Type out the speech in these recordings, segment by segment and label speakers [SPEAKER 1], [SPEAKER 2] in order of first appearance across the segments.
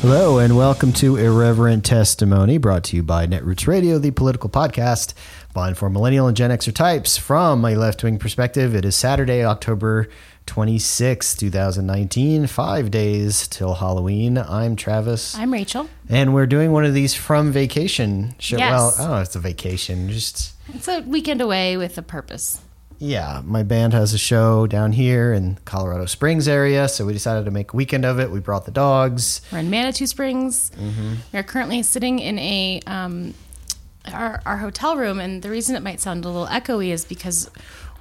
[SPEAKER 1] Hello and welcome to Irreverent Testimony, brought to you by Netroots Radio, the political podcast blind for millennial and Gen Xer types from a left wing perspective. It is Saturday, October 26, 2019, five days till Halloween. I'm Travis,
[SPEAKER 2] I'm Rachel.
[SPEAKER 1] and we're doing one of these from vacation. Show.
[SPEAKER 2] Yes.
[SPEAKER 1] Well, I don't know, if it's a vacation. Just,
[SPEAKER 2] It's a weekend away with a purpose.
[SPEAKER 1] yeah, my band has a show down here in Colorado Springs area, so we decided to make a weekend of it. We brought the dogs.
[SPEAKER 2] We're in Manitou Springs.
[SPEAKER 1] Mm-hmm.
[SPEAKER 2] We're currently sitting in a um, our, our hotel room, and the reason it might sound a little echoey is because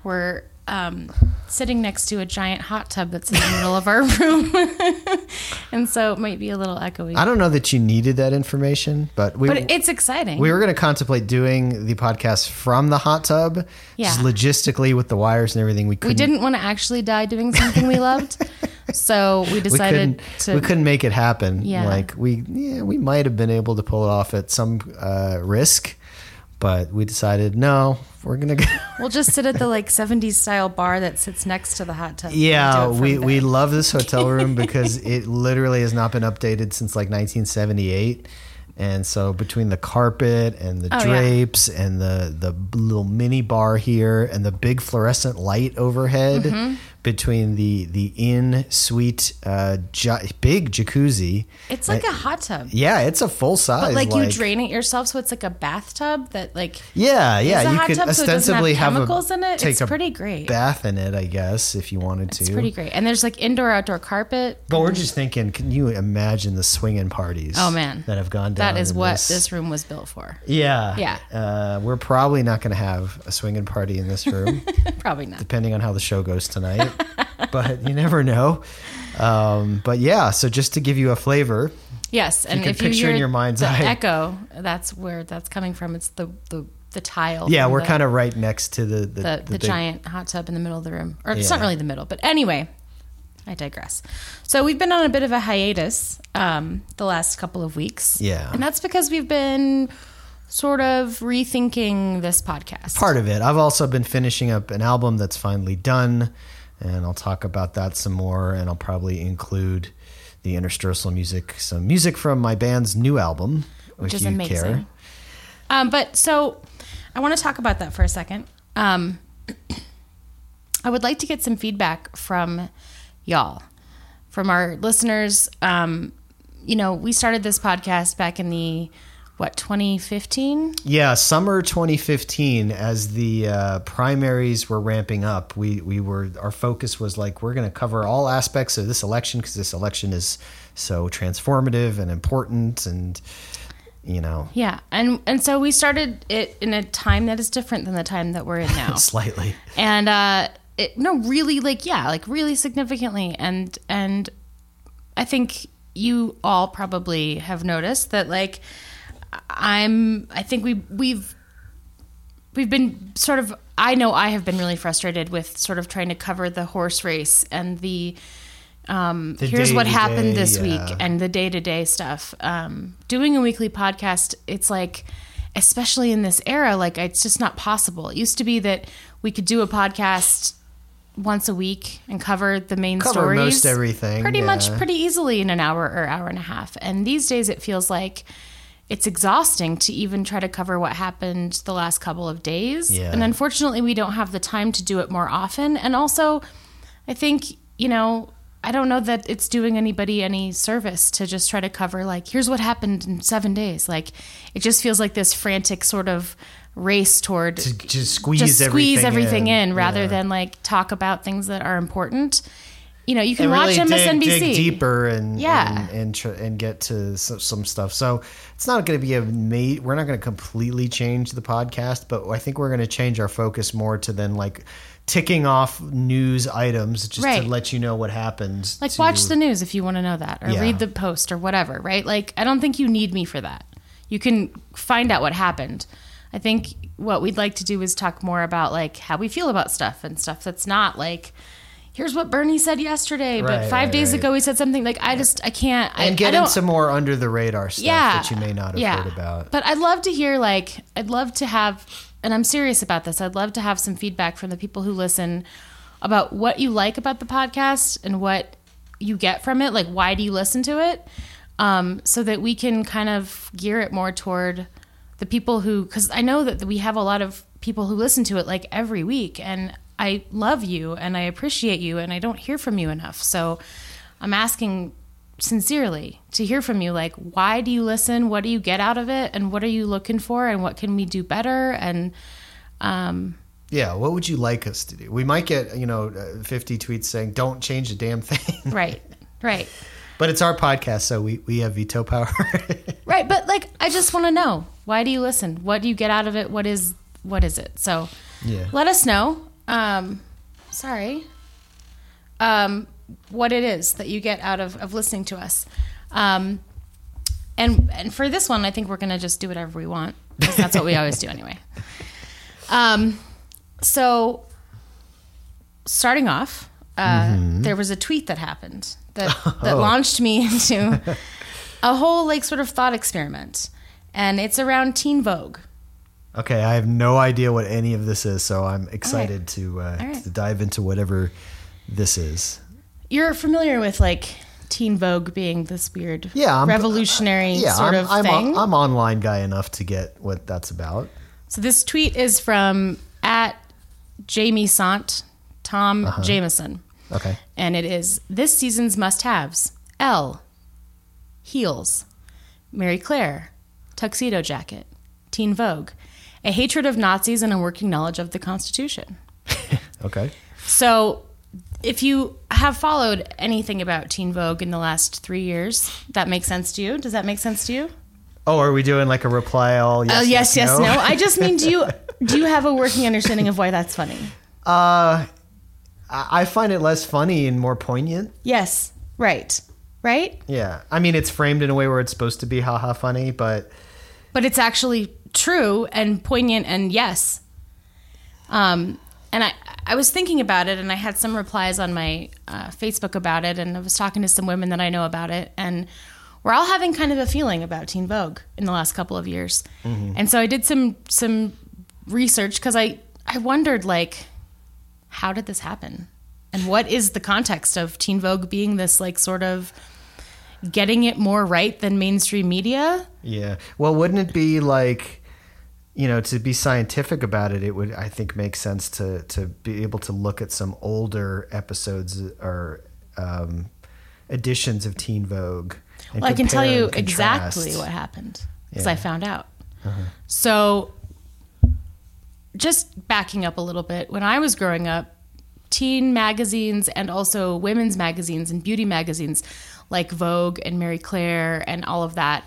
[SPEAKER 2] we're um, sitting next to a giant hot tub that's in the middle of our room, and so it might be a little echoey.
[SPEAKER 1] I don't know that you needed that information, but we
[SPEAKER 2] But it's exciting.
[SPEAKER 1] we were going to contemplate doing the podcast from the hot tub, just
[SPEAKER 2] Yeah.
[SPEAKER 1] logistically with the wires and everything. We
[SPEAKER 2] we
[SPEAKER 1] couldn't.
[SPEAKER 2] didn't want to actually die doing something we loved, so we
[SPEAKER 1] we
[SPEAKER 2] decided
[SPEAKER 1] couldn't,
[SPEAKER 2] to.
[SPEAKER 1] we couldn't make it happen.
[SPEAKER 2] Yeah.
[SPEAKER 1] Like we, yeah, we might have been able to pull it off at some uh, risk, but we decided no, we're gonna go.
[SPEAKER 2] We'll just sit at the like '70s style bar that sits next to the hot tub. and
[SPEAKER 1] yeah,
[SPEAKER 2] do it from
[SPEAKER 1] we, we
[SPEAKER 2] there.
[SPEAKER 1] love this hotel room because it literally has not been updated since like 1978. And so between the carpet and the
[SPEAKER 2] Oh, yeah.
[SPEAKER 1] drapes and the the little mini bar here and the big fluorescent light overhead,
[SPEAKER 2] Mm-hmm.
[SPEAKER 1] between the the in suite uh, ju- big jacuzzi,
[SPEAKER 2] It's like a hot tub.
[SPEAKER 1] yeah, it's a full size.
[SPEAKER 2] like, you drain it yourself, so it's like a bathtub that like
[SPEAKER 1] Yeah, yeah.
[SPEAKER 2] a
[SPEAKER 1] you
[SPEAKER 2] hot
[SPEAKER 1] could
[SPEAKER 2] tub, so it doesn't
[SPEAKER 1] ostensibly
[SPEAKER 2] have
[SPEAKER 1] have,
[SPEAKER 2] chemicals
[SPEAKER 1] a,
[SPEAKER 2] in it.
[SPEAKER 1] Take
[SPEAKER 2] It's
[SPEAKER 1] a
[SPEAKER 2] pretty great.
[SPEAKER 1] Bath in it, I guess, if you wanted to.
[SPEAKER 2] it's pretty great. And there's like indoor outdoor carpet.
[SPEAKER 1] But we're just thinking, can you imagine the swinging parties?
[SPEAKER 2] Oh man,
[SPEAKER 1] that have gone down.
[SPEAKER 2] That is
[SPEAKER 1] in
[SPEAKER 2] what this, room was built for.
[SPEAKER 1] Yeah,
[SPEAKER 2] Yeah.
[SPEAKER 1] Uh, we're probably not going to have a swinging party in this room,
[SPEAKER 2] Probably not.
[SPEAKER 1] depending on how the show goes tonight. but you never know. Um, but yeah, so just to give you a flavor,
[SPEAKER 2] Yes, and
[SPEAKER 1] can
[SPEAKER 2] if you
[SPEAKER 1] picture
[SPEAKER 2] hear
[SPEAKER 1] in your mind's
[SPEAKER 2] the
[SPEAKER 1] eye.
[SPEAKER 2] echo, that's where that's coming from. It's the the the tile.
[SPEAKER 1] yeah,
[SPEAKER 2] from
[SPEAKER 1] we're
[SPEAKER 2] the,
[SPEAKER 1] kind of right next to the the,
[SPEAKER 2] the, the,
[SPEAKER 1] big-
[SPEAKER 2] giant hot tub in the middle of the room. Or it's not
[SPEAKER 1] Yeah.
[SPEAKER 2] really the middle, but anyway, I digress. So we've been on a bit of a hiatus um, the last couple of weeks.
[SPEAKER 1] Yeah.
[SPEAKER 2] And that's because we've been sort of rethinking this podcast.
[SPEAKER 1] part of it. I've also been finishing up an album that's finally done, and I'll talk about that some more, and I'll probably include the interstitial music, some music from my band's new album, which,
[SPEAKER 2] which is
[SPEAKER 1] you
[SPEAKER 2] amazing.
[SPEAKER 1] care.
[SPEAKER 2] Um, but so I want to talk about that for a second. Um, I would like to get some feedback from y'all, from our listeners. Um, you know, we started this podcast back in the what 2015.
[SPEAKER 1] Yeah, summer 2015, as the uh, primaries were ramping up, we we were our focus was like we're going to cover all aspects of this election because this election is so transformative and important, and you know,
[SPEAKER 2] Yeah, and and so we started it in a time that is different than the time that we're in now.
[SPEAKER 1] slightly.
[SPEAKER 2] and uh it, no really like yeah like really significantly and and i think you all probably have noticed that like i'm i think we we've we've been sort of i know i have been really frustrated with sort of trying to cover the horse race and the um here's what happened
[SPEAKER 1] day-to-day,
[SPEAKER 2] this
[SPEAKER 1] yeah.
[SPEAKER 2] week and the day-to-day stuff um doing a weekly podcast it's like especially in this era like it's just not possible it used to be that we could do a podcast once a week and cover the main
[SPEAKER 1] Cover
[SPEAKER 2] stories
[SPEAKER 1] most everything,
[SPEAKER 2] pretty much
[SPEAKER 1] yeah.
[SPEAKER 2] pretty easily in an hour or hour and a half and these days it feels like it's exhausting to even try to cover what happened the last couple of days
[SPEAKER 1] Yeah.
[SPEAKER 2] and unfortunately we don't have the time to do it more often and also i think you know i don't know that it's doing anybody any service to just try to cover like here's what happened in seven days like it just feels like this frantic sort of race toward
[SPEAKER 1] To just squeeze
[SPEAKER 2] just squeeze
[SPEAKER 1] everything
[SPEAKER 2] everything
[SPEAKER 1] in,
[SPEAKER 2] in, rather
[SPEAKER 1] yeah.
[SPEAKER 2] than like talk about things that are important. You know, you can
[SPEAKER 1] and
[SPEAKER 2] watch
[SPEAKER 1] really dig-
[SPEAKER 2] MSNBC.
[SPEAKER 1] dig deeper and
[SPEAKER 2] Yeah.
[SPEAKER 1] and and, tr- and get to some, some stuff. So it's not going to be a mate. We're not going to completely change the podcast, but I think we're going to change our focus more to then like ticking off news items just
[SPEAKER 2] Right.
[SPEAKER 1] to let you know what happened.
[SPEAKER 2] Like
[SPEAKER 1] to-
[SPEAKER 2] watch the news if you want to know that, or
[SPEAKER 1] Yeah.
[SPEAKER 2] read the post or whatever, right? Like I don't think you need me for that. You can find out what happened. I think what we'd like to do is talk more about like how we feel about stuff and stuff that's not like here's what Bernie said yesterday,
[SPEAKER 1] Right,
[SPEAKER 2] but five
[SPEAKER 1] right,
[SPEAKER 2] days
[SPEAKER 1] right.
[SPEAKER 2] ago he said something like I just I can't I-
[SPEAKER 1] and
[SPEAKER 2] I
[SPEAKER 1] get
[SPEAKER 2] don't,
[SPEAKER 1] in some more under the radar stuff that you may not have
[SPEAKER 2] yeah.
[SPEAKER 1] heard about.
[SPEAKER 2] But I'd love to hear like I'd love to have and I'm serious about this. I'd love to have some feedback from the people who listen about what you like about the podcast and what you get from it. Like why do you listen to it? um, so that we can kind of gear it more toward the people who, because I know that we have a lot of people who listen to it like every week, and I love you and I appreciate you, and I don't hear from you enough. So I'm asking sincerely to hear from you like, why do you listen? What do you get out of it? And what are you looking for? And what can we do better? And um,
[SPEAKER 1] Yeah, what would you like us to do? We might get, you know, uh, 50 tweets saying, don't change a damn thing.
[SPEAKER 2] right, right.
[SPEAKER 1] but it's our podcast, so we, we have veto power.
[SPEAKER 2] Right, but like I just want to know, why do you listen? What do you get out of it? What is what is it? So
[SPEAKER 1] Yeah.
[SPEAKER 2] let us know. Um sorry. Um what it is that you get out of of listening to us. Um and and for this one, I think we're going to just do whatever we want. 'cause That's what we always do anyway. Um so starting off, uh, there was a tweet that happened that, that launched me into a whole like sort of thought experiment, and it's around Teen Vogue.
[SPEAKER 1] okay, I have no idea what any of this is, so I'm excited to, uh,
[SPEAKER 2] All right.
[SPEAKER 1] to dive into whatever this is.
[SPEAKER 2] You're familiar with like Teen Vogue being this weird,
[SPEAKER 1] Yeah, I'm- uh,
[SPEAKER 2] revolutionary
[SPEAKER 1] Yeah,
[SPEAKER 2] sort
[SPEAKER 1] I'm,
[SPEAKER 2] of
[SPEAKER 1] I'm,
[SPEAKER 2] thing.
[SPEAKER 1] on- I'm online guy enough to get what that's about.
[SPEAKER 2] so this tweet is from at Jamie Sant, Tom
[SPEAKER 1] Uh-huh.
[SPEAKER 2] Jameson,
[SPEAKER 1] Okay.
[SPEAKER 2] and it is this season's must-haves: L, heels, Mary Claire, tuxedo jacket, Teen Vogue, a hatred of Nazis and a working knowledge of the Constitution.
[SPEAKER 1] Okay.
[SPEAKER 2] So, if you have followed anything about Teen Vogue in the last three years, that makes sense to you? Does that make sense to you?
[SPEAKER 1] Oh, are we doing like a reply all? Yes,
[SPEAKER 2] Oh, yes, yes, no.
[SPEAKER 1] no.
[SPEAKER 2] I just mean, do you do you have a working understanding of why that's funny?
[SPEAKER 1] I I find it less funny and more poignant.
[SPEAKER 2] Yes, right, right.
[SPEAKER 1] Yeah. I mean, it's framed in a way where it's supposed to be haha funny, but
[SPEAKER 2] But it's actually true and poignant, and yes. Um, and I I was thinking about it, and I had some replies on my uh, Facebook about it, and I was talking to some women that I know about it, and we're all having kind of a feeling about Teen Vogue in the last couple of years, and so I did some some research because I I wondered like how did this happen, and what is the context of Teen Vogue being this like sort of getting it more right than mainstream media
[SPEAKER 1] yeah. Well, wouldn't it be like, you know, to be scientific about it, it would, I think, make sense to, to be able to look at some older episodes or um, editions of Teen Vogue. and
[SPEAKER 2] Well, I can tell
[SPEAKER 1] compare
[SPEAKER 2] you
[SPEAKER 1] and contrast.
[SPEAKER 2] exactly what happened because I
[SPEAKER 1] Yeah. Uh-huh.
[SPEAKER 2] found out. So, just backing up a little bit, when I was growing up, teen magazines and also women's magazines and beauty magazines like Vogue and Mary Claire and all of that.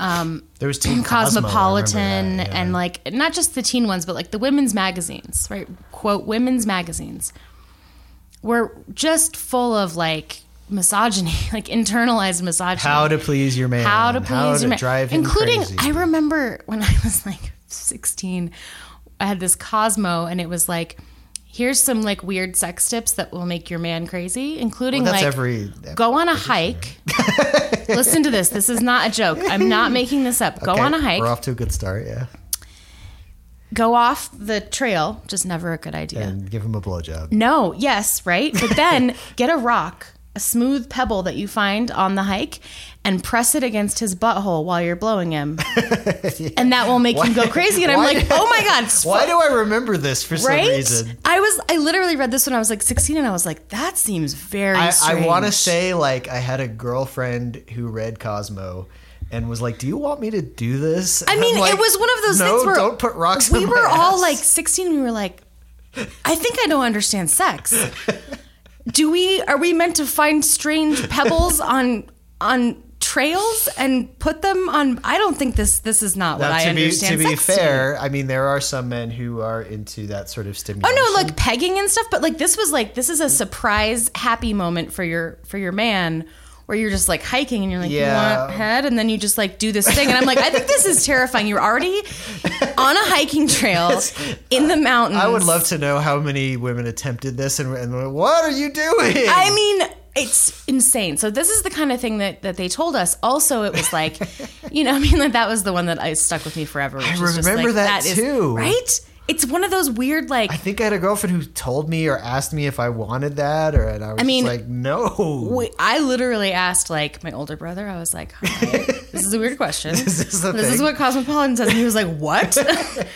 [SPEAKER 2] Um,
[SPEAKER 1] There was Teen Cosmo, I remember
[SPEAKER 2] Cosmopolitan
[SPEAKER 1] that, yeah.
[SPEAKER 2] and like not just the teen ones, but like the women's magazines, right? Quote, women's magazines were just full of like misogyny, like internalized misogyny.
[SPEAKER 1] How to please your man.
[SPEAKER 2] How to please your man.
[SPEAKER 1] drive him
[SPEAKER 2] Including,
[SPEAKER 1] crazy.
[SPEAKER 2] I remember when I was like 16, I had this Cosmo and it was like, here's some like weird sex tips that will make your man crazy, including
[SPEAKER 1] Well, that's
[SPEAKER 2] like
[SPEAKER 1] every-
[SPEAKER 2] go on a hike. Listen to this. This is not a joke. I'm not making this up. Go
[SPEAKER 1] Okay,
[SPEAKER 2] on a hike
[SPEAKER 1] We're off to a good start, yeah.
[SPEAKER 2] go off the trail, just never a good idea.
[SPEAKER 1] And give him a blowjob.
[SPEAKER 2] No, yes, right? But then get a rock, a smooth pebble that you find on the hike, and press it against his butthole while you're blowing him. And that will make him go crazy. And I'm
[SPEAKER 1] Why
[SPEAKER 2] like,
[SPEAKER 1] did-
[SPEAKER 2] oh my God, it's
[SPEAKER 1] Why do I remember this for some
[SPEAKER 2] right?
[SPEAKER 1] reason?
[SPEAKER 2] I was I literally read this when I was like 16 and I was like, that seems very
[SPEAKER 1] I, I
[SPEAKER 2] strange.
[SPEAKER 1] want to say like I had a girlfriend who read Cosmo and was like, "Do you want me to do this?"
[SPEAKER 2] I
[SPEAKER 1] And
[SPEAKER 2] mean,
[SPEAKER 1] I'm like,
[SPEAKER 2] it was one of those
[SPEAKER 1] no,
[SPEAKER 2] things where
[SPEAKER 1] don't put rocks.
[SPEAKER 2] We
[SPEAKER 1] in
[SPEAKER 2] were
[SPEAKER 1] my
[SPEAKER 2] all
[SPEAKER 1] ass."
[SPEAKER 2] like 16. We were like, I think I don't understand sex. Do we? Are we meant to find strange pebbles on on trails and put them on? I don't think this this is not what
[SPEAKER 1] Now,
[SPEAKER 2] I
[SPEAKER 1] to be to
[SPEAKER 2] understand.
[SPEAKER 1] be
[SPEAKER 2] sex
[SPEAKER 1] fair, I mean, there are some men who are into that sort of stimulation.
[SPEAKER 2] Oh no, like pegging and stuff, but like this was like this is a surprise happy moment for your for your man where you're just like hiking and you're like you
[SPEAKER 1] Yeah.
[SPEAKER 2] want head and then you just like do this thing and I'm like I think this is terrifying. You're already on a hiking trail in the mountains.
[SPEAKER 1] I would love to know how many women attempted this and, and were, what are you doing?
[SPEAKER 2] I mean, it's insane. So this is the kind of thing that that they told us. Also, it was like, you know, I mean, like, that was the one that I stuck with me forever. Which I
[SPEAKER 1] remember that
[SPEAKER 2] is,
[SPEAKER 1] too.
[SPEAKER 2] right?
[SPEAKER 3] It's one of those weird like
[SPEAKER 1] I think I had a girlfriend who told me or asked me if I wanted that, or and I was
[SPEAKER 2] mean,
[SPEAKER 1] just like, no.
[SPEAKER 2] Wait, I literally asked like my older brother. I was like, "Hi, this is a weird question.
[SPEAKER 1] Is this the
[SPEAKER 2] this
[SPEAKER 1] thing?
[SPEAKER 2] is what Cosmopolitan says." And he was like, "What?" and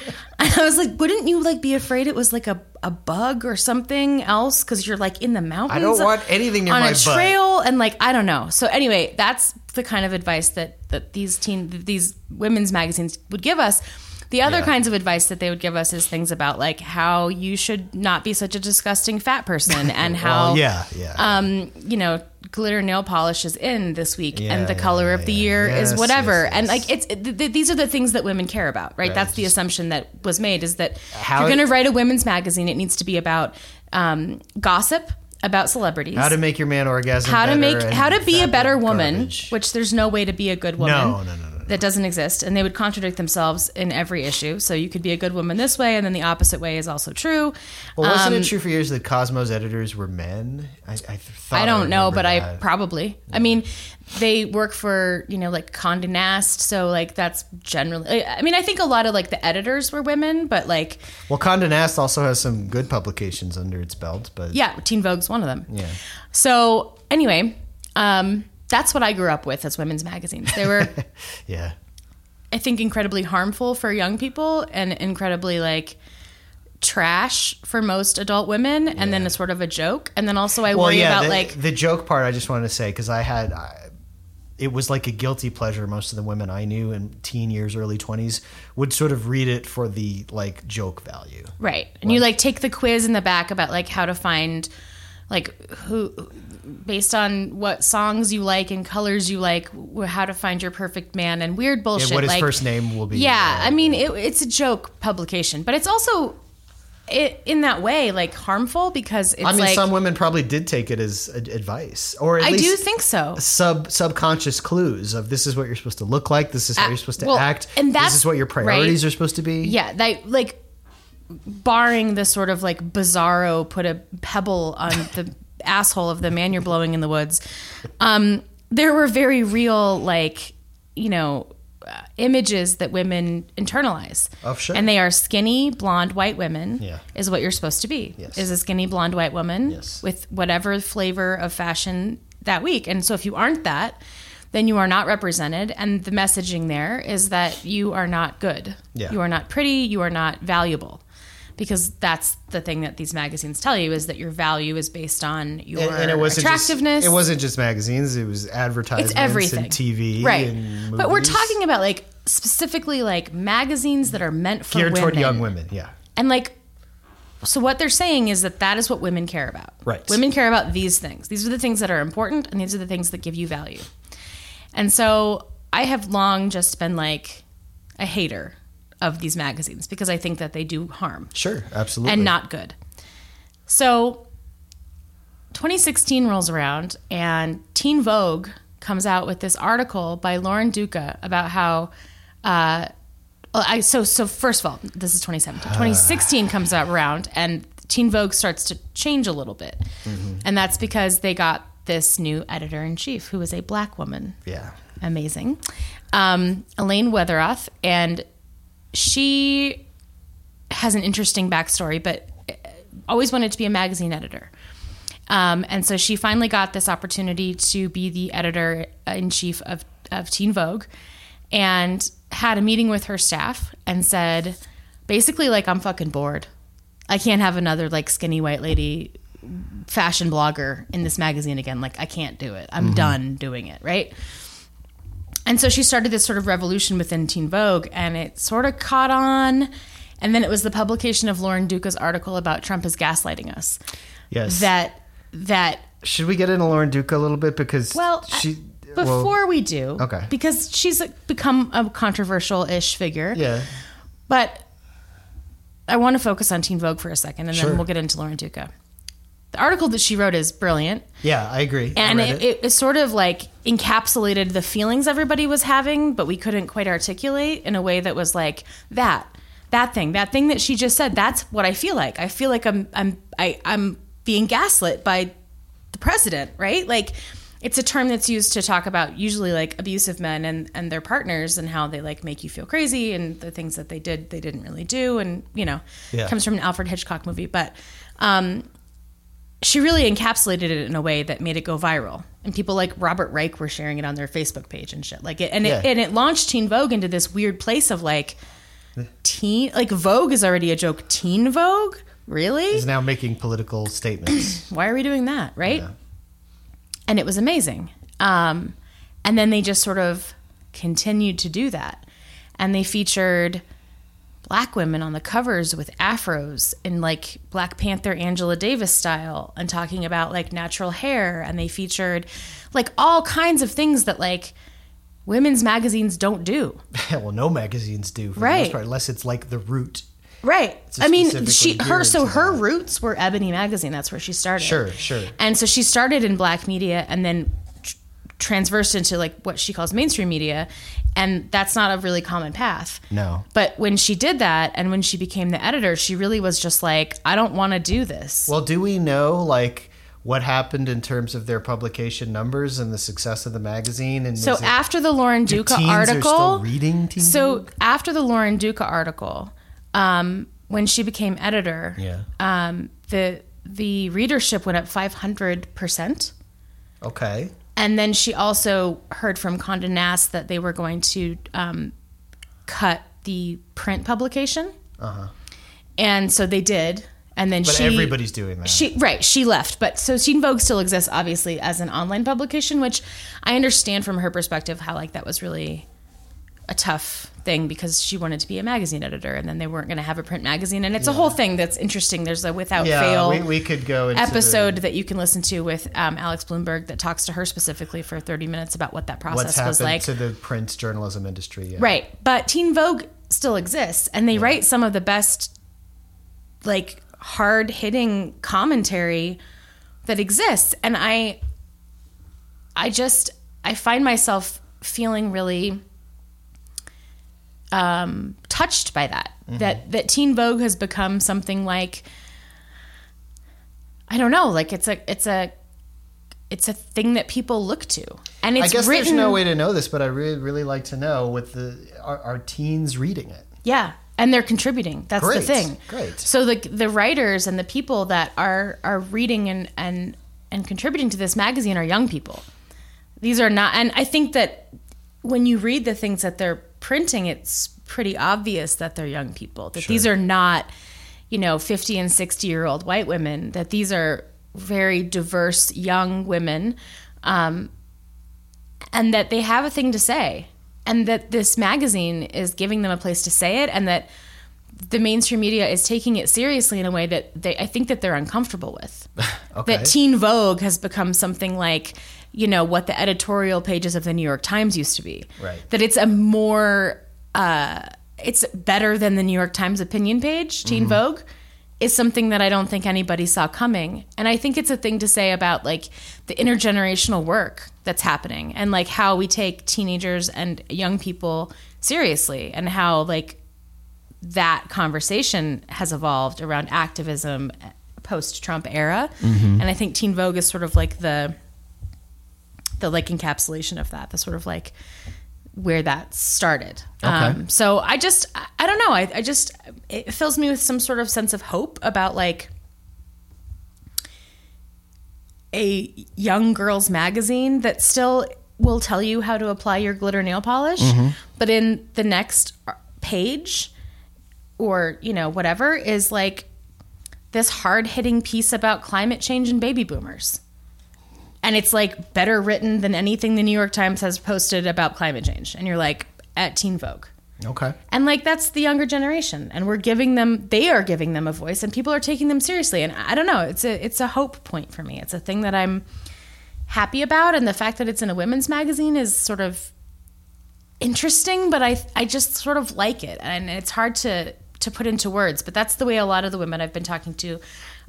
[SPEAKER 2] I was like, "Wouldn't you like be afraid it was like a, a bug or something else because you're like in the mountains?
[SPEAKER 1] I don't want anything near
[SPEAKER 2] on
[SPEAKER 1] my
[SPEAKER 2] a
[SPEAKER 1] butt.
[SPEAKER 2] trail and like I don't know." So anyway, that's the kind of advice that that these teen that these women's magazines would give us. The other
[SPEAKER 1] Yeah.
[SPEAKER 2] kinds of advice that they would give us is things about like how you should not be such a disgusting fat person and how
[SPEAKER 1] Well, yeah, yeah.
[SPEAKER 2] um, you know, glitter nail polish is in this week,
[SPEAKER 1] Yeah,
[SPEAKER 2] and the
[SPEAKER 1] yeah,
[SPEAKER 2] color
[SPEAKER 1] yeah,
[SPEAKER 2] of the
[SPEAKER 1] yeah.
[SPEAKER 2] year
[SPEAKER 1] Yes,
[SPEAKER 2] is whatever.
[SPEAKER 1] yes,
[SPEAKER 2] And
[SPEAKER 1] yes.
[SPEAKER 2] like, it's th- th- these are the things that women care about, right? That's the assumption that was made is that
[SPEAKER 1] How-
[SPEAKER 2] if you're going to write a women's magazine, it needs to be about um, gossip about celebrities.
[SPEAKER 1] how to make your man orgasm?
[SPEAKER 2] how to
[SPEAKER 1] better
[SPEAKER 2] make
[SPEAKER 1] and
[SPEAKER 2] how to be a
[SPEAKER 1] fat
[SPEAKER 2] better woman
[SPEAKER 1] garbage.
[SPEAKER 2] which there's no way to be a good woman
[SPEAKER 1] No, no, no, no, no.
[SPEAKER 2] that doesn't exist and they would contradict themselves in every issue so you could be a good woman this way and then the opposite way is also true
[SPEAKER 1] Well, wasn't
[SPEAKER 2] Um,
[SPEAKER 1] it true for years that Cosmos editors were men? I, I thought
[SPEAKER 2] I don't know,
[SPEAKER 1] remember
[SPEAKER 2] but I
[SPEAKER 1] that.
[SPEAKER 2] probably. I mean, they work for you know like Condé Nast, so like that's generally. I I mean, I think a lot of like the editors were women, but like
[SPEAKER 1] well, Condé Nast also has some good publications under its belt, but
[SPEAKER 2] yeah, Teen Vogue's one of them.
[SPEAKER 1] yeah.
[SPEAKER 2] So anyway, um, that's what I grew up with as women's magazines. They were,
[SPEAKER 1] yeah.
[SPEAKER 2] I think, incredibly harmful for young people and incredibly like trash for most adult women, and then a sort of a joke. And then also I worry about
[SPEAKER 1] the,
[SPEAKER 2] like
[SPEAKER 1] the joke part. I just wanted to say because I had, I, it was like a guilty pleasure. Most of the women I knew in teen years, early twenties, would sort of read it for the like joke value.
[SPEAKER 2] Right. And you like take the quiz in the back about like how to find like who based on what songs you like and colors you like wh- how to find your perfect man and weird bullshit
[SPEAKER 1] what his
[SPEAKER 2] like
[SPEAKER 1] first name will be.
[SPEAKER 2] Yeah,
[SPEAKER 1] Uh,
[SPEAKER 2] I mean it, it's a joke publication, but it's also i in that way like harmful because it's
[SPEAKER 1] I mean,
[SPEAKER 2] like
[SPEAKER 1] some women probably did take it as ad- advice, or at
[SPEAKER 2] I
[SPEAKER 1] least
[SPEAKER 2] do think so.
[SPEAKER 1] sub subconscious clues of this is what you're supposed to look like, this is how
[SPEAKER 2] Uh,
[SPEAKER 1] you're supposed to
[SPEAKER 2] well,
[SPEAKER 1] act,
[SPEAKER 2] and
[SPEAKER 1] this
[SPEAKER 2] that's-
[SPEAKER 1] is what your priorities are supposed to be.
[SPEAKER 2] Yeah, that like barring the sort of like bizarro put a pebble on the asshole of the man you're blowing in the woods. Um there were very real like, you know, uh, images that women internalize.
[SPEAKER 1] Of sure.
[SPEAKER 2] And they are skinny blonde white women
[SPEAKER 1] Yeah.
[SPEAKER 2] is what you're supposed to be.
[SPEAKER 1] Yes.
[SPEAKER 2] Is a skinny blonde white woman
[SPEAKER 1] Yes.
[SPEAKER 2] with whatever flavor of fashion that week. And so if you aren't that, then you are not represented and the messaging there is that you are not good.
[SPEAKER 1] Yeah.
[SPEAKER 2] You are not pretty, you are not valuable. Because that's the thing that these magazines tell you is that your value is based on your
[SPEAKER 1] And, and it wasn't
[SPEAKER 2] attractiveness.
[SPEAKER 1] Just, it wasn't just magazines; it was advertisements,
[SPEAKER 2] it's everything.
[SPEAKER 1] and TV,
[SPEAKER 2] right?
[SPEAKER 1] and
[SPEAKER 2] But we're
[SPEAKER 1] movies.
[SPEAKER 2] talking about like specifically like magazines that are meant for
[SPEAKER 1] geared
[SPEAKER 2] women.
[SPEAKER 1] toward young women. Yeah,
[SPEAKER 2] And like, so what they're saying is that that is what women care about.
[SPEAKER 1] Right.
[SPEAKER 2] Women care about these things. These are the things that are important, and these are the things that give you value. And so I have long just been like a hater of these magazines because I think that they do harm
[SPEAKER 1] sure, absolutely,
[SPEAKER 2] and not good. So 2016 rolls around and Teen Vogue comes out with this article by Lauren Duca about how uh well, I so so first of all, this is 2017. 2016 comes out around and Teen Vogue starts to change a little bit. And that's because they got this new editor in chief who was a black woman
[SPEAKER 1] yeah.
[SPEAKER 2] amazing. Um, Elaine Weatheroth, and she has an interesting backstory, but uh, always wanted to be a magazine editor. Um, and so she finally got this opportunity to be the editor in chief of, of Teen Vogue and had a meeting with her staff and said, basically, like, I'm fucking bored. I can't have another, like, skinny white lady fashion blogger in this magazine again. Like, I can't do it. I'm done doing it, right? And so she started this sort of revolution within Teen Vogue, and it sort of caught on. And then it was the publication of Lauren Duca's article about Trump is gaslighting us.
[SPEAKER 1] Yes.
[SPEAKER 2] That that
[SPEAKER 1] Should we get into Lauren Duca a little bit because
[SPEAKER 2] well
[SPEAKER 1] she
[SPEAKER 2] I-
[SPEAKER 1] well,
[SPEAKER 2] before we do,
[SPEAKER 1] Okay.
[SPEAKER 2] because she's become a controversial-ish figure.
[SPEAKER 1] yeah
[SPEAKER 2] But I want to focus on Teen Vogue for a second, and
[SPEAKER 1] Sure.
[SPEAKER 2] then we'll get into Lauren Duca. The article that she wrote is brilliant.
[SPEAKER 1] yeah I agree I
[SPEAKER 2] and
[SPEAKER 1] read
[SPEAKER 2] it, it. it sort of like encapsulated the feelings everybody was having but we couldn't quite articulate in a way that was like that that thing that thing that she just said that's what i feel like i feel like i'm i'm I, i'm being gaslit by the president right like it's a term that's used to talk about usually like abusive men and and their partners and how they like make you feel crazy and the things that they did they didn't really do and you know
[SPEAKER 1] Yeah.
[SPEAKER 2] comes from an Alfred Hitchcock movie but um she really encapsulated it in a way that made it go viral and people like Robert Reich were sharing it on their Facebook page and shit like it and it
[SPEAKER 1] Yeah.
[SPEAKER 2] and it launched Teen Vogue into this weird place of like teen like Vogue is already a joke Teen Vogue really
[SPEAKER 1] Is now making political statements.
[SPEAKER 2] why are we doing that right and it was amazing um, and then they just sort of continued to do that and they featured black women on the covers with afros in like black panther angela davis style and talking about like natural hair and they featured like all kinds of things that like women's magazines don't do
[SPEAKER 1] well, no magazines do, for the
[SPEAKER 2] Right.
[SPEAKER 1] most part, unless it's like the root.
[SPEAKER 2] Right.
[SPEAKER 1] It's
[SPEAKER 2] I mean,
[SPEAKER 1] specifically
[SPEAKER 2] she her
[SPEAKER 1] geared
[SPEAKER 2] so
[SPEAKER 1] to
[SPEAKER 2] her
[SPEAKER 1] that.
[SPEAKER 2] roots were Ebony magazine. That's where she started.
[SPEAKER 1] Sure, sure.
[SPEAKER 2] And so she started in black media and then tr- transversed into like what she calls mainstream media, and that's not a really common path.
[SPEAKER 1] No.
[SPEAKER 2] But when she did that and when she became the editor, she really was just like, I don't want to do this.
[SPEAKER 1] Well, do we know like what happened in terms of their publication numbers and the success of the magazine? And
[SPEAKER 2] So
[SPEAKER 1] is it-
[SPEAKER 2] after the Lauren
[SPEAKER 1] do
[SPEAKER 2] Duca
[SPEAKER 1] teens are
[SPEAKER 2] article,
[SPEAKER 1] still reading Teen
[SPEAKER 2] so
[SPEAKER 1] Vogue?
[SPEAKER 2] after the Lauren Duca article, um, when she became editor,
[SPEAKER 1] yeah,
[SPEAKER 2] um, the the readership went up five hundred percent.
[SPEAKER 1] okay,
[SPEAKER 2] And then she also heard from Condé Nast that they were going to um, cut the print publication. And so they did. And then
[SPEAKER 1] Uh-huh. but
[SPEAKER 2] she
[SPEAKER 1] everybody's doing that.
[SPEAKER 2] she right she left but so teen vogue still exists obviously as an online publication which i understand from her perspective how like that was really a tough thing because she wanted to be a magazine editor and then they weren't going to have a print magazine and it's a whole thing that's interesting there's a without
[SPEAKER 1] yeah,
[SPEAKER 2] fail
[SPEAKER 1] we, we could go into the-
[SPEAKER 2] episode that you can listen to with um, alex bloomberg that talks to her specifically for 30 minutes about what that
[SPEAKER 1] what's
[SPEAKER 2] process
[SPEAKER 1] happened
[SPEAKER 2] was like
[SPEAKER 1] to the print journalism industry. Yeah.
[SPEAKER 2] Right. But Teen Vogue still exists and they write some of the best like hard hitting commentary that exists and I I just I find myself feeling really um touched by that.
[SPEAKER 1] Mm-hmm.
[SPEAKER 2] That that Teen Vogue has become something like I don't know, like it's a it's a it's a thing that people look to. And it's
[SPEAKER 1] I guess
[SPEAKER 2] written
[SPEAKER 1] there's no way to know this, but I really, really like to know with the are, are teens reading it?
[SPEAKER 2] Yeah, and they're contributing. That's the
[SPEAKER 1] Great,
[SPEAKER 2] thing.
[SPEAKER 1] great.
[SPEAKER 2] So the the writers and the people that are are reading and and and contributing to this magazine are young people. These are not, and I think that when you read the things that they're printing, it's pretty obvious that they're young people. That these are not, you know, fifty and sixty year old white women. That these are very diverse young women and that they have a thing to say and that this magazine is giving them a place to say it and that the mainstream media is taking it seriously in a way that they I think that they're uncomfortable with.
[SPEAKER 1] Okay.
[SPEAKER 2] That Teen Vogue has become something like, you know, what the editorial pages of the New York Times used to be.
[SPEAKER 1] Right.
[SPEAKER 2] That it's a more uh it's better than the New York Times opinion page,
[SPEAKER 1] Mm-hmm.
[SPEAKER 2] Teen Vogue is something that I don't think anybody saw coming. And I think it's a thing to say about like the intergenerational work that's happening and like how we take teenagers and young people seriously and how like that conversation has evolved around activism post Trump era. And I think Teen Vogue is sort of like the the like encapsulation of that, the sort of like where that started. Um, so I just, I- I don't know. I, I just, it fills me with some sort of sense of hope about like a young girls magazine that still will tell you how to apply your glitter nail polish, but in the next page or, you know, whatever is like this hard hitting piece about climate change and baby boomers and it's like better written than anything the New York Times has posted about climate change. And you're like at Teen Vogue.
[SPEAKER 1] Okay.
[SPEAKER 2] And like that's the younger generation and we're giving them they are giving them a voice and people are taking them seriously and I don't know, it's a it's a hope point for me. It's a thing that I'm happy about and the fact that it's in a women's magazine is sort of interesting, but I I just sort of like it and it's hard to to put into words, but that's the way a lot of the women I've been talking to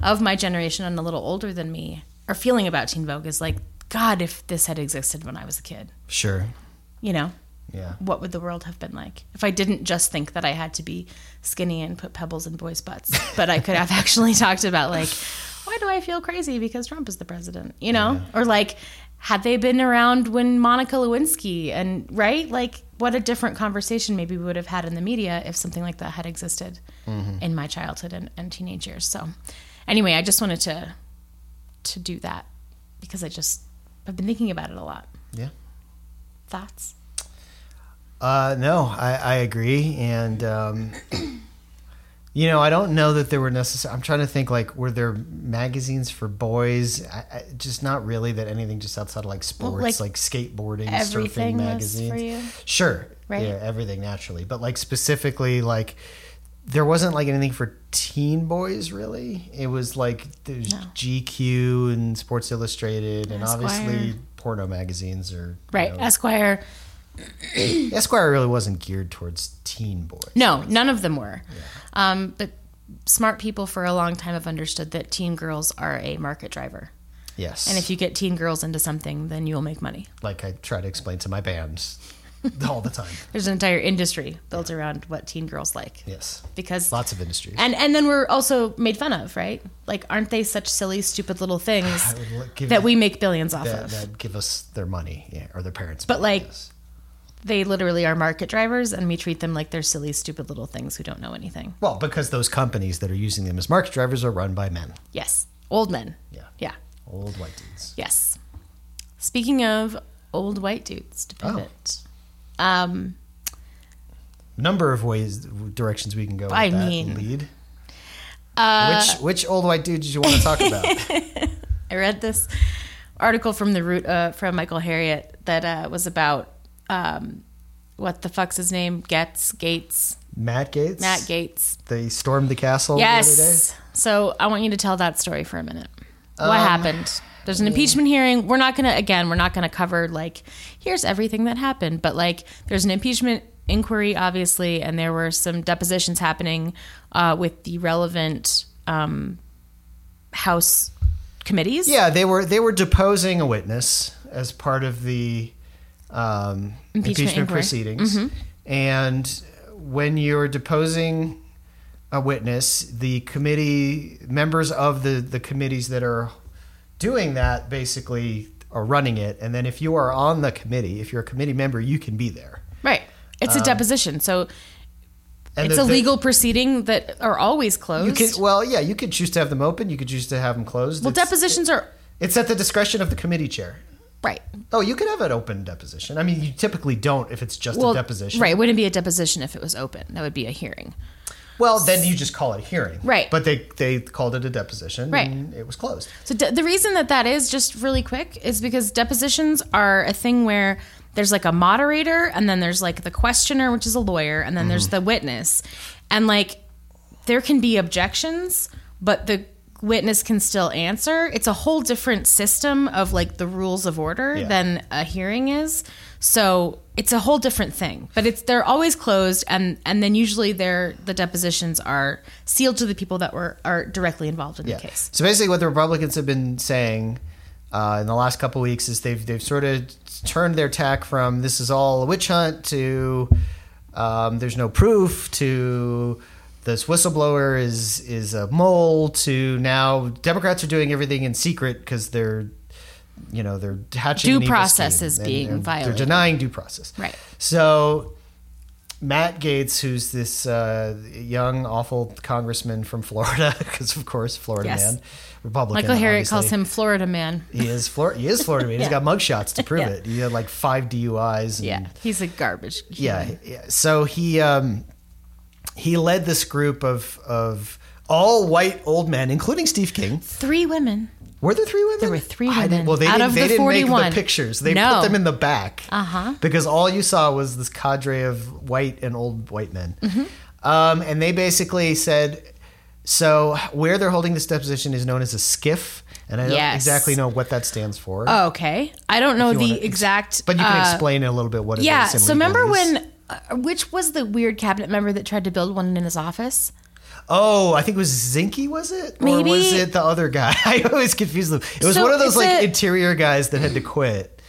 [SPEAKER 2] of my generation and a little older than me are feeling about Teen Vogue is like god if this had existed when I was a kid,
[SPEAKER 1] Sure.
[SPEAKER 2] you know
[SPEAKER 1] Yeah.
[SPEAKER 2] what would the world have been like if I didn't just think that I had to be skinny and put pebbles in boys' butts, but I could have actually talked about like, why do I feel crazy because Trump is the president, you know, or like had they been around when Monica Lewinsky and right, like what a different conversation maybe we would have had in the media if something like that had existed in my childhood and, and teenage years. So anyway, I just wanted to to do that because I just I've been thinking about it a lot.
[SPEAKER 1] Yeah.
[SPEAKER 2] Thoughts?
[SPEAKER 1] Uh, no, I, I agree, and um, you know, I don't know that there were necessary. I'm trying to think like, were there magazines for boys? I, I, just not really. That anything just outside of like sports, like,
[SPEAKER 2] like,
[SPEAKER 1] skateboarding, surfing
[SPEAKER 2] everything was
[SPEAKER 1] magazines.
[SPEAKER 2] for you?
[SPEAKER 1] Sure,
[SPEAKER 2] Right?
[SPEAKER 1] Yeah, everything naturally, but like specifically like. There wasn't like anything for teen boys, really. It was like there's GQ and Sports Illustrated, and obviously
[SPEAKER 2] Esquire.
[SPEAKER 1] porno magazines or you
[SPEAKER 2] Right.
[SPEAKER 1] know,
[SPEAKER 2] Esquire.
[SPEAKER 1] Esquire really wasn't geared towards teen boys.
[SPEAKER 2] No, none of them were. Um, but smart people for a long time have understood that teen girls are a market driver.
[SPEAKER 1] Yes.
[SPEAKER 2] And if you get teen girls into something, then you'll make money.
[SPEAKER 1] like I try to explain to my bands all the time.
[SPEAKER 2] There's an entire industry built around what teen girls like.
[SPEAKER 1] Yes.
[SPEAKER 2] Because
[SPEAKER 1] Lots of industries.
[SPEAKER 2] and and then we're also made fun of, right? Like aren't they such silly stupid little things
[SPEAKER 1] I would look- give
[SPEAKER 2] that we make billions off
[SPEAKER 1] that,
[SPEAKER 2] of?
[SPEAKER 1] that give us their money, yeah, or their parents.
[SPEAKER 2] But,
[SPEAKER 1] money,
[SPEAKER 2] like-
[SPEAKER 1] yes.
[SPEAKER 2] They literally are market drivers and we treat them like they're silly stupid little things who don't know anything.
[SPEAKER 1] well, because those companies that are using them as market drivers are run by men.
[SPEAKER 2] Yes. Old men.
[SPEAKER 1] Yeah.
[SPEAKER 2] Yeah.
[SPEAKER 1] Old white dudes.
[SPEAKER 2] Yes. Speaking of old white dudes, to
[SPEAKER 1] Oh.
[SPEAKER 2] pivot. Um,
[SPEAKER 1] Number of ways, directions we can go. With
[SPEAKER 2] I
[SPEAKER 1] that
[SPEAKER 2] mean- uh,
[SPEAKER 1] lead. which which old white dude did you want to talk about?
[SPEAKER 2] I read this article from the root uh, from Michael Harriet that uh, was about um, what the fuck's his name? Gets Gates
[SPEAKER 1] Matt Gates.
[SPEAKER 2] Matt Gates.
[SPEAKER 1] They stormed the castle. The other day. Um,
[SPEAKER 2] Yes. So I want you to tell that story for a minute. What happened? There's an impeachment hearing. We're not going to, again, we're not going to cover like, here's everything that happened, but like, there's an impeachment inquiry, obviously, and there were some depositions happening uh, with the relevant um, House committees.
[SPEAKER 1] Yeah, they were they were deposing a witness as part of the um, impeachment,
[SPEAKER 2] inquiry. Mm-hmm.
[SPEAKER 1] proceedings, and when you're deposing a witness, the committee members of the the committees that are doing that basically are running it, and then if you are on the committee, if you're a committee member, you can be there.
[SPEAKER 2] Right. It's a deposition. So
[SPEAKER 1] Um, And
[SPEAKER 2] it's
[SPEAKER 1] the-
[SPEAKER 2] a
[SPEAKER 1] the-
[SPEAKER 2] legal proceeding that are always closed.
[SPEAKER 1] You could, well, yeah, you could choose to have them open. You could choose to have them closed.
[SPEAKER 2] well,
[SPEAKER 1] it's,
[SPEAKER 2] depositions are,
[SPEAKER 1] it's at the discretion of the committee chair.
[SPEAKER 2] right.
[SPEAKER 1] Oh, you could have an open deposition. I mean, you typically don't if it's just a deposition.
[SPEAKER 2] Right. It wouldn't be a deposition if it was open. That would be a hearing.
[SPEAKER 1] Well, then you just call it a hearing.
[SPEAKER 2] Right.
[SPEAKER 1] But they they called it a deposition.
[SPEAKER 2] Right.
[SPEAKER 1] And it was closed.
[SPEAKER 2] So de- the reason that that is just really quick is because depositions are a thing where there's like a moderator and then there's like the questioner, which is a lawyer, and then there's the
[SPEAKER 1] Mm-hmm.
[SPEAKER 2] witness. And like there can be objections, but the witness can still answer. It's a whole different system of like the rules of order
[SPEAKER 1] Yeah.
[SPEAKER 2] than a hearing is. So it's a whole different thing. But it's they're always closed and and then usually they're the depositions are sealed to the people that were are directly involved in
[SPEAKER 1] Yeah.
[SPEAKER 2] the case.
[SPEAKER 1] So basically, what the Republicans have been saying uh, in the last couple weeks is they've they've sort of turned their tack from this is all a witch hunt to um, there's no proof to this whistleblower is is a mole to now Democrats are doing everything in secret because they're you know they're hatching
[SPEAKER 2] Due
[SPEAKER 1] an evil
[SPEAKER 2] process
[SPEAKER 1] scheme,
[SPEAKER 2] is
[SPEAKER 1] and
[SPEAKER 2] being
[SPEAKER 1] they're-
[SPEAKER 2] violated.
[SPEAKER 1] They're denying due process.
[SPEAKER 2] Right.
[SPEAKER 1] So Matt Gates, who's this uh, young, awful congressman from Florida, because of course, Florida
[SPEAKER 2] Yes.
[SPEAKER 1] man, Republican.
[SPEAKER 2] Michael Harriet
[SPEAKER 1] obviously.
[SPEAKER 2] calls him Florida man.
[SPEAKER 1] He is Florida. He is Florida man. He's
[SPEAKER 2] Yeah.
[SPEAKER 1] got mugshots to prove
[SPEAKER 2] Yeah.
[SPEAKER 1] it. He had like five DUIs. And,
[SPEAKER 2] Yeah, he's a garbage.
[SPEAKER 1] yeah, yeah. So he um, he led this group of of all white old men, including Steve King.
[SPEAKER 2] Three women.
[SPEAKER 1] Were there three women?
[SPEAKER 2] There were three
[SPEAKER 1] I didn't-
[SPEAKER 2] women
[SPEAKER 1] well, they
[SPEAKER 2] out
[SPEAKER 1] didn't,
[SPEAKER 2] of
[SPEAKER 1] they
[SPEAKER 2] the
[SPEAKER 1] didn't make
[SPEAKER 2] 41.
[SPEAKER 1] the pictures. They
[SPEAKER 2] No.
[SPEAKER 1] put them in the back.
[SPEAKER 2] Uh-huh.
[SPEAKER 1] Because all you saw was this cadre of white and old white men.
[SPEAKER 2] Mm-hmm.
[SPEAKER 1] Um, and they basically said, so where they're holding this deposition is known as a skiff. And I don't
[SPEAKER 2] Yes.
[SPEAKER 1] exactly know what that stands for.
[SPEAKER 2] Oh, okay. I don't know
[SPEAKER 1] you wanna
[SPEAKER 2] the
[SPEAKER 1] ex-
[SPEAKER 2] exact.
[SPEAKER 1] but you can
[SPEAKER 2] uh,
[SPEAKER 1] explain a little bit what it is.
[SPEAKER 2] Yeah.
[SPEAKER 1] and
[SPEAKER 2] So remember
[SPEAKER 1] legalese.
[SPEAKER 2] when? Uh, which was the weird cabinet member that tried to build one in his office?
[SPEAKER 1] Oh, I think it was Zinke, was it? Or was
[SPEAKER 2] Maybe.
[SPEAKER 1] it the other guy? I always confuse them. It was
[SPEAKER 2] So
[SPEAKER 1] one of those
[SPEAKER 2] it's
[SPEAKER 1] like
[SPEAKER 2] a-
[SPEAKER 1] interior guys that had to quit.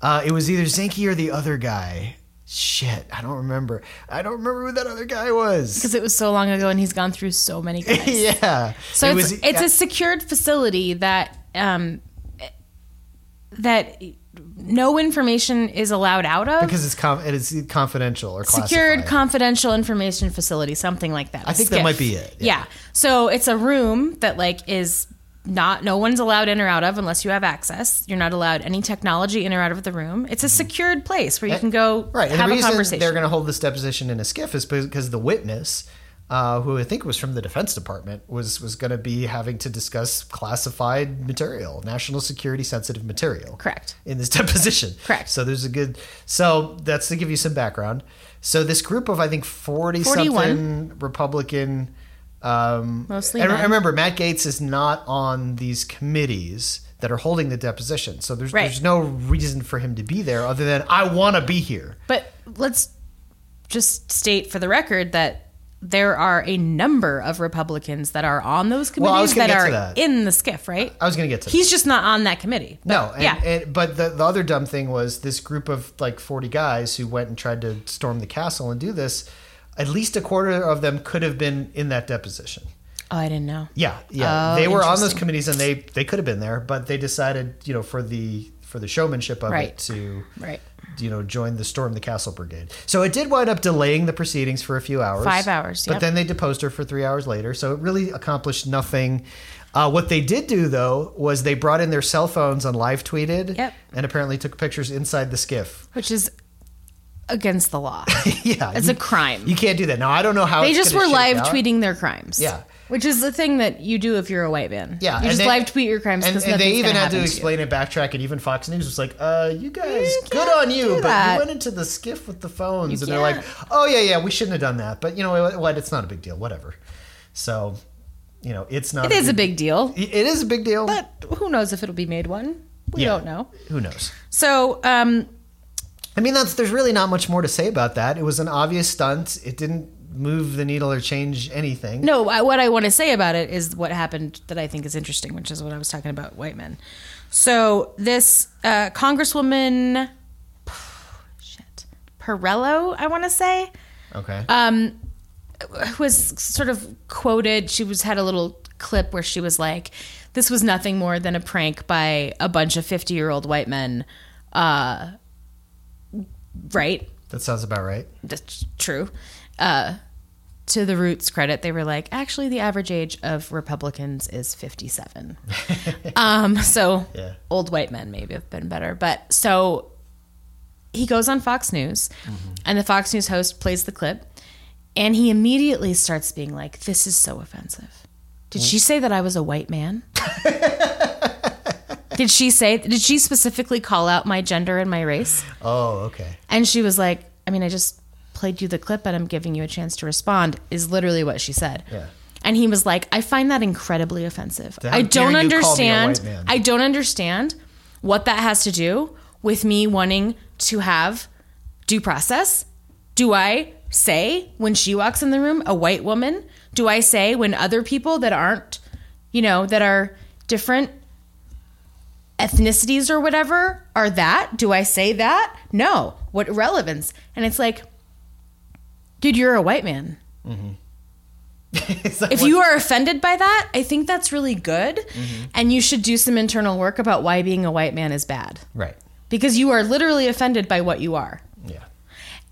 [SPEAKER 1] Uh, it was either Zinke or the other guy. Shit, I don't remember. I don't remember who that other guy was.
[SPEAKER 2] Because it was so long ago, and he's gone through so many. guys.
[SPEAKER 1] yeah.
[SPEAKER 2] So
[SPEAKER 1] It
[SPEAKER 2] it's
[SPEAKER 1] was-
[SPEAKER 2] it's a secured facility that um, that no information is allowed out of.
[SPEAKER 1] because it's com- it is confidential or
[SPEAKER 2] secured
[SPEAKER 1] classified.
[SPEAKER 2] confidential information facility, something like that. I
[SPEAKER 1] think that might be it,
[SPEAKER 2] Yeah. So it's a room that like is not no one's allowed in or out of unless you have access. You're not allowed any technology in or out of the room. It's a secured place where you can go
[SPEAKER 1] Mm-hmm. Eh, Right. And
[SPEAKER 2] have
[SPEAKER 1] the
[SPEAKER 2] a
[SPEAKER 1] reason
[SPEAKER 2] conversation.
[SPEAKER 1] they're going to hold this deposition in a skiff is because the witness, uh, who I think was from the Defense Department, was was going to be having to discuss classified material, national security sensitive material.
[SPEAKER 2] Correct.
[SPEAKER 1] In this deposition.
[SPEAKER 2] Correct.
[SPEAKER 1] So there's a good. So that's to give you some background. So this group of I think forty
[SPEAKER 2] 41.
[SPEAKER 1] something Republican. Um,
[SPEAKER 2] Mostly
[SPEAKER 1] and
[SPEAKER 2] men.
[SPEAKER 1] remember, Matt Gates is not on these committees that are holding the deposition, so there's
[SPEAKER 2] Right.
[SPEAKER 1] there's no reason for him to be there other than I want to be here.
[SPEAKER 2] But let's just state for the record that there are a number of Republicans that are on those committees
[SPEAKER 1] I was gonna
[SPEAKER 2] that
[SPEAKER 1] get
[SPEAKER 2] are
[SPEAKER 1] to that.
[SPEAKER 2] in the skiff, right?
[SPEAKER 1] I was going to get to
[SPEAKER 2] He's just not on that committee.
[SPEAKER 1] No, and,
[SPEAKER 2] yeah.
[SPEAKER 1] and, but the, the other dumb thing was this group of like 40 guys who went and tried to storm the castle and do this, at least a quarter of them could have been in that deposition.
[SPEAKER 2] Oh, I didn't know.
[SPEAKER 1] Yeah, yeah.
[SPEAKER 2] Oh,
[SPEAKER 1] they were on those
[SPEAKER 2] interesting.
[SPEAKER 1] committees and they they could have been there, but they decided, you know, for the for the showmanship of
[SPEAKER 2] Right.
[SPEAKER 1] it to
[SPEAKER 2] Right.
[SPEAKER 1] you know, join the storm the castle brigade. So it did wind up delaying the proceedings for a few hours.
[SPEAKER 2] Five hours,
[SPEAKER 1] But
[SPEAKER 2] yep.
[SPEAKER 1] then they deposed her for three hours later. So it really accomplished nothing. Uh, what they did do though was they brought in their cell phones and live tweeted
[SPEAKER 2] Yep.
[SPEAKER 1] and apparently took pictures inside the skiff.
[SPEAKER 2] Which is against the law.
[SPEAKER 1] yeah.
[SPEAKER 2] It's
[SPEAKER 1] you,
[SPEAKER 2] a crime.
[SPEAKER 1] you can't do that. Now I don't know how
[SPEAKER 2] They
[SPEAKER 1] it's
[SPEAKER 2] just
[SPEAKER 1] gonna
[SPEAKER 2] were
[SPEAKER 1] shake
[SPEAKER 2] live
[SPEAKER 1] out.
[SPEAKER 2] tweeting their crimes.
[SPEAKER 1] Yeah.
[SPEAKER 2] Which is the thing that you do if you're a white man.
[SPEAKER 1] Yeah,
[SPEAKER 2] You
[SPEAKER 1] and
[SPEAKER 2] just
[SPEAKER 1] they-
[SPEAKER 2] live tweet your crimes
[SPEAKER 1] And,
[SPEAKER 2] because
[SPEAKER 1] and
[SPEAKER 2] nothing's
[SPEAKER 1] they even
[SPEAKER 2] gonna
[SPEAKER 1] had
[SPEAKER 2] happen
[SPEAKER 1] to
[SPEAKER 2] you.
[SPEAKER 1] explain it, backtrack it. Even Fox News was like, "Uh, you guys,
[SPEAKER 2] You
[SPEAKER 1] good
[SPEAKER 2] can't
[SPEAKER 1] on you,
[SPEAKER 2] do
[SPEAKER 1] but you
[SPEAKER 2] that.
[SPEAKER 1] went into the skiff with the phones."
[SPEAKER 2] You
[SPEAKER 1] and they're like,
[SPEAKER 2] can't.
[SPEAKER 1] "Oh yeah, yeah, we shouldn't have done that, but you know what? It's not a big deal. Whatever." So, you know, it's not.
[SPEAKER 2] It is a big deal.
[SPEAKER 1] It is a big deal.
[SPEAKER 2] But who knows if it'll be made one? We
[SPEAKER 1] Yeah.
[SPEAKER 2] don't know.
[SPEAKER 1] Who knows?
[SPEAKER 2] So, um,
[SPEAKER 1] I mean, that's there's really not much more to say about that. It was an obvious stunt. It didn't move the needle or change anything.
[SPEAKER 2] No, I, what I want to say about it is what happened that I think is interesting, which is what I was talking about white men. So this uh, Congresswoman, shit, Perello, I want to say,
[SPEAKER 1] Okay.
[SPEAKER 2] Uh, was sort of quoted. She was had a little clip where she was like, "This was nothing more than a prank by a bunch of fifty-year-old white men." Uh, right?
[SPEAKER 1] that sounds about right.
[SPEAKER 2] that's true. Uh, to the Roots credit, they were like, actually, the average age of Republicans is 57. um, so
[SPEAKER 1] Yeah.
[SPEAKER 2] old white men maybe have been better. But so he goes on Fox News, and the Fox News host plays the clip, and he immediately starts being like, this is so offensive. Did she say that I was a white man? did she say, did she specifically call out my gender and my race?
[SPEAKER 1] Oh, okay.
[SPEAKER 2] And she was like, I mean, I just played you the clip and I'm giving you a chance to respond, is literally what she said.
[SPEAKER 1] Yeah.
[SPEAKER 2] And he was like, I find that incredibly offensive.
[SPEAKER 1] How
[SPEAKER 2] I
[SPEAKER 1] dare you
[SPEAKER 2] don't
[SPEAKER 1] call me a white
[SPEAKER 2] understand.
[SPEAKER 1] man."
[SPEAKER 2] I don't understand what that has to do with me wanting to have due process. Do I say when she walks in the room, a white woman? Do I say when other people that aren't, you know, that are different ethnicities or whatever are that? Do I say that? No. What relevance? And it's like, dude, you're a white man.
[SPEAKER 1] Mm-hmm. It's like,
[SPEAKER 2] If
[SPEAKER 1] what- Mm-hmm.
[SPEAKER 2] you are offended by that, I think that's really good. And you should do some internal work about why being a white man is bad
[SPEAKER 1] right.
[SPEAKER 2] because you are literally offended by what you are.
[SPEAKER 1] Yeah.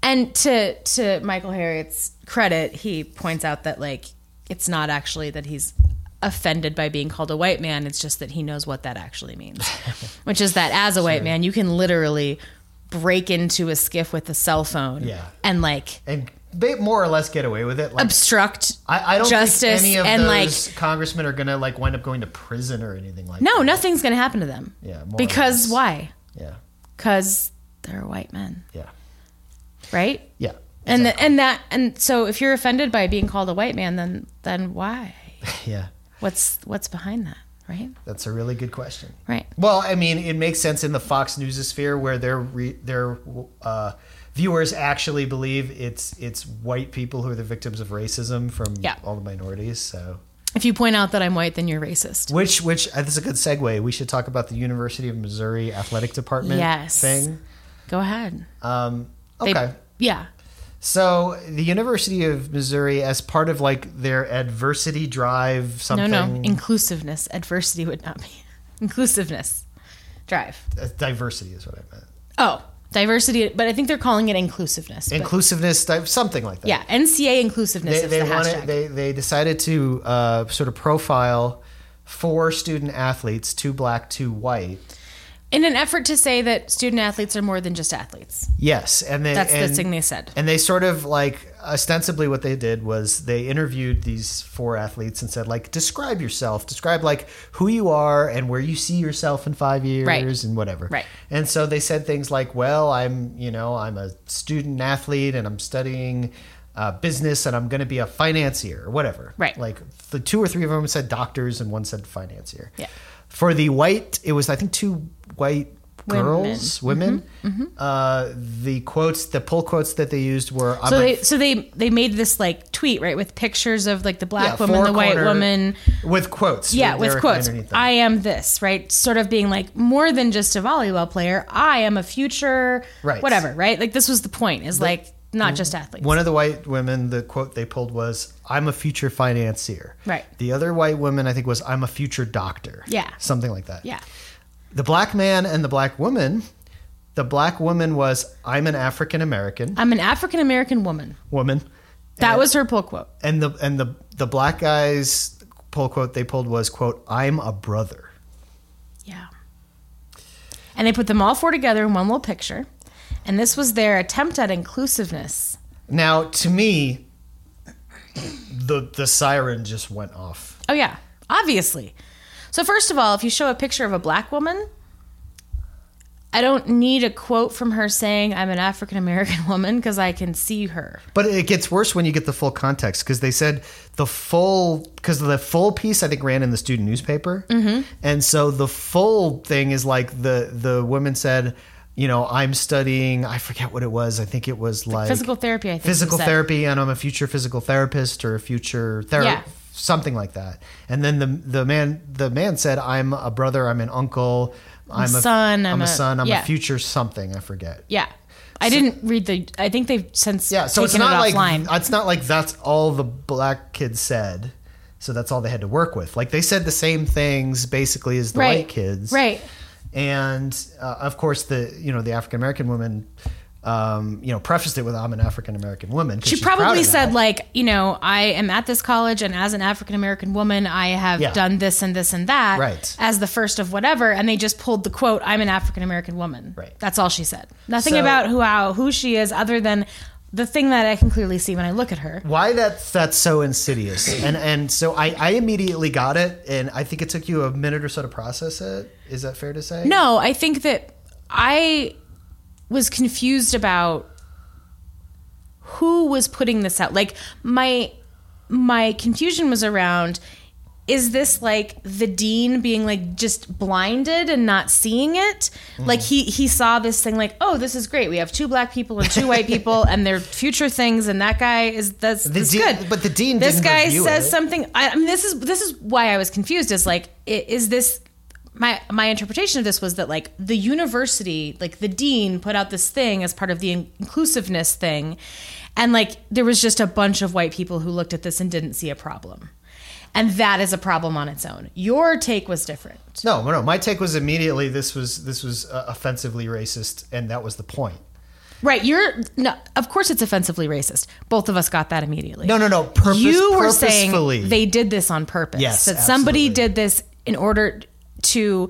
[SPEAKER 2] And to to Michael Harriet's credit, he points out that like it's not actually that he's offended by being called a white man, it's just that he knows what that actually means. Which is that as a white man, you can literally break into a skiff with a cell phone
[SPEAKER 1] Yeah.
[SPEAKER 2] and like
[SPEAKER 1] And they more or less get away with it. Like
[SPEAKER 2] obstruct
[SPEAKER 1] I, I don't
[SPEAKER 2] justice
[SPEAKER 1] think any of
[SPEAKER 2] and like
[SPEAKER 1] those congressmen are gonna like wind up going to prison or anything like
[SPEAKER 2] no,
[SPEAKER 1] that.
[SPEAKER 2] nothing's going to happen to them.
[SPEAKER 1] Yeah, more or
[SPEAKER 2] because
[SPEAKER 1] less.
[SPEAKER 2] why?
[SPEAKER 1] Yeah,
[SPEAKER 2] Cuz they're white men,
[SPEAKER 1] yeah,
[SPEAKER 2] right?
[SPEAKER 1] yeah.
[SPEAKER 2] And the, and that and so if you're offended by being called a white man then then why?
[SPEAKER 1] yeah,
[SPEAKER 2] what's what's behind that right
[SPEAKER 1] that's a really good question.
[SPEAKER 2] right
[SPEAKER 1] Well, I mean, it makes sense in the Fox News sphere where their re, their uh, viewers actually believe it's it's white people who are the victims of racism from
[SPEAKER 2] Yeah.
[SPEAKER 1] all the minorities. So,
[SPEAKER 2] if you point out that i'm white then you're racist
[SPEAKER 1] which which uh, this is a good segue. We should talk about the University of Missouri athletic department
[SPEAKER 2] Yes.
[SPEAKER 1] thing.
[SPEAKER 2] go ahead
[SPEAKER 1] Um,
[SPEAKER 2] They-
[SPEAKER 1] okay.
[SPEAKER 2] yeah
[SPEAKER 1] So the University of Missouri, as part of like their adversity drive,
[SPEAKER 2] no
[SPEAKER 1] something.
[SPEAKER 2] no inclusiveness adversity would not be inclusiveness drive.
[SPEAKER 1] Uh, Diversity is what I meant.
[SPEAKER 2] Oh, diversity, but I think they're calling it inclusiveness. but-
[SPEAKER 1] Inclusiveness, di- something like that.
[SPEAKER 2] yeah, NCA inclusiveness
[SPEAKER 1] They,
[SPEAKER 2] is
[SPEAKER 1] they
[SPEAKER 2] the hashtag.
[SPEAKER 1] wanted. They they decided to uh, sort of profile four student athletes: two black, two white.
[SPEAKER 2] In an effort to say that student athletes are more than just athletes.
[SPEAKER 1] Yes, and then
[SPEAKER 2] That's
[SPEAKER 1] and-
[SPEAKER 2] the thing they said.
[SPEAKER 1] And they sort of like ostensibly what they did was they interviewed these four athletes and said like describe yourself, describe like who you are and where you see yourself in 5 years
[SPEAKER 2] Right.
[SPEAKER 1] and whatever.
[SPEAKER 2] Right.
[SPEAKER 1] And so they said things like, "Well, I'm, you know, I'm a student athlete and I'm studying uh, business and I'm going to be a financier or whatever."
[SPEAKER 2] Right.
[SPEAKER 1] Like the two or three of them said doctors and one said financier.
[SPEAKER 2] Yeah.
[SPEAKER 1] For the white, it was I think two white
[SPEAKER 2] Women.
[SPEAKER 1] girls, women.
[SPEAKER 2] Mm-hmm,
[SPEAKER 1] Uh, the quotes, the pull quotes that they used were I'm
[SPEAKER 2] So
[SPEAKER 1] a-
[SPEAKER 2] they so they they made this like tweet right with pictures of like the
[SPEAKER 1] yeah,
[SPEAKER 2] black woman, the white
[SPEAKER 1] four-corner-
[SPEAKER 2] woman,
[SPEAKER 1] with quotes.
[SPEAKER 2] yeah,
[SPEAKER 1] with
[SPEAKER 2] with
[SPEAKER 1] Derek
[SPEAKER 2] quotes.
[SPEAKER 1] underneath them.
[SPEAKER 2] I am this right, sort of being like more than just a volleyball player. I am a future,
[SPEAKER 1] Right.
[SPEAKER 2] Whatever, right? Like this was the point is like not just athletes.
[SPEAKER 1] One of the white women, the quote they pulled was "I'm a future financier."
[SPEAKER 2] Right.
[SPEAKER 1] The other white woman, I think, was "I'm a future doctor."
[SPEAKER 2] Yeah.
[SPEAKER 1] Something like that.
[SPEAKER 2] yeah,
[SPEAKER 1] The black man and the black woman. The black woman was "I'm an African American
[SPEAKER 2] I'm an African American woman.
[SPEAKER 1] woman."
[SPEAKER 2] That
[SPEAKER 1] And-
[SPEAKER 2] was her pull quote.
[SPEAKER 1] and the and the the black guy's pull quote they pulled was quote "I'm a brother."
[SPEAKER 2] Yeah. And they put them all four together in one little picture. And this was their attempt at inclusiveness.
[SPEAKER 1] Now, to me, the the siren just went off.
[SPEAKER 2] Oh, yeah, obviously. So, first of all, if you show a picture of a black woman, I don't need a quote from her saying, I'm an African American woman, because I can see her.
[SPEAKER 1] But it gets worse when you get the full context because they said the full because the full piece I think ran in the student newspaper, mm-hmm. and so the full thing is like the the woman said, you know, I'm studying. I forget what it was. I think it was like
[SPEAKER 2] Physical therapy, I think. she
[SPEAKER 1] physical
[SPEAKER 2] said.
[SPEAKER 1] therapy and I'm a future physical therapist or a future therapist
[SPEAKER 2] Yeah.
[SPEAKER 1] something like that. And then the the man the man said I'm a brother, I'm an uncle, I'm, a
[SPEAKER 2] son,
[SPEAKER 1] I'm,
[SPEAKER 2] I'm
[SPEAKER 1] a,
[SPEAKER 2] a-
[SPEAKER 1] son, I'm
[SPEAKER 2] yeah.
[SPEAKER 1] a future something, I forget.
[SPEAKER 2] Yeah. I didn't read the. I think they've since
[SPEAKER 1] Yeah, so it's
[SPEAKER 2] taken
[SPEAKER 1] not like
[SPEAKER 2] it offline.
[SPEAKER 1] it's not like that's all the black kids said. So that's all they had to work with. Like they said the same things basically as the
[SPEAKER 2] Right.
[SPEAKER 1] white kids.
[SPEAKER 2] Right.
[SPEAKER 1] And uh, of course the you know the African American woman um, you know prefaced it with I'm an African American woman. 'cause
[SPEAKER 2] She
[SPEAKER 1] she's proud
[SPEAKER 2] probably
[SPEAKER 1] of that.
[SPEAKER 2] said, like, you know, I am at this college, and as an African American woman, I have
[SPEAKER 1] Yeah.
[SPEAKER 2] done this and this and that
[SPEAKER 1] Right.
[SPEAKER 2] as the first of whatever. And they just pulled the quote, I'm an African American woman.
[SPEAKER 1] Right.
[SPEAKER 2] That's all she said. Nothing
[SPEAKER 1] So-
[SPEAKER 2] about who, how, who she is, other than the thing that I can clearly see when I look at her.
[SPEAKER 1] why that's that's so insidious and and so I, I immediately got it and i think it took you a minute or so to process it is that fair to say
[SPEAKER 2] No, I think that I was confused about who was putting this out. Like my my confusion was around is this like the dean being like just blinded and not seeing it?
[SPEAKER 1] Mm-hmm.
[SPEAKER 2] Like he he saw this thing like, "Oh, this is great. We have two black people and two white people and their future things and that guy is that's, that's
[SPEAKER 1] dean-
[SPEAKER 2] good."
[SPEAKER 1] but the dean
[SPEAKER 2] This
[SPEAKER 1] didn't
[SPEAKER 2] guy
[SPEAKER 1] review
[SPEAKER 2] says
[SPEAKER 1] it.
[SPEAKER 2] something I, I mean this is this is why I was confused is like i- is this my my interpretation of this was that like the university like the dean put out this thing as part of the in- inclusiveness thing and like there was just a bunch of white people who looked at this and didn't see a problem and that is a problem on its own your take was different
[SPEAKER 1] no no my take was immediately this was this was uh, offensively racist and that was the point
[SPEAKER 2] right you're no of course it's offensively racist both of us got that immediately
[SPEAKER 1] no no no purpose,
[SPEAKER 2] you were
[SPEAKER 1] purposefully
[SPEAKER 2] saying they did this on purpose.
[SPEAKER 1] Yes,
[SPEAKER 2] that somebody
[SPEAKER 1] absolutely.
[SPEAKER 2] did this in order to.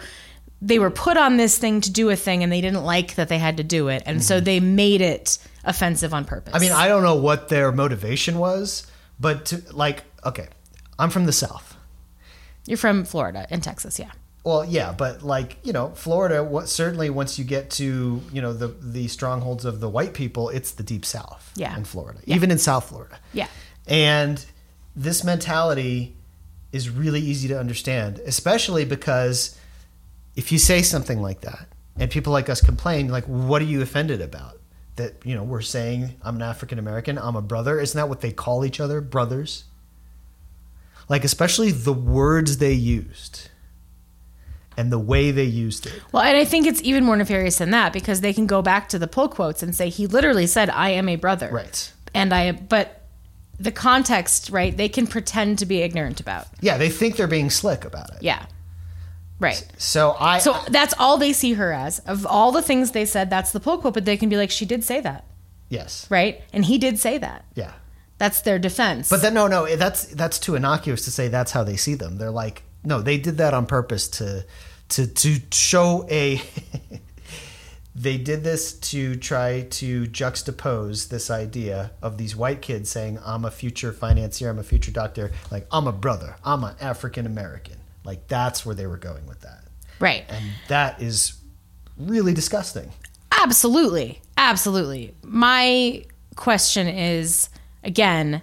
[SPEAKER 2] They were put on this thing to do a thing, and they didn't like that they had to do it, and so they made it offensive on purpose.
[SPEAKER 1] Mm-hmm. I mean, I don't know what their motivation was, but to, like, okay, I'm from the South.
[SPEAKER 2] you're from Florida and Texas, yeah.
[SPEAKER 1] Well, yeah, but like you know, Florida. What certainly once you get to you know the the strongholds of the white people, it's the deep South.
[SPEAKER 2] Yeah.
[SPEAKER 1] in Florida, even in South Florida.
[SPEAKER 2] Yeah.
[SPEAKER 1] and this mentality is really easy to understand, especially because if you say something like that and people like us complain, like, what are you offended about? That you know, we're saying I'm an African American, I'm a brother. Isn't that what they call each other, brothers? Like, especially the words they used and the way they used it.
[SPEAKER 2] Well, and I think it's even more nefarious than that because they can go back to the pull quotes and say he literally said, "I am a brother,"
[SPEAKER 1] Right.
[SPEAKER 2] And I, but the context, right? They can pretend to be ignorant about.
[SPEAKER 1] Yeah, they think they're being slick about it.
[SPEAKER 2] Yeah. Right.
[SPEAKER 1] So I
[SPEAKER 2] So that's all they see her as. Of all the things they said, that's the pole quote, but they can be like, she did say that,
[SPEAKER 1] yes.
[SPEAKER 2] right? And he did say that.
[SPEAKER 1] Yeah.
[SPEAKER 2] That's their defense.
[SPEAKER 1] But then no, no, that's that's too innocuous to say that's how they see them. They're like, no, they did that on purpose to to to show a they did this to try to juxtapose this idea of these white kids saying, I'm a future financier, I'm a future doctor, like I'm a brother, I'm an African American. Like that's where they were going with that.
[SPEAKER 2] right.
[SPEAKER 1] And that is really disgusting.
[SPEAKER 2] Absolutely. Absolutely. My question is again,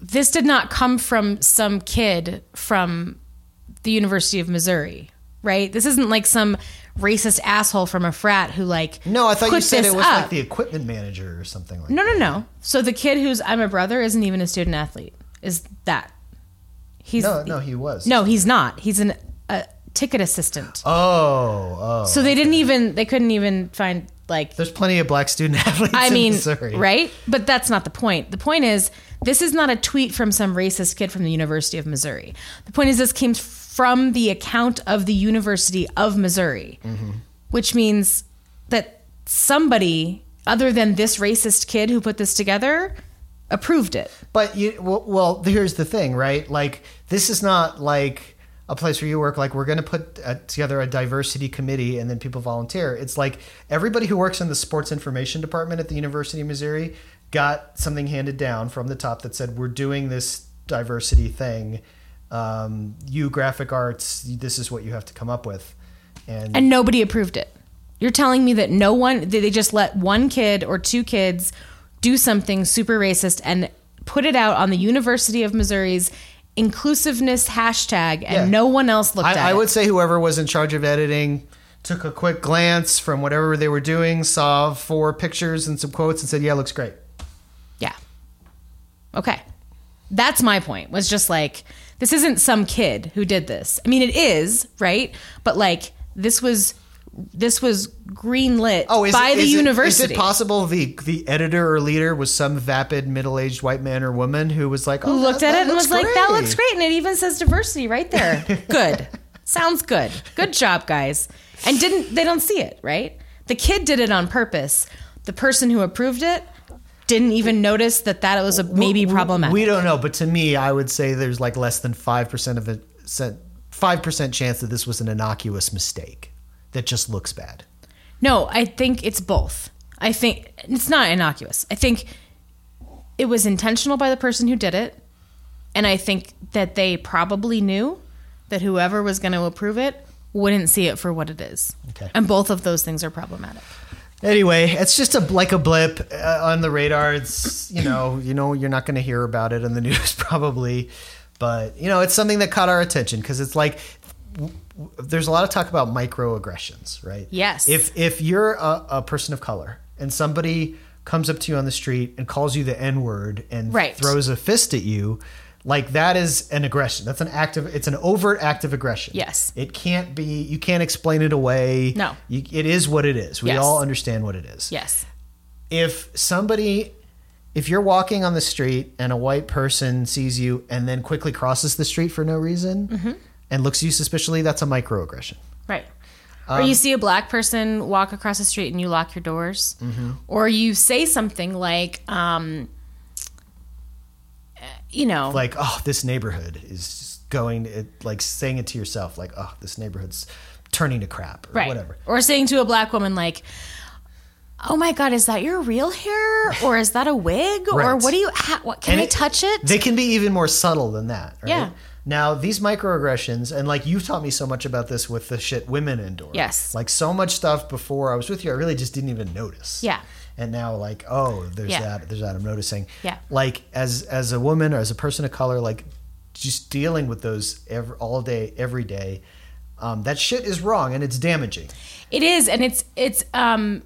[SPEAKER 2] this did not come from some kid from the University of Missouri, right? This isn't like some racist asshole from a frat who like
[SPEAKER 1] No, I thought you
[SPEAKER 2] put
[SPEAKER 1] said
[SPEAKER 2] this
[SPEAKER 1] it was
[SPEAKER 2] up.
[SPEAKER 1] like the equipment manager or something like
[SPEAKER 2] No, no, no. So the kid who's I'm a brother isn't even a student athlete. Is that? He's
[SPEAKER 1] No, no, he was.
[SPEAKER 2] no, he's not. He's an a ticket assistant.
[SPEAKER 1] Oh, oh.
[SPEAKER 2] so they didn't even they couldn't even find like
[SPEAKER 1] There's plenty of black student athletes
[SPEAKER 2] I
[SPEAKER 1] in
[SPEAKER 2] mean,
[SPEAKER 1] Missouri.
[SPEAKER 2] right? But that's not the point. The point is this is not a tweet from some racist kid from the University of Missouri. The point is this came from the account of the University of Missouri,
[SPEAKER 1] Mm-hmm.
[SPEAKER 2] which means that somebody other than this racist kid who put this together approved it.
[SPEAKER 1] But you, well, well, here's the thing, right? Like, this is not like a place where you work. Like, we're going to put uh together a diversity committee and then people volunteer. It's like everybody who works in the sports information department at the University of Missouri got something handed down from the top that said, "We're doing this diversity thing. Um, you graphic arts, this is what you have to come up with." And
[SPEAKER 2] and nobody approved it. You're telling me that no one that they just let one kid or two kids do something super racist and put it out on the University of Missouri's inclusiveness hashtag and
[SPEAKER 1] Yeah.
[SPEAKER 2] no one else looked at
[SPEAKER 1] I, I
[SPEAKER 2] it.
[SPEAKER 1] would say whoever was in charge of editing took a quick glance from whatever they were doing, saw four pictures and some quotes, and said, "Yeah, looks great."
[SPEAKER 2] Yeah. Okay. That's my point. Was just like this isn't some kid who did this. I mean it is, right? But like this was this was greenlit
[SPEAKER 1] Oh, is
[SPEAKER 2] by
[SPEAKER 1] it,
[SPEAKER 2] the
[SPEAKER 1] is it-
[SPEAKER 2] university.
[SPEAKER 1] is it possible the the editor or leader was some vapid middle aged white man or woman who was like, "Oh,
[SPEAKER 2] who
[SPEAKER 1] that-
[SPEAKER 2] looked at
[SPEAKER 1] that
[SPEAKER 2] it and
[SPEAKER 1] looks
[SPEAKER 2] was like, "That
[SPEAKER 1] great."
[SPEAKER 2] looks great," and it even says diversity right there. Good, sounds good. Good job, guys. And didn't they don't see it right? The kid did it on purpose. The person who approved it didn't even notice that that was a maybe
[SPEAKER 1] We-
[SPEAKER 2] problematic.
[SPEAKER 1] We don't know, but to me, I would say there's like less than five percent of it five percent chance that this was an innocuous mistake that just looks bad.
[SPEAKER 2] No, I think it's both. I think it's not innocuous. I think it was intentional by the person who did it. And I think that they probably knew that whoever was going to approve it wouldn't see it for what it is.
[SPEAKER 1] Okay.
[SPEAKER 2] And both of those things are problematic.
[SPEAKER 1] Anyway, it's just a like a blip uh, on the radar. It's you know, you know, you're not going to hear about it in the news probably, but you know, it's something that caught our attention because it's like w- w- there's a lot of talk about microaggressions, right?
[SPEAKER 2] Yes.
[SPEAKER 1] If if you're a, a person of color and somebody comes up to you on the street and calls you the N word and
[SPEAKER 2] Right.
[SPEAKER 1] throws a fist at you. Like that is an aggression. That's an act of. It's an overt act of aggression.
[SPEAKER 2] Yes.
[SPEAKER 1] it can't be. You can't explain it away.
[SPEAKER 2] No.
[SPEAKER 1] you, it is what it is. We
[SPEAKER 2] Yes.
[SPEAKER 1] all understand what it is.
[SPEAKER 2] Yes.
[SPEAKER 1] If somebody, if you're walking on the street and a white person sees you and then quickly crosses the street for no reason and looks at you suspiciously, that's a microaggression.
[SPEAKER 2] Right. or you see a black person walk across the street and you lock your doors. Or you say something like, um, uh, you know,
[SPEAKER 1] Like, oh, this neighborhood is just going, it, like saying it to yourself, like, oh, this neighborhood's turning to crap or
[SPEAKER 2] right.
[SPEAKER 1] whatever.
[SPEAKER 2] Or saying to a black woman like, "Oh my God, is that your real hair, or is that a wig, or
[SPEAKER 1] Right.
[SPEAKER 2] what do you? Ha- what can
[SPEAKER 1] And
[SPEAKER 2] I touch it?
[SPEAKER 1] They can be even more subtle than that. Right?
[SPEAKER 2] Yeah.
[SPEAKER 1] Now these microaggressions, and like you've taught me so much about this with the shit women endure.
[SPEAKER 2] Yes.
[SPEAKER 1] Like so much stuff before I was with you, I really just didn't even notice.
[SPEAKER 2] Yeah.
[SPEAKER 1] And now, like, oh, there's
[SPEAKER 2] Yeah.
[SPEAKER 1] that. There's that. I'm noticing.
[SPEAKER 2] Yeah.
[SPEAKER 1] Like as as a woman or as a person of color, like just dealing with those every, all day, every day. Um, that shit is wrong and it's damaging.
[SPEAKER 2] It is, and it's it's um,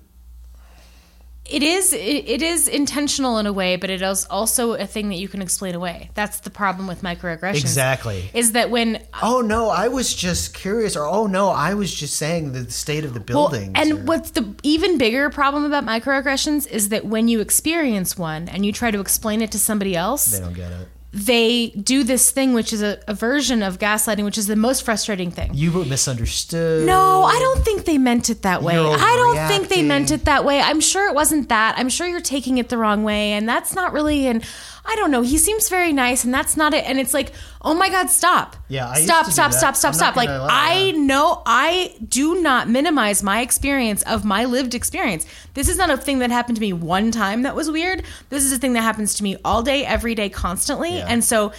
[SPEAKER 2] it is it, it is intentional in a way, but it is also a thing that you can explain away. That's the problem with microaggressions.
[SPEAKER 1] Exactly.
[SPEAKER 2] Is that when
[SPEAKER 1] Oh no, I was just curious, or oh no, I was just saying the state of the
[SPEAKER 2] Well,
[SPEAKER 1] buildings. or-
[SPEAKER 2] oh, and what's the even bigger problem about microaggressions is that when you experience one and you try to explain it to somebody else,
[SPEAKER 1] they don't get it.
[SPEAKER 2] they do this thing, which is a, a version of gaslighting, which is the most frustrating thing.
[SPEAKER 1] You were misunderstood.
[SPEAKER 2] No, I don't think they meant it that way.
[SPEAKER 1] You're
[SPEAKER 2] I don't think they
[SPEAKER 1] overreacting.
[SPEAKER 2] meant it that way. I'm sure it wasn't that. I'm sure you're taking it the wrong way. And that's not really an, I don't know. He seems very nice and that's not it. And it's like, oh my God, stop.
[SPEAKER 1] Yeah, I used
[SPEAKER 2] stop,
[SPEAKER 1] to do
[SPEAKER 2] stop,
[SPEAKER 1] that.
[SPEAKER 2] stop, stop,
[SPEAKER 1] I'm not
[SPEAKER 2] stop. Like,
[SPEAKER 1] gonna lie,
[SPEAKER 2] I
[SPEAKER 1] yeah.
[SPEAKER 2] know, I do not minimize my experience of my lived experience. This is not a thing that happened to me one time that was weird. This is a thing that happens to me all day, every day, constantly.
[SPEAKER 1] Yeah.
[SPEAKER 2] And so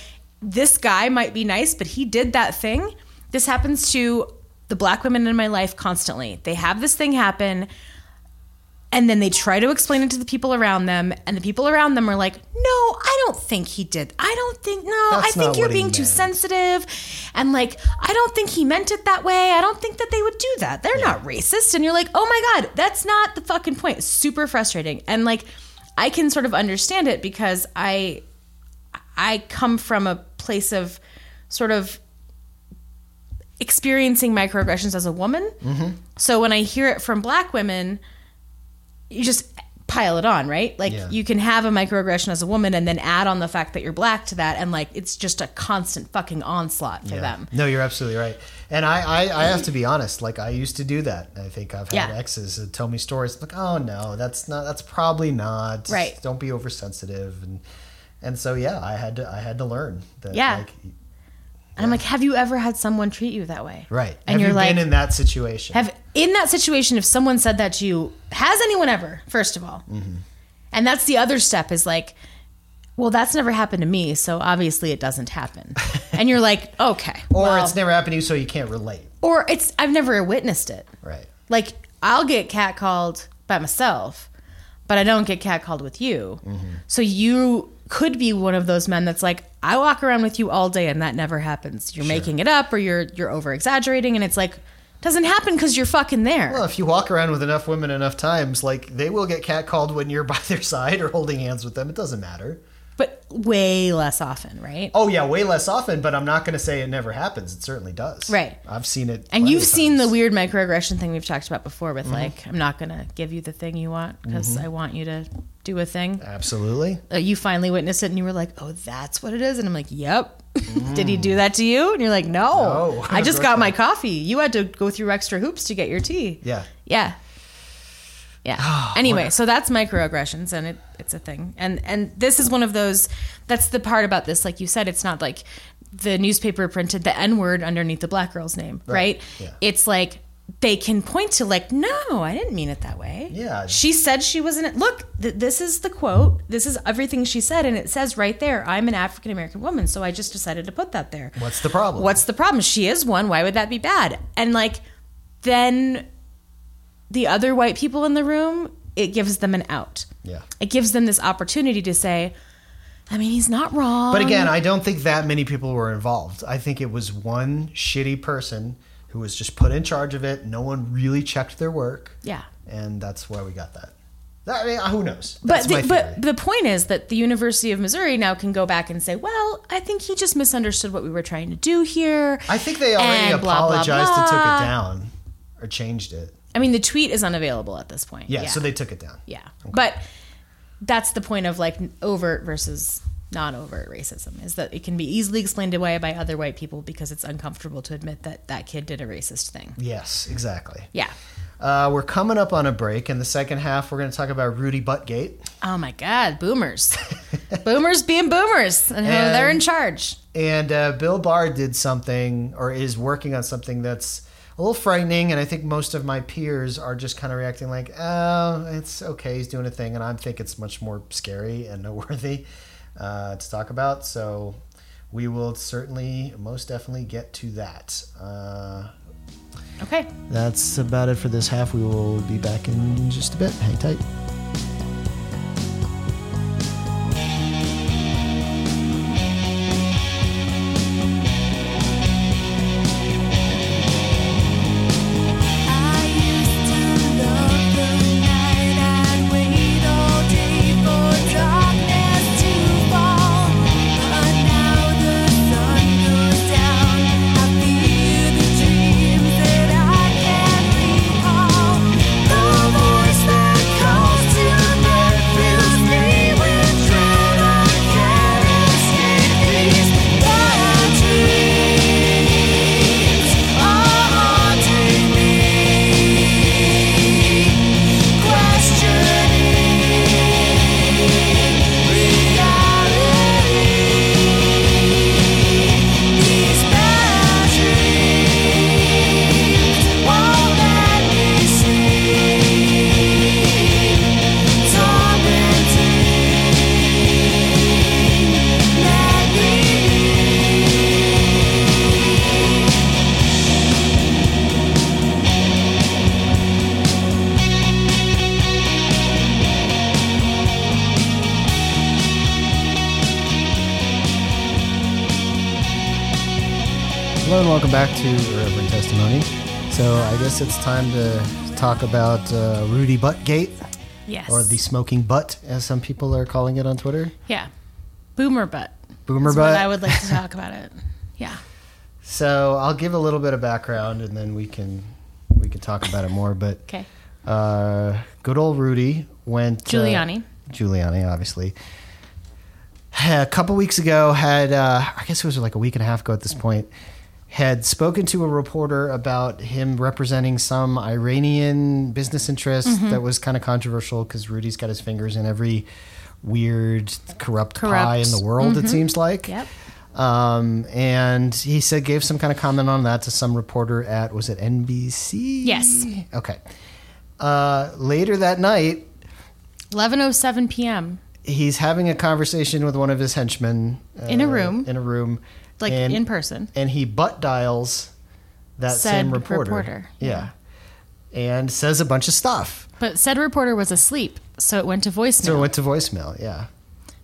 [SPEAKER 2] this guy might be nice, but he did that thing. This happens to the black women in my life constantly. They have this thing happen and then they try to explain it to the people around them and the people around them are like no i don't think he did i don't think no
[SPEAKER 1] That's
[SPEAKER 2] i think
[SPEAKER 1] not
[SPEAKER 2] you're
[SPEAKER 1] what he
[SPEAKER 2] being too
[SPEAKER 1] meant."
[SPEAKER 2] sensitive and like i don't think he meant it that way i don't think that they would do that they're not racist and you're like oh my god that's not the fucking point super frustrating and like i can sort of understand it because i i come from a place of sort of experiencing microaggressions as a woman
[SPEAKER 1] Mm-hmm.
[SPEAKER 2] so when i hear it from black women you just pile it on, right? Like
[SPEAKER 1] Yeah.
[SPEAKER 2] you can have a microaggression as a woman and then add on the fact that you're black to that and like it's just a constant fucking onslaught for
[SPEAKER 1] Yeah.
[SPEAKER 2] them.
[SPEAKER 1] No, you're absolutely right. And I, I, I have to be honest. Like I used to do that. I think I've had
[SPEAKER 2] Yeah.
[SPEAKER 1] exes that tell me stories like, "Oh no, that's not. That's probably not.
[SPEAKER 2] Right.
[SPEAKER 1] Don't be oversensitive." And and so yeah, I had to I had to learn that.
[SPEAKER 2] Yeah.
[SPEAKER 1] Like,
[SPEAKER 2] And I'm like, have you ever had someone treat you that way?
[SPEAKER 1] right.
[SPEAKER 2] And
[SPEAKER 1] have
[SPEAKER 2] you're
[SPEAKER 1] you
[SPEAKER 2] like
[SPEAKER 1] been in that situation?
[SPEAKER 2] have in that situation if someone said that to you, has anyone ever, first of all?
[SPEAKER 1] Mm-hmm.
[SPEAKER 2] And that's the other step is like well, that's never happened to me, so obviously it doesn't happen. And you're like, okay.
[SPEAKER 1] or
[SPEAKER 2] well-
[SPEAKER 1] it's never happened to you, so you can't relate.
[SPEAKER 2] or it's I've never witnessed it.
[SPEAKER 1] Right.
[SPEAKER 2] like I'll get catcalled by myself, but I don't get catcalled with you.
[SPEAKER 1] Mm-hmm.
[SPEAKER 2] So you could be one of those men that's like, I walk around with you all day and that never happens. You're making it up or you're you're over exaggerating and it's like doesn't happen because you're fucking there.
[SPEAKER 1] Well, if you walk around with enough women enough times, like they will get catcalled when you're by their side or holding hands with them. It doesn't matter.
[SPEAKER 2] but way less often, right?
[SPEAKER 1] Oh yeah, way less often, but I'm not going to say it never happens. It certainly does.
[SPEAKER 2] Right.
[SPEAKER 1] I've seen it.
[SPEAKER 2] and
[SPEAKER 1] plenty
[SPEAKER 2] you've
[SPEAKER 1] of
[SPEAKER 2] seen
[SPEAKER 1] times.
[SPEAKER 2] the
[SPEAKER 1] Mm-hmm.
[SPEAKER 2] weird microaggression thing we've talked about before with like, I'm not going to give you the thing you want because I want you to do a thing.
[SPEAKER 1] Absolutely.
[SPEAKER 2] uh, you finally witnessed it and you were like, oh, that's what it is. And I'm like, yep. Did he do that to you? And you're like, no.
[SPEAKER 1] No.
[SPEAKER 2] I just got my coffee. You had to go through extra hoops to get your tea.
[SPEAKER 1] Yeah.
[SPEAKER 2] Yeah. Yeah. anyway, so that's microaggressions and it, it's a thing. And and this is one of those that's the part about this like you said it's not like the newspaper printed the n-word underneath the black girl's name, right?
[SPEAKER 1] Yeah.
[SPEAKER 2] It's like they can point to like no, I didn't mean it that way.
[SPEAKER 1] Yeah.
[SPEAKER 2] She said she wasn't Look, th- this is the quote. This is everything she said and it says right there, I'm an African American woman, so I just decided to put that there.
[SPEAKER 1] What's the problem?
[SPEAKER 2] What's the problem? She is one. Why would that be bad? And like, then the other white people in the room, it gives them an out.
[SPEAKER 1] Yeah.
[SPEAKER 2] It gives them this opportunity to say, I mean, he's not wrong.
[SPEAKER 1] But again, I don't think that many people were involved. I think it was one shitty person who was just put in charge of it. No one really checked their work.
[SPEAKER 2] yeah.
[SPEAKER 1] And that's why we got that. That- I mean, who knows?
[SPEAKER 2] But
[SPEAKER 1] That's
[SPEAKER 2] the,
[SPEAKER 1] my
[SPEAKER 2] but
[SPEAKER 1] theory.
[SPEAKER 2] the point is that the University of Missouri now can go back and say, well, I think he just misunderstood what we were trying to do here.
[SPEAKER 1] I think they already
[SPEAKER 2] and blah, blah,
[SPEAKER 1] apologized and took
[SPEAKER 2] blah.
[SPEAKER 1] it down or changed it.
[SPEAKER 2] I mean, the tweet is unavailable at this point.
[SPEAKER 1] Yeah, so they took it down.
[SPEAKER 2] Yeah. But that's the point of like overt versus non overt racism is that it can be easily explained away by other white people because it's uncomfortable to admit that that kid did a racist thing.
[SPEAKER 1] Yes, exactly.
[SPEAKER 2] Yeah.
[SPEAKER 1] Uh, we're coming up on a break. In the second half, we're going to talk about Rudy Buttgate.
[SPEAKER 2] Oh my God, boomers. boomers being boomers and, how
[SPEAKER 1] And-
[SPEAKER 2] they're in charge.
[SPEAKER 1] And uh, Bill Barr did something or is working on something that's a little frightening. And I think most of my peers are just kind of reacting like, oh, it's okay. He's doing a thing. And I think it's much more scary and noteworthy uh, to talk about. So we will certainly, most definitely get to that. Uh,
[SPEAKER 2] Okay.
[SPEAKER 1] that's about it for this half. We will be back in just a bit. Hang tight.
[SPEAKER 3] I used to love the night. I'd wait all day for darkness to fall, but now the sun goes down. I fear the dreams that I can't recall. The voice that calls
[SPEAKER 1] Hello and welcome back to Irreverent Testimony. So I guess it's time to talk about uh, Rudy Buttgate,
[SPEAKER 2] Yes.
[SPEAKER 1] or the smoking butt, as some people are calling it on Twitter.
[SPEAKER 2] yeah, boomer butt.
[SPEAKER 1] Boomer
[SPEAKER 2] That's
[SPEAKER 1] butt.
[SPEAKER 2] What I would like to talk about it. Yeah.
[SPEAKER 1] So I'll give a little bit of background, and then we can we can talk about it more. But
[SPEAKER 2] Okay.
[SPEAKER 1] uh, good old Rudy went uh,
[SPEAKER 2] Giuliani.
[SPEAKER 1] Giuliani, obviously. A couple weeks ago, had uh, I guess it was like a week and a half ago at this point, had spoken to a reporter about him representing some Iranian business interest
[SPEAKER 2] Mm-hmm.
[SPEAKER 1] that was kind of controversial because Rudy's got his fingers in every weird corrupt, pie
[SPEAKER 2] Corrupt. Mm-hmm.
[SPEAKER 1] in the world. It seems like.
[SPEAKER 2] Yep.
[SPEAKER 1] Um, and he said gave some kind of comment on that to some reporter at was it NBC?
[SPEAKER 2] Yes.
[SPEAKER 1] Okay. Uh, later that night,
[SPEAKER 2] 11:07 p.m.
[SPEAKER 1] he's having a conversation with one of his henchmen uh,
[SPEAKER 2] In a room.
[SPEAKER 1] In a room,
[SPEAKER 2] Like
[SPEAKER 1] and,
[SPEAKER 2] in person.
[SPEAKER 1] and he butt dials that
[SPEAKER 2] Said
[SPEAKER 1] same reporter.
[SPEAKER 2] reporter,
[SPEAKER 1] Yeah. and says a bunch of stuff.
[SPEAKER 2] But said reporter was asleep, so it went to voicemail.
[SPEAKER 1] So it went to voicemail. Yeah,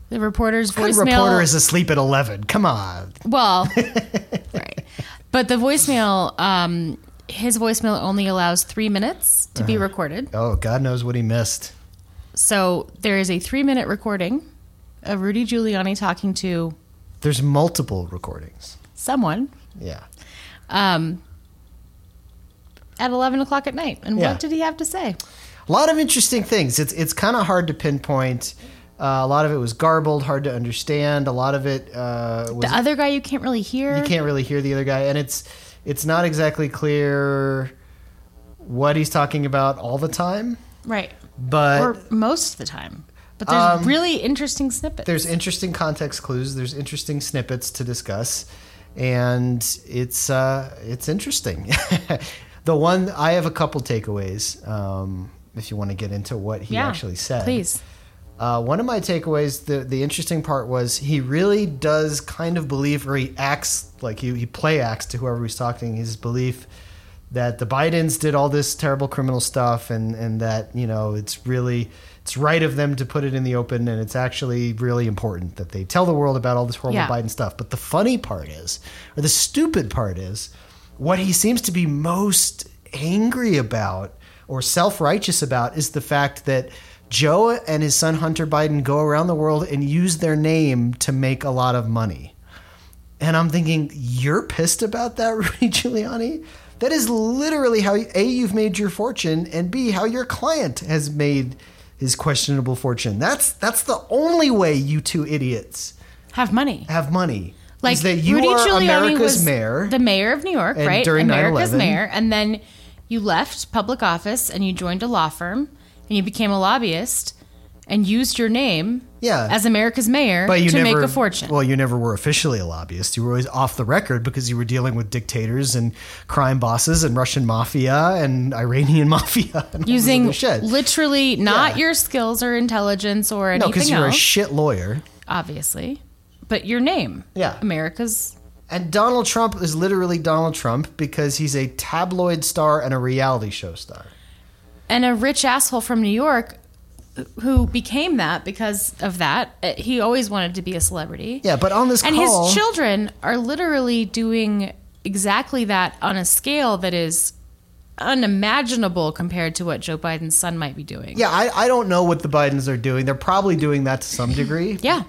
[SPEAKER 2] the reporter's
[SPEAKER 1] Good
[SPEAKER 2] voicemail.
[SPEAKER 1] reporter is asleep at eleven. Come on.
[SPEAKER 2] Well, right. But the voicemail, um, his voicemail only allows three minutes to be recorded.
[SPEAKER 1] Oh, God knows what he missed.
[SPEAKER 2] So there is a three minute recording of Rudy Giuliani talking to
[SPEAKER 1] There's multiple recordings.
[SPEAKER 2] someone
[SPEAKER 1] Yeah.
[SPEAKER 2] um, at 11 o'clock at night. And
[SPEAKER 1] Yeah.
[SPEAKER 2] what did he have to say?
[SPEAKER 1] a lot of interesting things. It's it's kind of hard to pinpoint. Uh, a lot of it was garbled, hard to understand. A lot of it uh, was
[SPEAKER 2] The other guy you can't really hear.
[SPEAKER 1] you can't really hear the other guy, and it's it's not exactly clear what he's talking about all the time.
[SPEAKER 2] Right.
[SPEAKER 1] But
[SPEAKER 2] or most of the time. But there's
[SPEAKER 1] Um,
[SPEAKER 2] really interesting snippets.
[SPEAKER 1] there's interesting context clues. There's interesting snippets to discuss, and it's uh, it's interesting. the one I have a couple takeaways. Um, if you want to get into what he
[SPEAKER 2] Yeah,
[SPEAKER 1] actually said,
[SPEAKER 2] please.
[SPEAKER 1] Uh, one of my takeaways, the the interesting part was he really does kind of believe, or he acts like he, he play acts to whoever he's talking his belief that the Bidens did all this terrible criminal stuff, and and that you know it's really it's right of them to put it in the open, and it's actually really important that they tell the world about all this horrible
[SPEAKER 2] Yeah.
[SPEAKER 1] Biden stuff. But the funny part is, or the stupid part is, what he seems to be most angry about or self righteous about is the fact that Joe and his son Hunter Biden go around the world and use their name to make a lot of money. And I'm thinking, you're pissed about that, Rudy Giuliani? That is literally how A, you've made your fortune, and B, how your client has made his questionable fortune. That's that's the only way you two idiots
[SPEAKER 2] Have money.
[SPEAKER 1] have money.
[SPEAKER 2] Like
[SPEAKER 1] is that you
[SPEAKER 2] Rudy
[SPEAKER 1] are
[SPEAKER 2] Giuliani
[SPEAKER 1] America's
[SPEAKER 2] was
[SPEAKER 1] mayor.
[SPEAKER 2] the mayor of New York,
[SPEAKER 1] and
[SPEAKER 2] right?
[SPEAKER 1] during
[SPEAKER 2] America's
[SPEAKER 1] 9/11.
[SPEAKER 2] mayor, and then you left public office and you joined a law firm and you became a lobbyist and used your name
[SPEAKER 1] Yeah.
[SPEAKER 2] as America's mayor
[SPEAKER 1] but you
[SPEAKER 2] to
[SPEAKER 1] never,
[SPEAKER 2] make a fortune.
[SPEAKER 1] Well, you never were officially a lobbyist. You were always off the record because you were dealing with dictators and crime bosses and Russian mafia and Iranian mafia and all this
[SPEAKER 2] using
[SPEAKER 1] other shit.
[SPEAKER 2] literally not
[SPEAKER 1] Yeah.
[SPEAKER 2] your skills or intelligence or
[SPEAKER 1] no,
[SPEAKER 2] anything
[SPEAKER 1] because you're a
[SPEAKER 2] else,
[SPEAKER 1] shit lawyer.
[SPEAKER 2] obviously, but your name.
[SPEAKER 1] Yeah.
[SPEAKER 2] America's
[SPEAKER 1] And Donald Trump is literally Donald Trump because he's a tabloid star and a reality show star.
[SPEAKER 2] and a rich asshole from New York who became that because of that. Uh, He always wanted to be a celebrity.
[SPEAKER 1] Yeah, but on this
[SPEAKER 2] and
[SPEAKER 1] call,
[SPEAKER 2] his children are literally doing exactly that on a scale that is unimaginable compared to what Joe Biden's son might be doing.
[SPEAKER 1] yeah, I, I don't know what the Bidens are doing. They're probably doing that to some degree.
[SPEAKER 2] Yeah.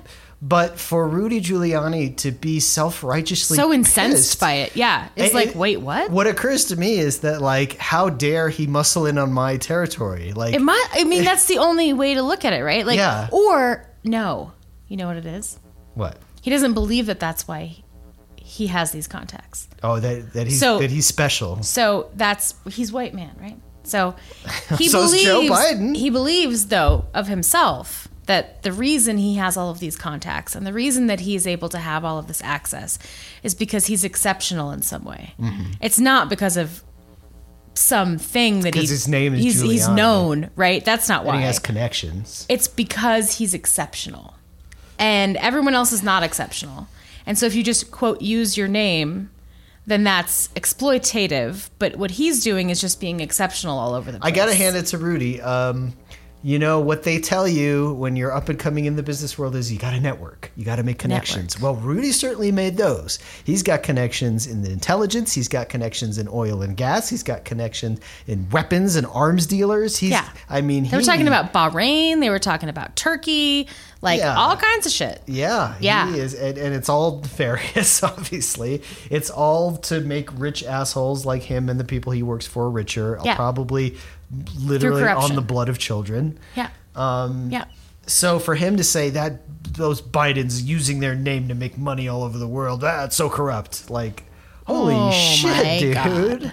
[SPEAKER 1] But for Rudy Giuliani to be self righteously
[SPEAKER 2] So incensed by it. Yeah. It's
[SPEAKER 1] It-
[SPEAKER 2] like,
[SPEAKER 1] it-
[SPEAKER 2] wait, what?
[SPEAKER 1] What occurs to me is that like, how dare he muscle in on my territory? Like,
[SPEAKER 2] It might I mean that's the only way to look at it, right? Like
[SPEAKER 1] Yeah.
[SPEAKER 2] or no. You know what it is?
[SPEAKER 1] what?
[SPEAKER 2] He doesn't believe that that's why he has these contacts.
[SPEAKER 1] Oh, that that he's
[SPEAKER 2] So-
[SPEAKER 1] that he's special.
[SPEAKER 2] So that's he's white man, right? So he
[SPEAKER 1] So is
[SPEAKER 2] believes
[SPEAKER 1] Joe Biden.
[SPEAKER 2] he believes though of himself that the reason he has all of these contacts and the reason that he is able to have all of this access is because he's exceptional in some way.
[SPEAKER 1] Mm-hmm.
[SPEAKER 2] It's not because of something that he,
[SPEAKER 1] because his name is
[SPEAKER 2] he's, he's
[SPEAKER 1] Giuliani.
[SPEAKER 2] known, right? That's not
[SPEAKER 1] And
[SPEAKER 2] why.
[SPEAKER 1] he has connections.
[SPEAKER 2] it's because he's exceptional and everyone else is not exceptional and so if you just quote use your name then that's exploitative but what he's doing is just being exceptional all over the place
[SPEAKER 1] I gotta hand it to Rudy. Um, you know what they tell you when you're up and coming in the business world is you got to network you got to make connections well rudy certainly made those he's got connections in the intelligence he's got connections in oil and gas he's got connections in weapons and arms dealers he's
[SPEAKER 2] Yeah.
[SPEAKER 1] i mean
[SPEAKER 2] They were
[SPEAKER 1] he-
[SPEAKER 2] talking about Bahrain. They were talking about Turkey, like
[SPEAKER 1] Yeah.
[SPEAKER 2] all kinds of shit.
[SPEAKER 1] yeah,
[SPEAKER 2] Yeah.
[SPEAKER 1] he is, and, and it's all nefarious. Obviously, it's all to make rich assholes like him and the people he works for richer.
[SPEAKER 2] Yeah.
[SPEAKER 1] Probably, literally on
[SPEAKER 2] corruption.
[SPEAKER 1] the blood of children.
[SPEAKER 2] Yeah. Um, yeah.
[SPEAKER 1] So for him to say that those Bidens using their name to make money all over the world, that's so corrupt. Like, holy
[SPEAKER 2] Oh my
[SPEAKER 1] shit, dude.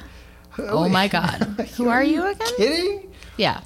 [SPEAKER 2] Oh my God. Who are you again?
[SPEAKER 1] Kidding?
[SPEAKER 2] Yeah.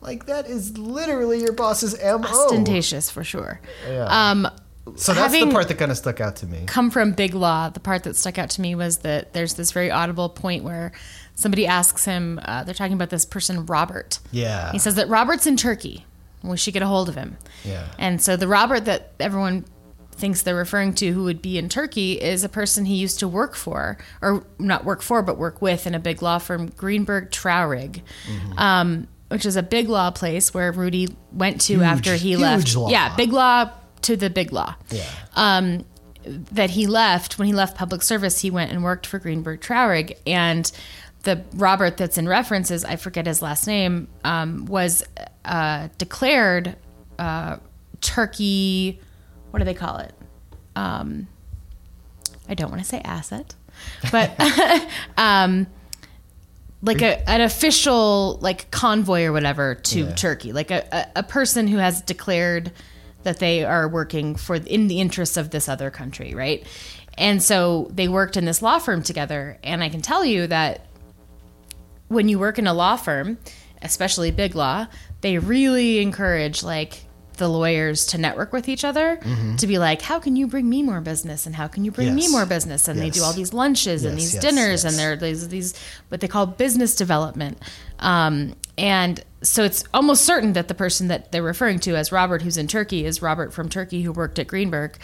[SPEAKER 1] Like that is literally your boss's MO.
[SPEAKER 2] Ostentatious for sure.
[SPEAKER 1] Oh. Yeah.
[SPEAKER 2] Um,
[SPEAKER 1] So that's
[SPEAKER 2] Having-
[SPEAKER 1] the part that kind of stuck out to me.
[SPEAKER 2] come from Big Law, the part that stuck out to me was that there's this very audible point where somebody asks him, uh, they're talking about this person, Robert.
[SPEAKER 1] Yeah.
[SPEAKER 2] He says that Robert's in Turkey. We should get a hold of him.
[SPEAKER 1] Yeah.
[SPEAKER 2] And so the Robert that everyone thinks they're referring to who would be in Turkey is a person he used to work for, or not work for, but work with in a big law firm, Greenberg Traurig.
[SPEAKER 1] Mm-hmm.
[SPEAKER 2] Um, which is a big law place where Rudy went to after he
[SPEAKER 1] huge
[SPEAKER 2] left.
[SPEAKER 1] law.
[SPEAKER 2] Yeah, big law to the big law
[SPEAKER 1] Yeah.
[SPEAKER 2] that he left when he left public service he went and worked for greenberg traurig and the robert that's in references i forget his last name um, was uh, declared uh, turkey what do they call it um, i don't want to say asset but um, like a, an official like convoy or whatever to
[SPEAKER 1] Yeah.
[SPEAKER 2] turkey like a, a, a person who has declared that they are working for in the interests of this other country right and so they worked in this law firm together and i can tell you that when you work in a law firm, especially big law, they really encourage like the lawyers to network with each other to be like, how can you bring me more business and how can you bring me
[SPEAKER 1] Mm-hmm. Yes.
[SPEAKER 2] more business? And they do
[SPEAKER 1] Yes.
[SPEAKER 2] all these lunches and
[SPEAKER 1] Yes,
[SPEAKER 2] these
[SPEAKER 1] yes,
[SPEAKER 2] dinners
[SPEAKER 1] yes.
[SPEAKER 2] and there are these these what they call business development. Um, and so it's almost certain that the person that they're referring to as Robert, who's in Turkey, is Robert from Turkey who worked at Greenberg.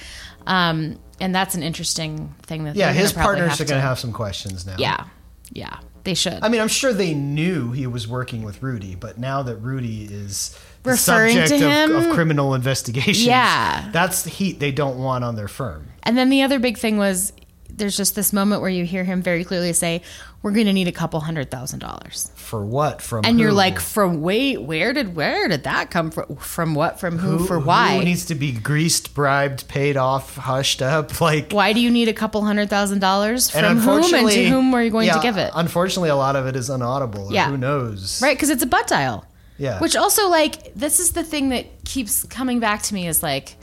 [SPEAKER 2] Um, and that's an interesting thing that
[SPEAKER 1] yeah,
[SPEAKER 2] they're gonna
[SPEAKER 1] his
[SPEAKER 2] probably
[SPEAKER 1] partners
[SPEAKER 2] have
[SPEAKER 1] are going to have some questions now.
[SPEAKER 2] yeah yeah they should
[SPEAKER 1] I mean, I'm sure they knew he was working with Rudy, but now that Rudy is the
[SPEAKER 2] Referring to
[SPEAKER 1] subject of,
[SPEAKER 2] him?
[SPEAKER 1] of criminal investigations,
[SPEAKER 2] Yeah.
[SPEAKER 1] that's the heat they don't want on their firm.
[SPEAKER 2] And then the other big thing was there's just this moment where you hear him very clearly say, We're going to need a couple hundred thousand dollars.
[SPEAKER 1] For what? From
[SPEAKER 2] And you're
[SPEAKER 1] who?
[SPEAKER 2] like, From wait, where did where did that come from? From what? From who?
[SPEAKER 1] Who-
[SPEAKER 2] for why?
[SPEAKER 1] Who needs to be greased, bribed, paid off, hushed up? Like,
[SPEAKER 2] why do you need a couple hundred thousand dollars? From whom and to whom are you going
[SPEAKER 1] yeah,
[SPEAKER 2] to give it?
[SPEAKER 1] Unfortunately, a lot of it is unaudible. or
[SPEAKER 2] Yeah.
[SPEAKER 1] Who knows?
[SPEAKER 2] right? Because it's a butt dial.
[SPEAKER 1] Yeah.
[SPEAKER 2] Which also, like, this is the thing that keeps coming back to me is like,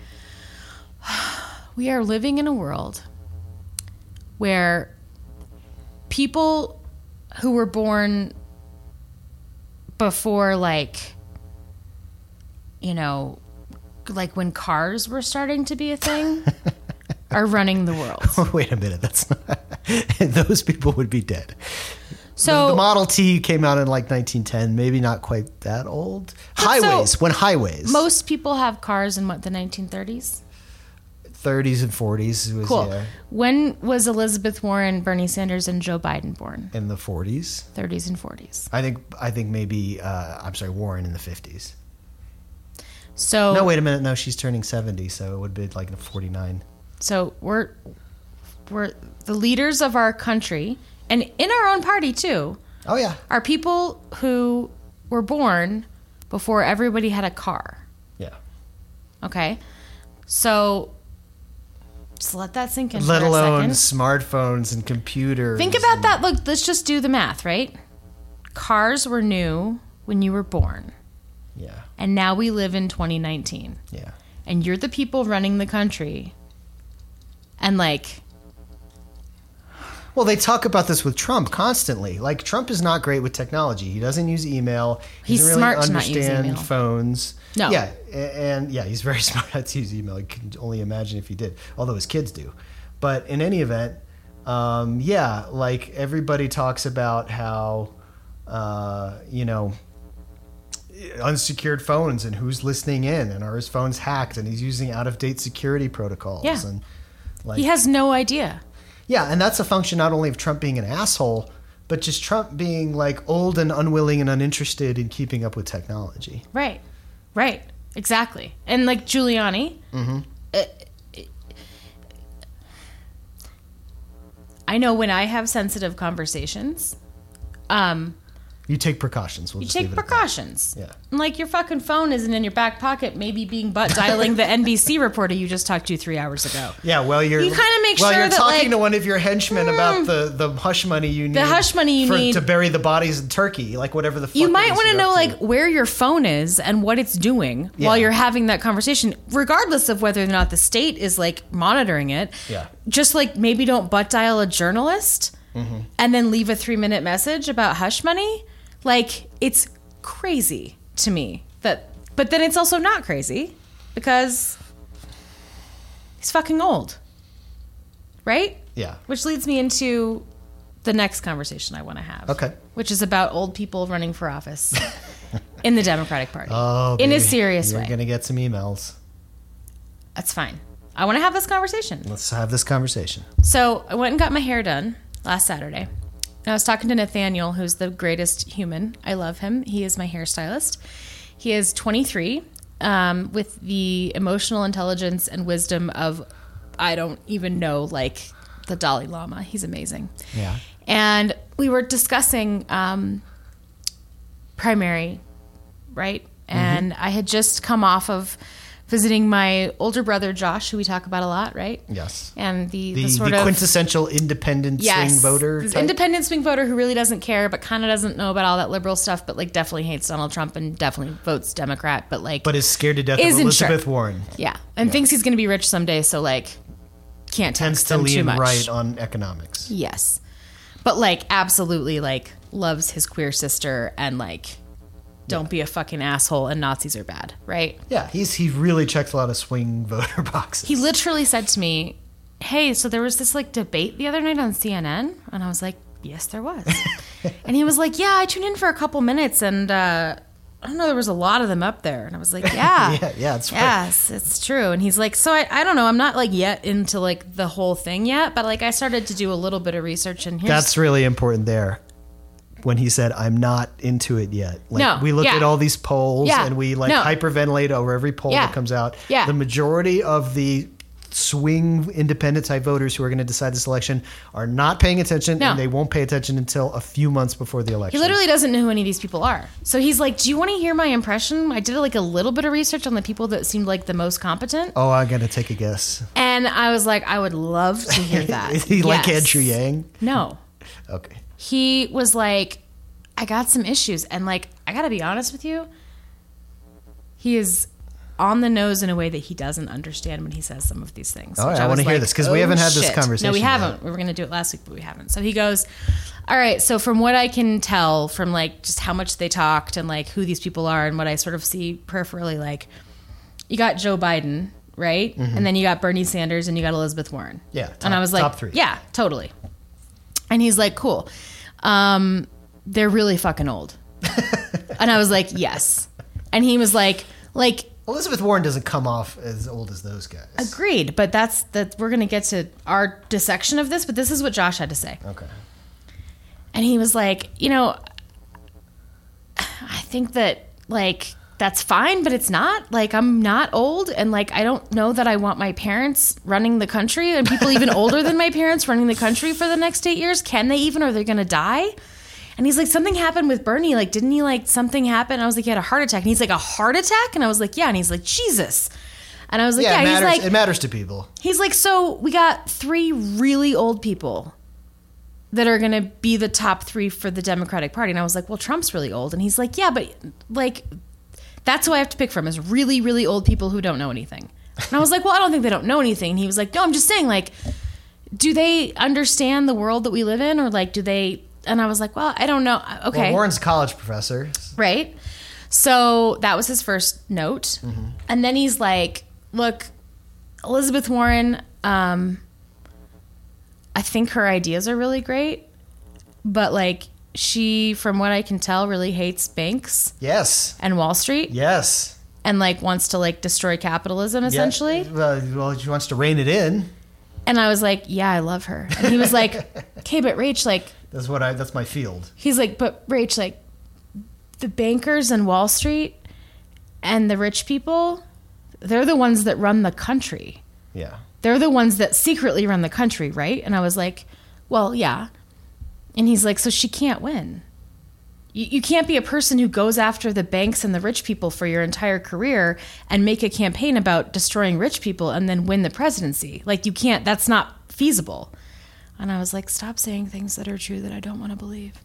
[SPEAKER 2] we are living in a world where people who were born before, like, you know, like when cars were starting to be a thing, are running the world.
[SPEAKER 1] Wait a minute. That's not. those people would be dead.
[SPEAKER 2] So
[SPEAKER 1] the Model T came out in like 1910. Maybe not quite that old.
[SPEAKER 2] so-
[SPEAKER 1] Highways. when highways.
[SPEAKER 2] most people have cars in what the 1930s.
[SPEAKER 1] 30s and 40s. It was,
[SPEAKER 2] Cool.
[SPEAKER 1] yeah,
[SPEAKER 2] When was Elizabeth Warren, Bernie Sanders, and Joe Biden born?
[SPEAKER 1] in the 40s.
[SPEAKER 2] 30s and 40s.
[SPEAKER 1] I think. I think maybe. Uh, I'm sorry. Warren in the 50s.
[SPEAKER 2] So,
[SPEAKER 1] No, wait a minute. No, she's turning 70, so it would be like the 49.
[SPEAKER 2] so we're we're the leaders of our country and in our own party too
[SPEAKER 1] Oh yeah.
[SPEAKER 2] are people who were born before everybody had a car.
[SPEAKER 1] Yeah.
[SPEAKER 2] Okay, so just let that sink in.
[SPEAKER 1] Let
[SPEAKER 2] for a
[SPEAKER 1] alone
[SPEAKER 2] second.
[SPEAKER 1] smartphones and computers.
[SPEAKER 2] think about that. Look, let's just do the math, right? Cars were new when you were born,
[SPEAKER 1] Yeah.
[SPEAKER 2] and now we live in 2019.
[SPEAKER 1] Yeah.
[SPEAKER 2] and you're the people running the country and like
[SPEAKER 1] Well, they talk about this with Trump constantly. Like Trump is not great with technology. He doesn't use email. He
[SPEAKER 2] He's
[SPEAKER 1] doesn't really
[SPEAKER 2] smart to not use
[SPEAKER 1] understand
[SPEAKER 2] email.
[SPEAKER 1] phones.
[SPEAKER 2] No.
[SPEAKER 1] Yeah, a- and yeah, he's very smart not to use email. I can only imagine if he did. Although his kids do. But in any event, um, yeah, like everybody talks about how uh, you know unsecured phones and who's listening in and are his phones hacked and he's using out of date security protocols
[SPEAKER 2] Yeah.
[SPEAKER 1] and like
[SPEAKER 2] he has no idea
[SPEAKER 1] yeah, and that's a function not only of Trump being an asshole, but just Trump being like old and unwilling and uninterested in keeping up with technology.
[SPEAKER 2] right Right. Exactly. And like Giuliani.
[SPEAKER 1] Mm-hmm.
[SPEAKER 2] uh, I know when I have sensitive conversations, um,
[SPEAKER 1] You take precautions. We'll
[SPEAKER 2] you
[SPEAKER 1] just
[SPEAKER 2] take
[SPEAKER 1] leave it at that.
[SPEAKER 2] precautions.
[SPEAKER 1] Yeah.
[SPEAKER 2] And, Like your fucking phone isn't in your back pocket, maybe being butt dialing the NBC reporter you just talked to three hours ago.
[SPEAKER 1] Yeah, well, you're
[SPEAKER 2] You kinda make
[SPEAKER 1] well,
[SPEAKER 2] sure
[SPEAKER 1] you're
[SPEAKER 2] that,
[SPEAKER 1] talking
[SPEAKER 2] like, Hmm.
[SPEAKER 1] to one of your henchmen about the the hush money you need.
[SPEAKER 2] hush money you
[SPEAKER 1] for,
[SPEAKER 2] need.
[SPEAKER 1] to bury the bodies in Turkey, like whatever the. Fuck
[SPEAKER 2] you might
[SPEAKER 1] want to
[SPEAKER 2] know like where your phone is and what it's doing while
[SPEAKER 1] Yeah.
[SPEAKER 2] you're having that conversation regardless of whether or not the state is like monitoring it
[SPEAKER 1] Yeah.
[SPEAKER 2] just like maybe don't butt dial a journalist
[SPEAKER 1] Mm-hmm.
[SPEAKER 2] and then leave a three minute message about hush money like it's crazy to me that but then it's also not crazy because he's fucking old right
[SPEAKER 1] Yeah.
[SPEAKER 2] which leads me into the next conversation I want to have.
[SPEAKER 1] Okay.
[SPEAKER 2] Which is about old people running for office in the Democratic Party.
[SPEAKER 1] Oh,
[SPEAKER 2] in a
[SPEAKER 1] baby,
[SPEAKER 2] serious
[SPEAKER 1] you're
[SPEAKER 2] way.
[SPEAKER 1] gonna get some emails.
[SPEAKER 2] That's fine. I want to have this conversation.
[SPEAKER 1] Let's have this conversation.
[SPEAKER 2] So I went and got my hair done last Saturday. And I was talking to Nathaniel, who's the greatest human. I love him. He is my hairstylist. He is 23 um, with the emotional intelligence and wisdom of, I don't even know, like the Dalai Lama. He's amazing.
[SPEAKER 1] Yeah.
[SPEAKER 2] and we were discussing um, primary, right?
[SPEAKER 1] Mm-hmm.
[SPEAKER 2] And I had just come off of visiting my older brother Josh, who we talk about a lot, right?
[SPEAKER 1] Yes.
[SPEAKER 2] And the, the,
[SPEAKER 1] The,
[SPEAKER 2] sort
[SPEAKER 1] the
[SPEAKER 2] of
[SPEAKER 1] quintessential independent swing voter.
[SPEAKER 2] this
[SPEAKER 1] type.
[SPEAKER 2] independent swing voter who really doesn't care, but kind of doesn't know about all that liberal stuff, but like definitely hates Donald Trump and definitely votes Democrat, but like
[SPEAKER 1] but is scared to death of
[SPEAKER 2] Isn't sure.
[SPEAKER 1] Elizabeth Warren.
[SPEAKER 2] yeah, and thinks he's going to be rich someday, so like can't
[SPEAKER 1] Tends
[SPEAKER 2] text
[SPEAKER 1] to
[SPEAKER 2] him too
[SPEAKER 1] lean
[SPEAKER 2] much.
[SPEAKER 1] right on economics.
[SPEAKER 2] Yes. But like absolutely like loves his queer sister and like don't be a fucking asshole and Nazis are bad, right?
[SPEAKER 1] Yeah, he's he really checks a lot of swing voter boxes.
[SPEAKER 2] He literally said to me, "Hey, so there was this like debate the other night on CNN." And I was like, "Yes, there was." and he was like, "Yeah, I tuned in for a couple minutes and uh I don't know, there was a lot of them up there." And I was like, "Yeah."
[SPEAKER 1] yeah, yeah, it's right.
[SPEAKER 2] Yes, it's true. And he's like, so I, I don't know. I'm not like yet into like the whole thing yet, but like I started to do a little bit of research and here's
[SPEAKER 1] That's really important there. When he said, "I'm not into it yet," like
[SPEAKER 2] No,
[SPEAKER 1] we look
[SPEAKER 2] yeah.
[SPEAKER 1] at all these polls
[SPEAKER 2] Yeah,
[SPEAKER 1] and we like
[SPEAKER 2] no.
[SPEAKER 1] hyperventilate over every poll
[SPEAKER 2] Yeah,
[SPEAKER 1] that comes out.
[SPEAKER 2] yeah.
[SPEAKER 1] the majority of the swing independent type voters who are going to decide this election are not paying attention,
[SPEAKER 2] No.
[SPEAKER 1] and they won't pay attention until a few months before the election.
[SPEAKER 2] He literally doesn't know who any of these people are. So he's like, "Do you want to hear my impression?" I did like a little bit of research on the people that seemed like the most competent,
[SPEAKER 1] oh, I'm going to take a guess.
[SPEAKER 2] and I was like, "I would love to hear that."
[SPEAKER 1] Is he like
[SPEAKER 2] Yes.
[SPEAKER 1] Andrew Yang?
[SPEAKER 2] No,
[SPEAKER 1] Okay.
[SPEAKER 2] he was like, "I got some issues," and like, I gotta be honest with you, he is on the nose in a way that he doesn't understand when he says some of these things.
[SPEAKER 1] All right,
[SPEAKER 2] which
[SPEAKER 1] Oh, I
[SPEAKER 2] was "Oh,
[SPEAKER 1] wanna hear this, 'cause we haven't had this conversation
[SPEAKER 2] No, we
[SPEAKER 1] yet.
[SPEAKER 2] haven't. We were going to do it last week, but we haven't. So he goes, All right, so from what I can tell, from like just how much they talked and like who these people are and what I sort of see peripherally, like you got Joe Biden, right?
[SPEAKER 1] Mm-hmm.
[SPEAKER 2] And then you got Bernie Sanders and you got Elizabeth Warren.
[SPEAKER 1] Yeah,
[SPEAKER 2] and I
[SPEAKER 1] top-
[SPEAKER 2] was like,
[SPEAKER 1] top three.
[SPEAKER 2] Yeah, totally. And he's like, Cool. Um, they're really fucking old. and I was like, Yes. And he was like, like
[SPEAKER 1] Elizabeth Warren doesn't come off as old as those guys.
[SPEAKER 2] Agreed, but that's that we're going to get to our dissection of this, but this is what Josh had to say.
[SPEAKER 1] okay.
[SPEAKER 2] And he was like, you know, I think that like that's fine, but it's not. Like I'm not old and like I don't know that I want my parents running the country and people even older than my parents running the country for the next 8 years. Can they even or they're going to die? And he's like, something happened with Bernie. Like, didn't he like something happen? I was like, he had a heart attack. And he's like, a heart attack? And I was like, yeah. And he's like, Jesus. And I was like,
[SPEAKER 1] Yeah,
[SPEAKER 2] yeah.
[SPEAKER 1] it
[SPEAKER 2] He's
[SPEAKER 1] matters.
[SPEAKER 2] like,
[SPEAKER 1] it matters to people.
[SPEAKER 2] He's like, so we got three really old people that are going to be the top three for the Democratic Party. And I was like, well, Trump's really old. And he's like, yeah, but like, that's who I have to pick from is really, really old people who don't know anything. And I was like, well, I don't think they don't know anything. And he was like, no, I'm just saying, like, do they understand the world that we live in? Or like, do they? And I was like, well, I don't know. Okay.
[SPEAKER 1] Well, Warren's a college professor.
[SPEAKER 2] Right. So that was his first note. And then he's like, look, Elizabeth Warren, um, I think her ideas are really great, but like she, from what I can tell, really hates banks
[SPEAKER 1] Yes.
[SPEAKER 2] and Wall Street
[SPEAKER 1] Yes.
[SPEAKER 2] and like wants to like destroy capitalism
[SPEAKER 1] Yeah.
[SPEAKER 2] essentially.
[SPEAKER 1] Well, well, she wants to rein it in.
[SPEAKER 2] And I was like, yeah, I love her. And he was like, okay, but Rach, like,
[SPEAKER 1] That's what I. That's my field.
[SPEAKER 2] he's like, but Rach, like the bankers and Wall Street And the rich people, they're the ones that run the country.
[SPEAKER 1] Yeah.
[SPEAKER 2] They're the ones that secretly run the country, right? And I was like, well, yeah. And he's like, so she can't win. You, you can't be a person who goes after the banks and the rich people for your entire career and make a campaign about destroying rich people and then win the presidency. Like, you can't, that's not feasible. And I was like, stop saying things that are true that I don't want to believe.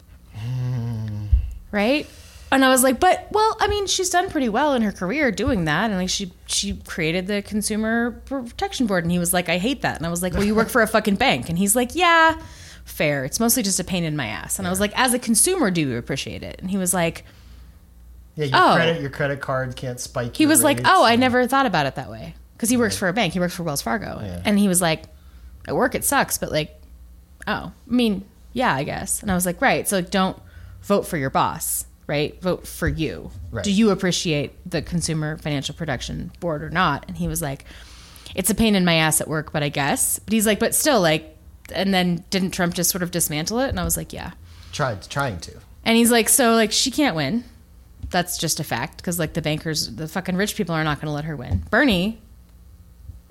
[SPEAKER 2] Right? And I was like, but well, I mean, she's done pretty well in her career doing that, and like she she created the Consumer Protection Board, and he was like, I hate that, and I was like, well, you work for a fucking bank, and he's like, yeah, fair. It's mostly just a pain in my ass, and I was like, as a consumer, do you appreciate it? And he was like,
[SPEAKER 1] Yeah, your
[SPEAKER 2] Oh.
[SPEAKER 1] credit your credit card can't spike.
[SPEAKER 2] he was like, "Oh, I never thought about it that way." Because he works for a bank, he works for Wells Fargo,
[SPEAKER 1] Yeah.
[SPEAKER 2] and he was like, "At work, it sucks, but like, oh, I mean, yeah, I guess." And I was like, "Right, so like, don't vote for your boss, right? Vote for you.
[SPEAKER 1] Right.
[SPEAKER 2] Do you appreciate the Consumer Financial Protection Board or not?" And he was like, "It's a pain in my ass at work, but I guess." But he's like, "But still, like," and then didn't Trump just sort of dismantle it? And I was like, "Yeah."
[SPEAKER 1] tried trying to.
[SPEAKER 2] And he's like, so like she can't win. That's just a fact because like the bankers, the fucking rich people are not going to let her win. Bernie,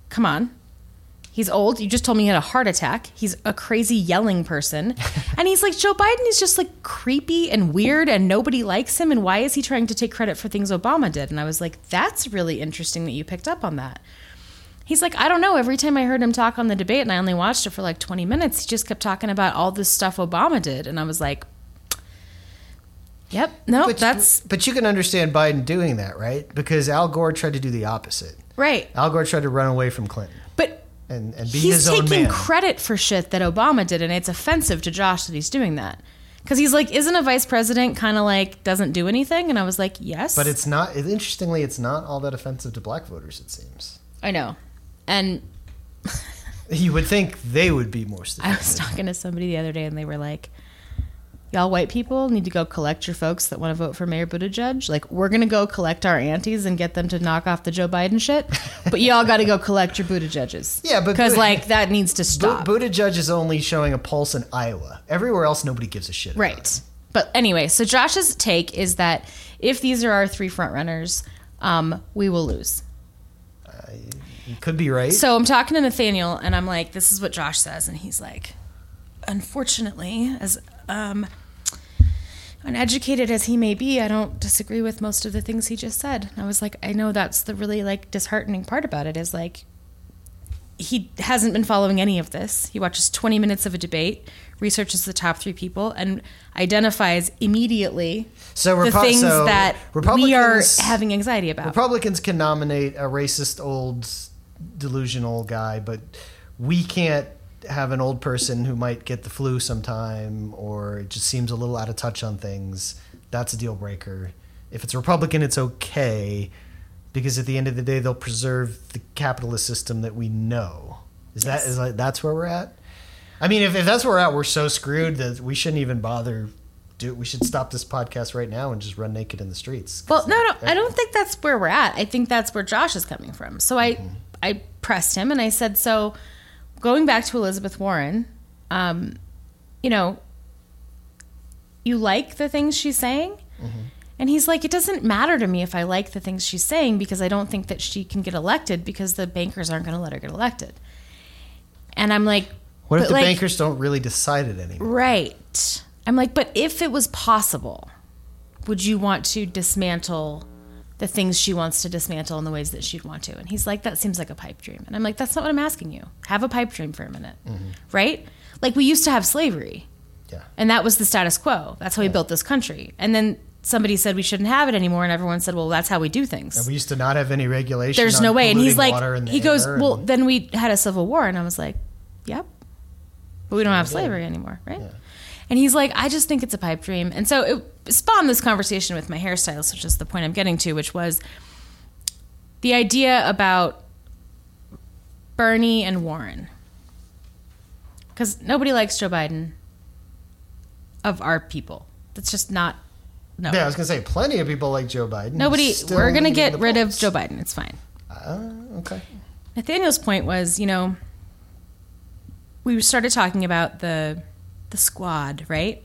[SPEAKER 2] come on. He's old. You just told me he had a heart attack. He's a crazy yelling person. and he's like, Joe Biden is just like creepy and weird and nobody likes him. And why is he trying to take credit for things Obama did? And I was like, that's really interesting that you picked up on that. He's like, I don't know. Every time I heard him talk on the debate and I only watched it for like 20 minutes, he just kept talking about all this stuff Obama did. And I was like, yep, no,
[SPEAKER 1] But
[SPEAKER 2] that's
[SPEAKER 1] but you can understand Biden doing that, right? Because Al Gore tried to do the opposite.
[SPEAKER 2] right.
[SPEAKER 1] Al Gore tried to run away from Clinton
[SPEAKER 2] But
[SPEAKER 1] and and be
[SPEAKER 2] he's
[SPEAKER 1] his own
[SPEAKER 2] taking
[SPEAKER 1] man.
[SPEAKER 2] credit for shit that Obama did, and it's offensive to Josh that he's doing that. Because he's like, isn't a vice president kind of like doesn't do anything? And I was like, yes.
[SPEAKER 1] but it's not. it- Interestingly, it's not all that offensive to black voters. It seems
[SPEAKER 2] I know. And
[SPEAKER 1] you would think they would be more.
[SPEAKER 2] I
[SPEAKER 1] Stupid.
[SPEAKER 2] was talking to somebody the other day, and they were like, y'all white people need to go collect your folks that want to vote for Mayor Buttigieg. Like, we're gonna go collect our aunties and get them to knock off the Joe Biden shit. But y'all got to go collect your Buttigieg's.
[SPEAKER 1] Yeah, but-
[SPEAKER 2] because like that needs to stop.
[SPEAKER 1] Bu- Buttigieg is only showing a pulse in Iowa. Everywhere else, nobody gives a shit. about it.
[SPEAKER 2] Right. But anyway, so Josh's take is that if these are our three front runners, um, we will lose.
[SPEAKER 1] You could be right.
[SPEAKER 2] So I'm talking to Nathaniel, and I'm like, "This is what Josh says," and he's like, "Unfortunately, as um, uneducated as he may be, I don't disagree with most of the things he just said." And I was like, "I know that's the really like disheartening part about it is like he hasn't been following any of this. He watches 20 minutes of a debate, researches the top three people, and identifies immediately
[SPEAKER 1] So
[SPEAKER 2] the
[SPEAKER 1] Repu-
[SPEAKER 2] things
[SPEAKER 1] so
[SPEAKER 2] that we are
[SPEAKER 1] Republicans-
[SPEAKER 2] having anxiety about."
[SPEAKER 1] Republicans can nominate a racist, old, delusional guy, but we can't have an old person who might get the flu sometime or just seems a little out of touch on things. That's a deal breaker. If it's Republican, it's okay because at the end of the day, they'll preserve the capitalist system that we know. Is that is that, that's where we're at? I mean, if, if that's where we're at, we're so screwed that we shouldn't even bother. Do, we should stop this podcast right now and just run naked in the streets.
[SPEAKER 2] Well, no, no, I don't think that's where we're at. I think that's where Josh is coming from. So I, I pressed him and I said, so going back to Elizabeth Warren, um, you know, you like the things she's saying, and he's like, it doesn't matter to me if I like the things she's saying because I don't think that she can get elected because the bankers aren't going to let her get elected. And I'm like,
[SPEAKER 1] What if
[SPEAKER 2] but
[SPEAKER 1] the
[SPEAKER 2] like-
[SPEAKER 1] bankers don't really decide it anymore?
[SPEAKER 2] Right. I'm like, but if it was possible, would you want to dismantle the things she wants to dismantle in the ways that she'd want to? And he's like, that seems like a pipe dream. And I'm like, that's not what I'm asking you. Have a pipe dream for a minute. Right? Like, we used to have slavery.
[SPEAKER 1] Yeah.
[SPEAKER 2] And that was the status quo. That's how we built this country. And then somebody said we shouldn't have it anymore. And everyone said, well, that's how we do things
[SPEAKER 1] We used to not have any regulation.
[SPEAKER 2] there's
[SPEAKER 1] on
[SPEAKER 2] no way. And he's
[SPEAKER 1] polluting
[SPEAKER 2] like,
[SPEAKER 1] water in the
[SPEAKER 2] he goes,
[SPEAKER 1] air
[SPEAKER 2] well,
[SPEAKER 1] and-
[SPEAKER 2] then we had a civil war, and I was like, yep, but we don't have slavery anymore, right? And he's like, I just think it's a pipe dream, and so it spawned this conversation with my hairstylist, which is the point I'm getting to, which was the idea about Bernie and Warren, because nobody likes Joe Biden of our people. That's just not no.
[SPEAKER 1] yeah, I was gonna say, plenty of people like Joe Biden.
[SPEAKER 2] Nobody,
[SPEAKER 1] Still
[SPEAKER 2] we're gonna
[SPEAKER 1] leading
[SPEAKER 2] get
[SPEAKER 1] the
[SPEAKER 2] rid of
[SPEAKER 1] polls.
[SPEAKER 2] Joe Biden. It's fine.
[SPEAKER 1] Ah, okay.
[SPEAKER 2] Nathaniel's point was, you know, we started talking about the the squad, right?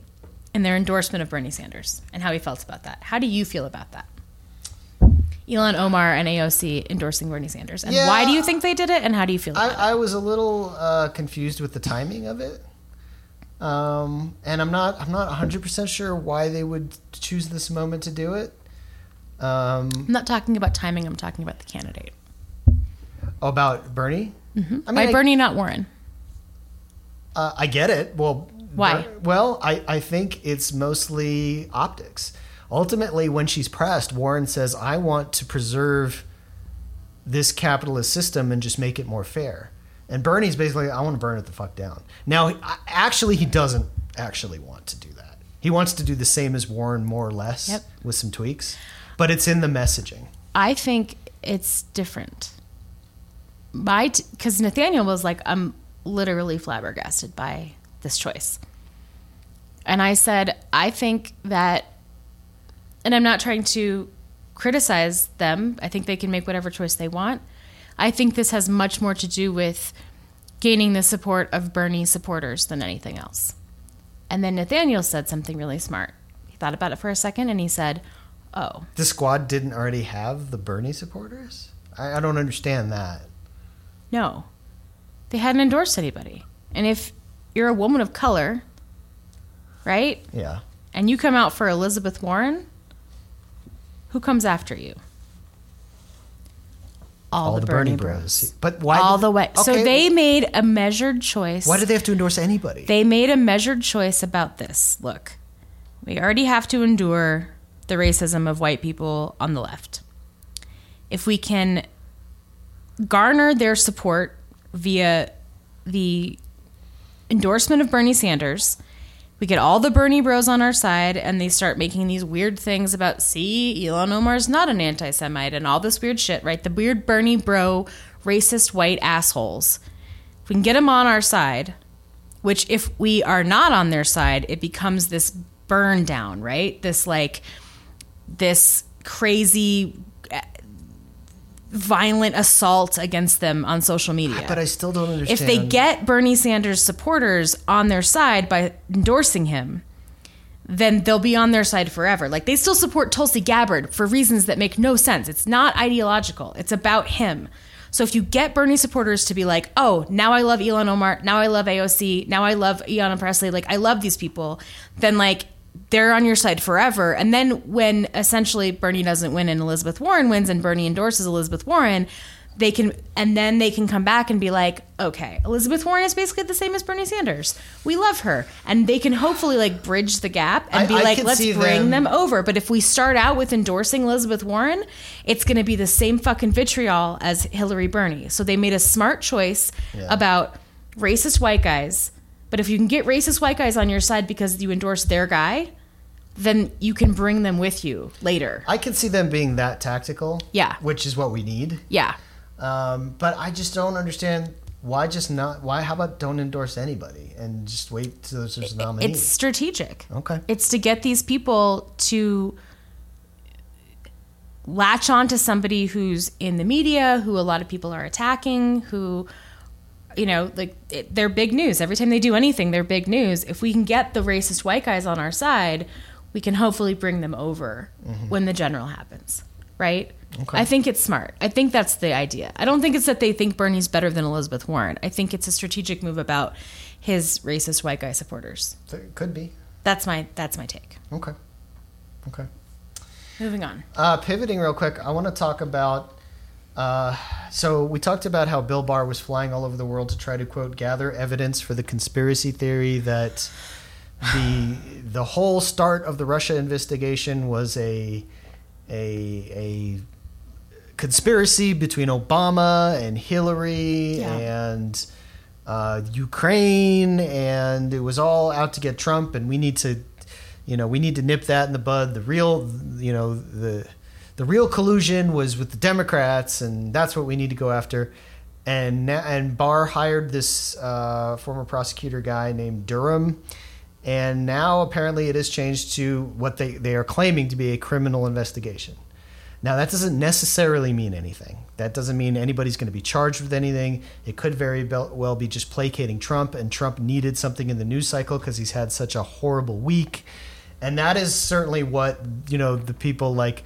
[SPEAKER 2] And their endorsement of Bernie Sanders and how he felt about that. How do you feel about that? Elon Omar and AOC endorsing Bernie Sanders. And
[SPEAKER 1] Yeah.
[SPEAKER 2] why do you think they did it? And how do you feel? about it?
[SPEAKER 1] I, I was a little uh, confused with the timing of it, um, and I'm not I'm not 100 percent sure why they would choose this moment to do it. Um,
[SPEAKER 2] I'm not talking about timing. I'm talking about the candidate.
[SPEAKER 1] about Bernie, I mean,
[SPEAKER 2] Why
[SPEAKER 1] I-
[SPEAKER 2] Bernie, not Warren?
[SPEAKER 1] Uh, I get it. Well,
[SPEAKER 2] Why?
[SPEAKER 1] Ber- well, I, I think it's mostly optics. Ultimately, when she's pressed, Warren says, I want to preserve this capitalist system and just make it more fair. And Bernie's basically, I want to burn it the fuck down. Now, he- I- actually, he doesn't actually want to do that. He wants to do the same as Warren, more or less,
[SPEAKER 2] Yep.
[SPEAKER 1] with some tweaks, but it's in the messaging.
[SPEAKER 2] I think it's different. My, because Nathaniel was like, I'm literally flabbergasted by this choice. And I said, I think that, and I'm not trying to criticize them. I think they can make whatever choice they want. I think this has much more to do with gaining the support of Bernie supporters than anything else. And then Nathaniel said something really smart. He thought about it for a second and he said, Oh,
[SPEAKER 1] The squad didn't already have the Bernie supporters? I, I don't understand that.
[SPEAKER 2] No. They hadn't endorsed anybody. And if you're a woman of color, right?
[SPEAKER 1] Yeah.
[SPEAKER 2] And you come out for Elizabeth Warren, who comes after you? All, the, Bernie, Bros.
[SPEAKER 1] But why?
[SPEAKER 2] All
[SPEAKER 1] did-
[SPEAKER 2] the way. so
[SPEAKER 1] Okay,
[SPEAKER 2] they made a measured choice.
[SPEAKER 1] Why do they have to endorse anybody?
[SPEAKER 2] They made a measured choice about this. Look, we already have to endure the racism of white people on the left. If we can garner their support via the endorsement of Bernie Sanders, we get all the Bernie bros on our side, and they start making these weird things about, see, Elon Omar's not an anti Semite, and all this weird shit, right? The weird Bernie bro, racist white assholes. If we can get them on our side, which if we are not on their side, it becomes this burn down, right? This like, this crazy eh, violent assault against them on social media
[SPEAKER 1] but I still don't understand.
[SPEAKER 2] if they get Bernie Sanders supporters on their side by endorsing him, then they'll be on their side forever. Like they still support Tulsi Gabbard for reasons that make no sense. It's not ideological. It's about him. So if you get Bernie supporters to be like, "Oh, now I love Elon Omar, now I love AOC, now I love Iana Presley, like I love these people," then like they're on your side forever. And then when essentially Bernie doesn't win and Elizabeth Warren wins and Bernie endorses Elizabeth Warren, they can and then they can come back and be like, okay, Elizabeth Warren is basically the same as Bernie Sanders. We love her. And they can hopefully like bridge the gap and
[SPEAKER 1] I-
[SPEAKER 2] be
[SPEAKER 1] I
[SPEAKER 2] like,
[SPEAKER 1] can
[SPEAKER 2] let's
[SPEAKER 1] see
[SPEAKER 2] bring
[SPEAKER 1] them-
[SPEAKER 2] them over. But if we start out with endorsing Elizabeth Warren, it's going to be the same fucking vitriol as Hillary Bernie. So they made a smart choice
[SPEAKER 1] Yeah.
[SPEAKER 2] about racist white guys. But if you can get racist white guys on your side because you endorse their guy, then you can bring them with you later.
[SPEAKER 1] I can see them being that tactical.
[SPEAKER 2] Yeah.
[SPEAKER 1] Which is what we need.
[SPEAKER 2] Yeah.
[SPEAKER 1] Um, but I just don't understand why just not. Why? How about don't endorse anybody and just wait till there's a nominee?
[SPEAKER 2] It's strategic.
[SPEAKER 1] okay.
[SPEAKER 2] It's to get these people to latch on to somebody who's in the media, who a lot of people are attacking, who, you know, like it, they're big news. Every time they do anything, they're big news. If we can get the racist white guys on our side, we can hopefully bring them over when the general happens, right? I think it's smart. I think that's the idea. I don't think it's that they think Bernie's better than Elizabeth Warren. I think it's a strategic move about his racist white guy supporters.
[SPEAKER 1] So it could be.
[SPEAKER 2] That's my that's my take.
[SPEAKER 1] Okay. Okay.
[SPEAKER 2] Moving on.
[SPEAKER 1] Uh, pivoting real quick, I want to talk about. Uh, so we talked about how Bill Barr was flying all over the world to try to quote gather evidence for the conspiracy theory that the the whole start of the Russia investigation was a a a conspiracy between Obama and Hillary
[SPEAKER 2] Yeah.
[SPEAKER 1] and uh, Ukraine, and it was all out to get Trump, and we need to, you know, we need to nip that in the bud. The real, you know, the the real collusion was with the Democrats, and that's what we need to go after. And na- and Barr hired this uh, former prosecutor guy named Durham, and now apparently it has changed to what they they are claiming to be a criminal investigation. Now, that doesn't necessarily mean anything. That doesn't mean anybody's going to be charged with anything. It could very be- well be just placating Trump, and Trump needed something in the news cycle because he's had such a horrible week. And that is certainly what, you know, the people like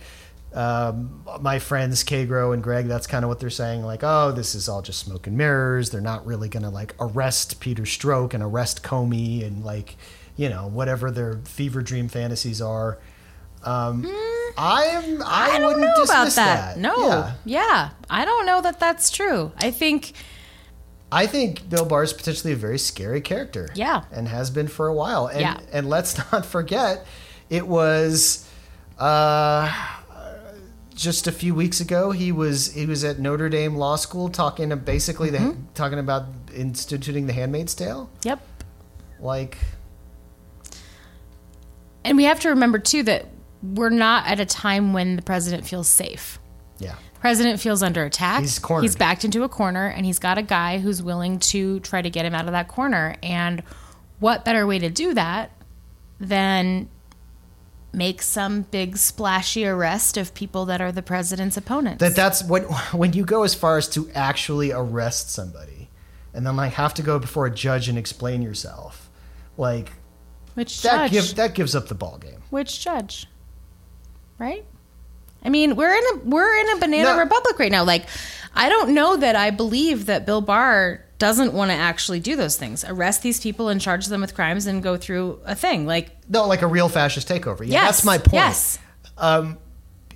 [SPEAKER 1] um, my friends Kagro and Greg, that's kind of what they're saying. Like, oh, this is all just smoke and mirrors. They're not really going to like arrest Peter Stroke and arrest Comey and like, you know, whatever their fever dream fantasies are. Um, I'm. I,
[SPEAKER 2] I don't
[SPEAKER 1] wouldn't
[SPEAKER 2] know about
[SPEAKER 1] dismiss
[SPEAKER 2] that. No.
[SPEAKER 1] Yeah.
[SPEAKER 2] Yeah. I don't know that that's true. I think
[SPEAKER 1] I think Bill Barr is potentially a very scary character.
[SPEAKER 2] Yeah.
[SPEAKER 1] And has been for a while. And
[SPEAKER 2] Yeah.
[SPEAKER 1] and let's not forget it was uh just a few weeks ago he was he was at Notre Dame Law School talking to basically the,
[SPEAKER 2] Mm-hmm.
[SPEAKER 1] talking about instituting the Handmaid's Tale.
[SPEAKER 2] yep.
[SPEAKER 1] Like
[SPEAKER 2] And we have to remember too that we're not at a time when the president feels safe.
[SPEAKER 1] yeah.
[SPEAKER 2] President feels under attack.
[SPEAKER 1] He's cornered.
[SPEAKER 2] He's backed into a corner, and he's got a guy who's willing to try to get him out of that corner. And what better way to do that than make some big splashy arrest of people that are the president's opponents?
[SPEAKER 1] That that's when when you go as far as to actually arrest somebody and then like have to go before a judge and explain yourself. Like
[SPEAKER 2] which
[SPEAKER 1] that
[SPEAKER 2] judge?
[SPEAKER 1] give, that gives up the ball game.
[SPEAKER 2] which judge? Right? I mean, we're in a we're in a banana
[SPEAKER 1] No.
[SPEAKER 2] republic right now. Like, I don't know that I believe that Bill Barr doesn't want to actually do those things. Arrest these people and charge them with crimes and go through a thing. Like
[SPEAKER 1] No, like a real fascist takeover. Yeah,
[SPEAKER 2] Yes,
[SPEAKER 1] that's my point.
[SPEAKER 2] yes.
[SPEAKER 1] Um,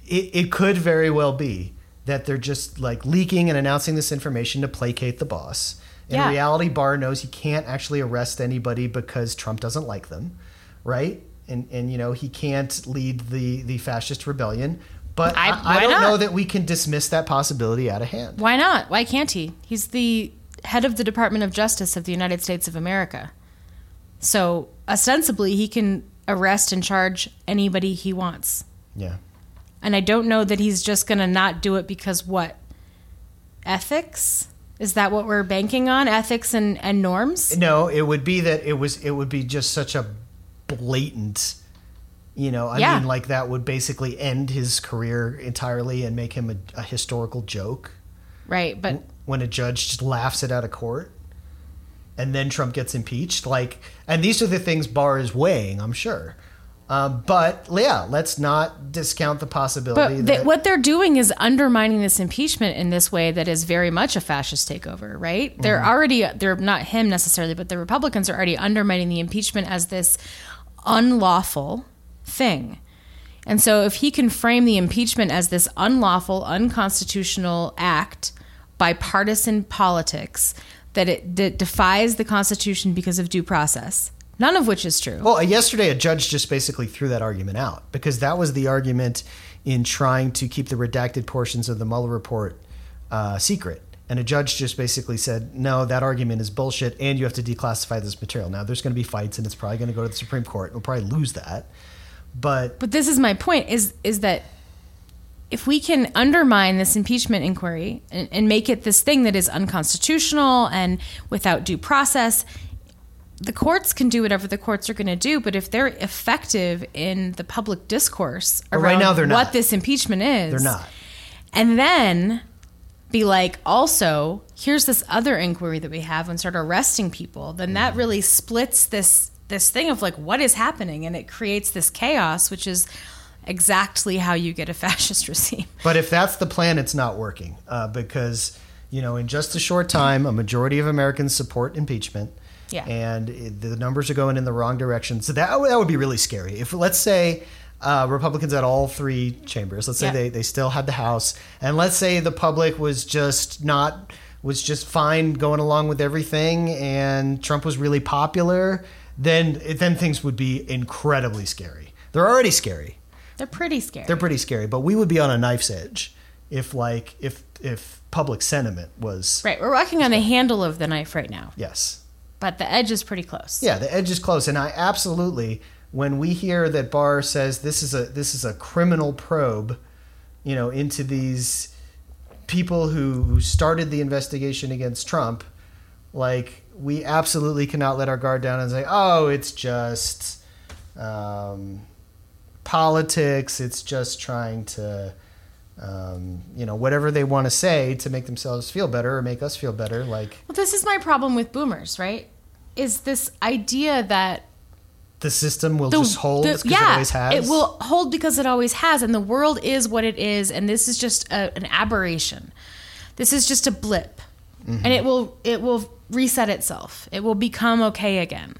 [SPEAKER 1] it, it could very well be that they're just like leaking and announcing this information to placate the boss. In
[SPEAKER 2] Yeah.
[SPEAKER 1] reality, Barr knows he can't actually arrest anybody because Trump doesn't like them, right? And and you know he can't lead the the fascist rebellion. But I,
[SPEAKER 2] I-
[SPEAKER 1] I,
[SPEAKER 2] why
[SPEAKER 1] don't
[SPEAKER 2] not?
[SPEAKER 1] know that we can dismiss that possibility out of hand.
[SPEAKER 2] Why not? Why can't he? He's the head of the Department of Justice of the United States of America. So ostensibly, he can arrest and charge anybody he wants.
[SPEAKER 1] Yeah.
[SPEAKER 2] And I don't know that he's just going to not do it because what? Ethics? Is that what we're banking on? Ethics and, and norms?
[SPEAKER 1] No, it would be that it was it would be just such a blatant you know, I
[SPEAKER 2] Yeah.
[SPEAKER 1] mean like that would basically end his career entirely and make him a, a historical joke
[SPEAKER 2] Right. But
[SPEAKER 1] when a judge just laughs it out of court and then Trump gets impeached like and these are the things Barr is weighing, I'm sure. Um, but yeah, let's not discount the possibility
[SPEAKER 2] But
[SPEAKER 1] that
[SPEAKER 2] th- what they're doing is undermining this impeachment in this way that is very much a fascist takeover, right? They're already they're not him necessarily, but the Republicans are already undermining the impeachment as this unlawful thing. And so if he can frame the impeachment as this unlawful, unconstitutional act by partisan politics that it that defies the Constitution because of due process, none of which is true.
[SPEAKER 1] Well, yesterday a judge just basically threw that argument out because that was the argument in trying to keep the redacted portions of the Mueller report uh, secret. And a judge just basically said, no, that argument is bullshit, and you have to declassify this material. Now, there's going to be fights, and it's probably going to go to the Supreme Court. We'll probably lose that. But
[SPEAKER 2] But this is my point: is is that if we can undermine this impeachment inquiry and, and make it this thing that is unconstitutional and without due process, the courts can do whatever the courts are going to do. But if they're effective in the public discourse around
[SPEAKER 1] right now they're not.
[SPEAKER 2] what this impeachment is,
[SPEAKER 1] they're not.
[SPEAKER 2] and then be like, also, here's this other inquiry that we have and start arresting people, then that really splits this this thing of like what is happening and it creates this chaos, which is exactly how you get a fascist regime.
[SPEAKER 1] But if that's the plan, it's not working uh, because you know in just a short time, a majority of Americans support impeachment.
[SPEAKER 2] Yeah.
[SPEAKER 1] and it, the numbers are going in the wrong direction. So that that would be really scary. If let's say. Uh, Republicans at all three chambers. Let's say
[SPEAKER 2] Yeah.
[SPEAKER 1] they, they still had the House, and let's say the public was just not was just fine going along with everything, and Trump was really popular. Then then things would be incredibly scary. They're already scary
[SPEAKER 2] They're pretty scary.
[SPEAKER 1] they're pretty scary but we would be on a knife's edge if like if if public sentiment was
[SPEAKER 2] right. We're walking on the handle of the knife right now.
[SPEAKER 1] yes
[SPEAKER 2] But the edge is pretty close.
[SPEAKER 1] yeah the edge is close and i absolutely when we hear that barr says this is a this is a criminal probe you know into these people who who started the investigation against trump like we absolutely cannot let our guard down and say oh it's just um, politics it's just trying to um, you know whatever they want to say to make themselves feel better or make us feel better like
[SPEAKER 2] Well, this is my problem with boomers, right? Is this idea that
[SPEAKER 1] the system will just hold
[SPEAKER 2] the-
[SPEAKER 1] because it always has.
[SPEAKER 2] it will hold because it always has, and the world is what it is, and this is just a, an aberration. This is just a blip,
[SPEAKER 1] Mm-hmm.
[SPEAKER 2] and it will it will reset itself. It will become okay again.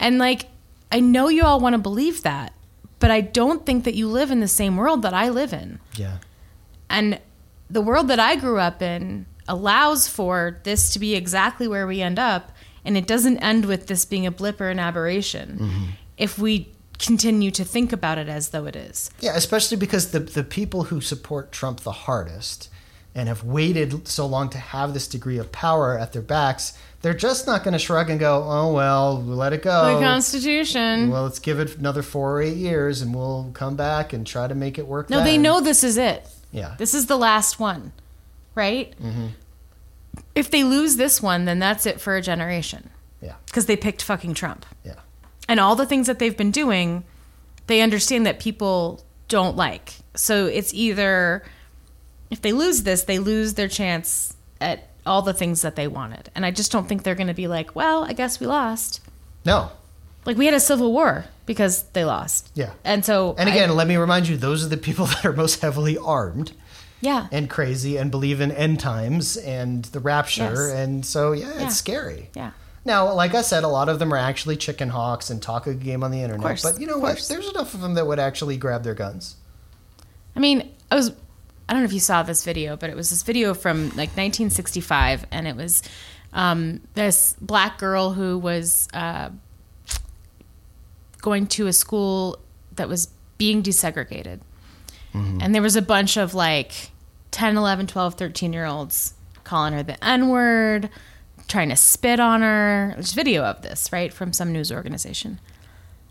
[SPEAKER 2] And like, I know you all want to believe that, but I don't think that you live in the same world that I live in.
[SPEAKER 1] Yeah.
[SPEAKER 2] And the world that I grew up in allows for this to be exactly where we end up, and it doesn't end with this being a blip or an aberration
[SPEAKER 1] Mm-hmm.
[SPEAKER 2] if we continue to think about it as though it is.
[SPEAKER 1] Yeah, especially because the the people who support Trump the hardest and have waited so long to have this degree of power at their backs, they're just not going to shrug and go, "Oh well, we'll let it go."
[SPEAKER 2] The Constitution.
[SPEAKER 1] Oh. well, let's give it another four or eight years, and we'll come back and try to make it work.
[SPEAKER 2] no, they
[SPEAKER 1] then."
[SPEAKER 2] know this is it.
[SPEAKER 1] Yeah,
[SPEAKER 2] This is the last one, right?
[SPEAKER 1] Mm-hmm.
[SPEAKER 2] If they lose this one, then that's it for a generation
[SPEAKER 1] yeah,
[SPEAKER 2] because they picked fucking Trump.
[SPEAKER 1] yeah,
[SPEAKER 2] and all the things that they've been doing, they understand that people don't like. So it's either if they lose this, they lose their chance at all the things that they wanted. And I just don't think they're going to be like, well, I guess we lost.
[SPEAKER 1] no,
[SPEAKER 2] Like we had a civil war because they lost.
[SPEAKER 1] Yeah.
[SPEAKER 2] And so
[SPEAKER 1] and
[SPEAKER 2] I-
[SPEAKER 1] again, let me remind you, those are the people that are most heavily armed
[SPEAKER 2] yeah.
[SPEAKER 1] and crazy and believe in end times and the rapture,
[SPEAKER 2] Yes.
[SPEAKER 1] and so yeah,
[SPEAKER 2] Yeah.
[SPEAKER 1] it's scary.
[SPEAKER 2] yeah.
[SPEAKER 1] Now, like I said, a lot of them are actually chicken hawks and talk a game on the internet.
[SPEAKER 2] course,
[SPEAKER 1] but you know
[SPEAKER 2] of
[SPEAKER 1] what?
[SPEAKER 2] course.
[SPEAKER 1] There's enough of them that would actually grab their guns.
[SPEAKER 2] I mean, I was I don't know if you saw this video, but it was this video from like 1965 and it was um, this black girl who was uh, going to a school that was being desegregated. And there was a bunch of like 10, 11, 12, 13 year olds calling her the N word, trying to spit on her. There's video of this, right, from some news organization.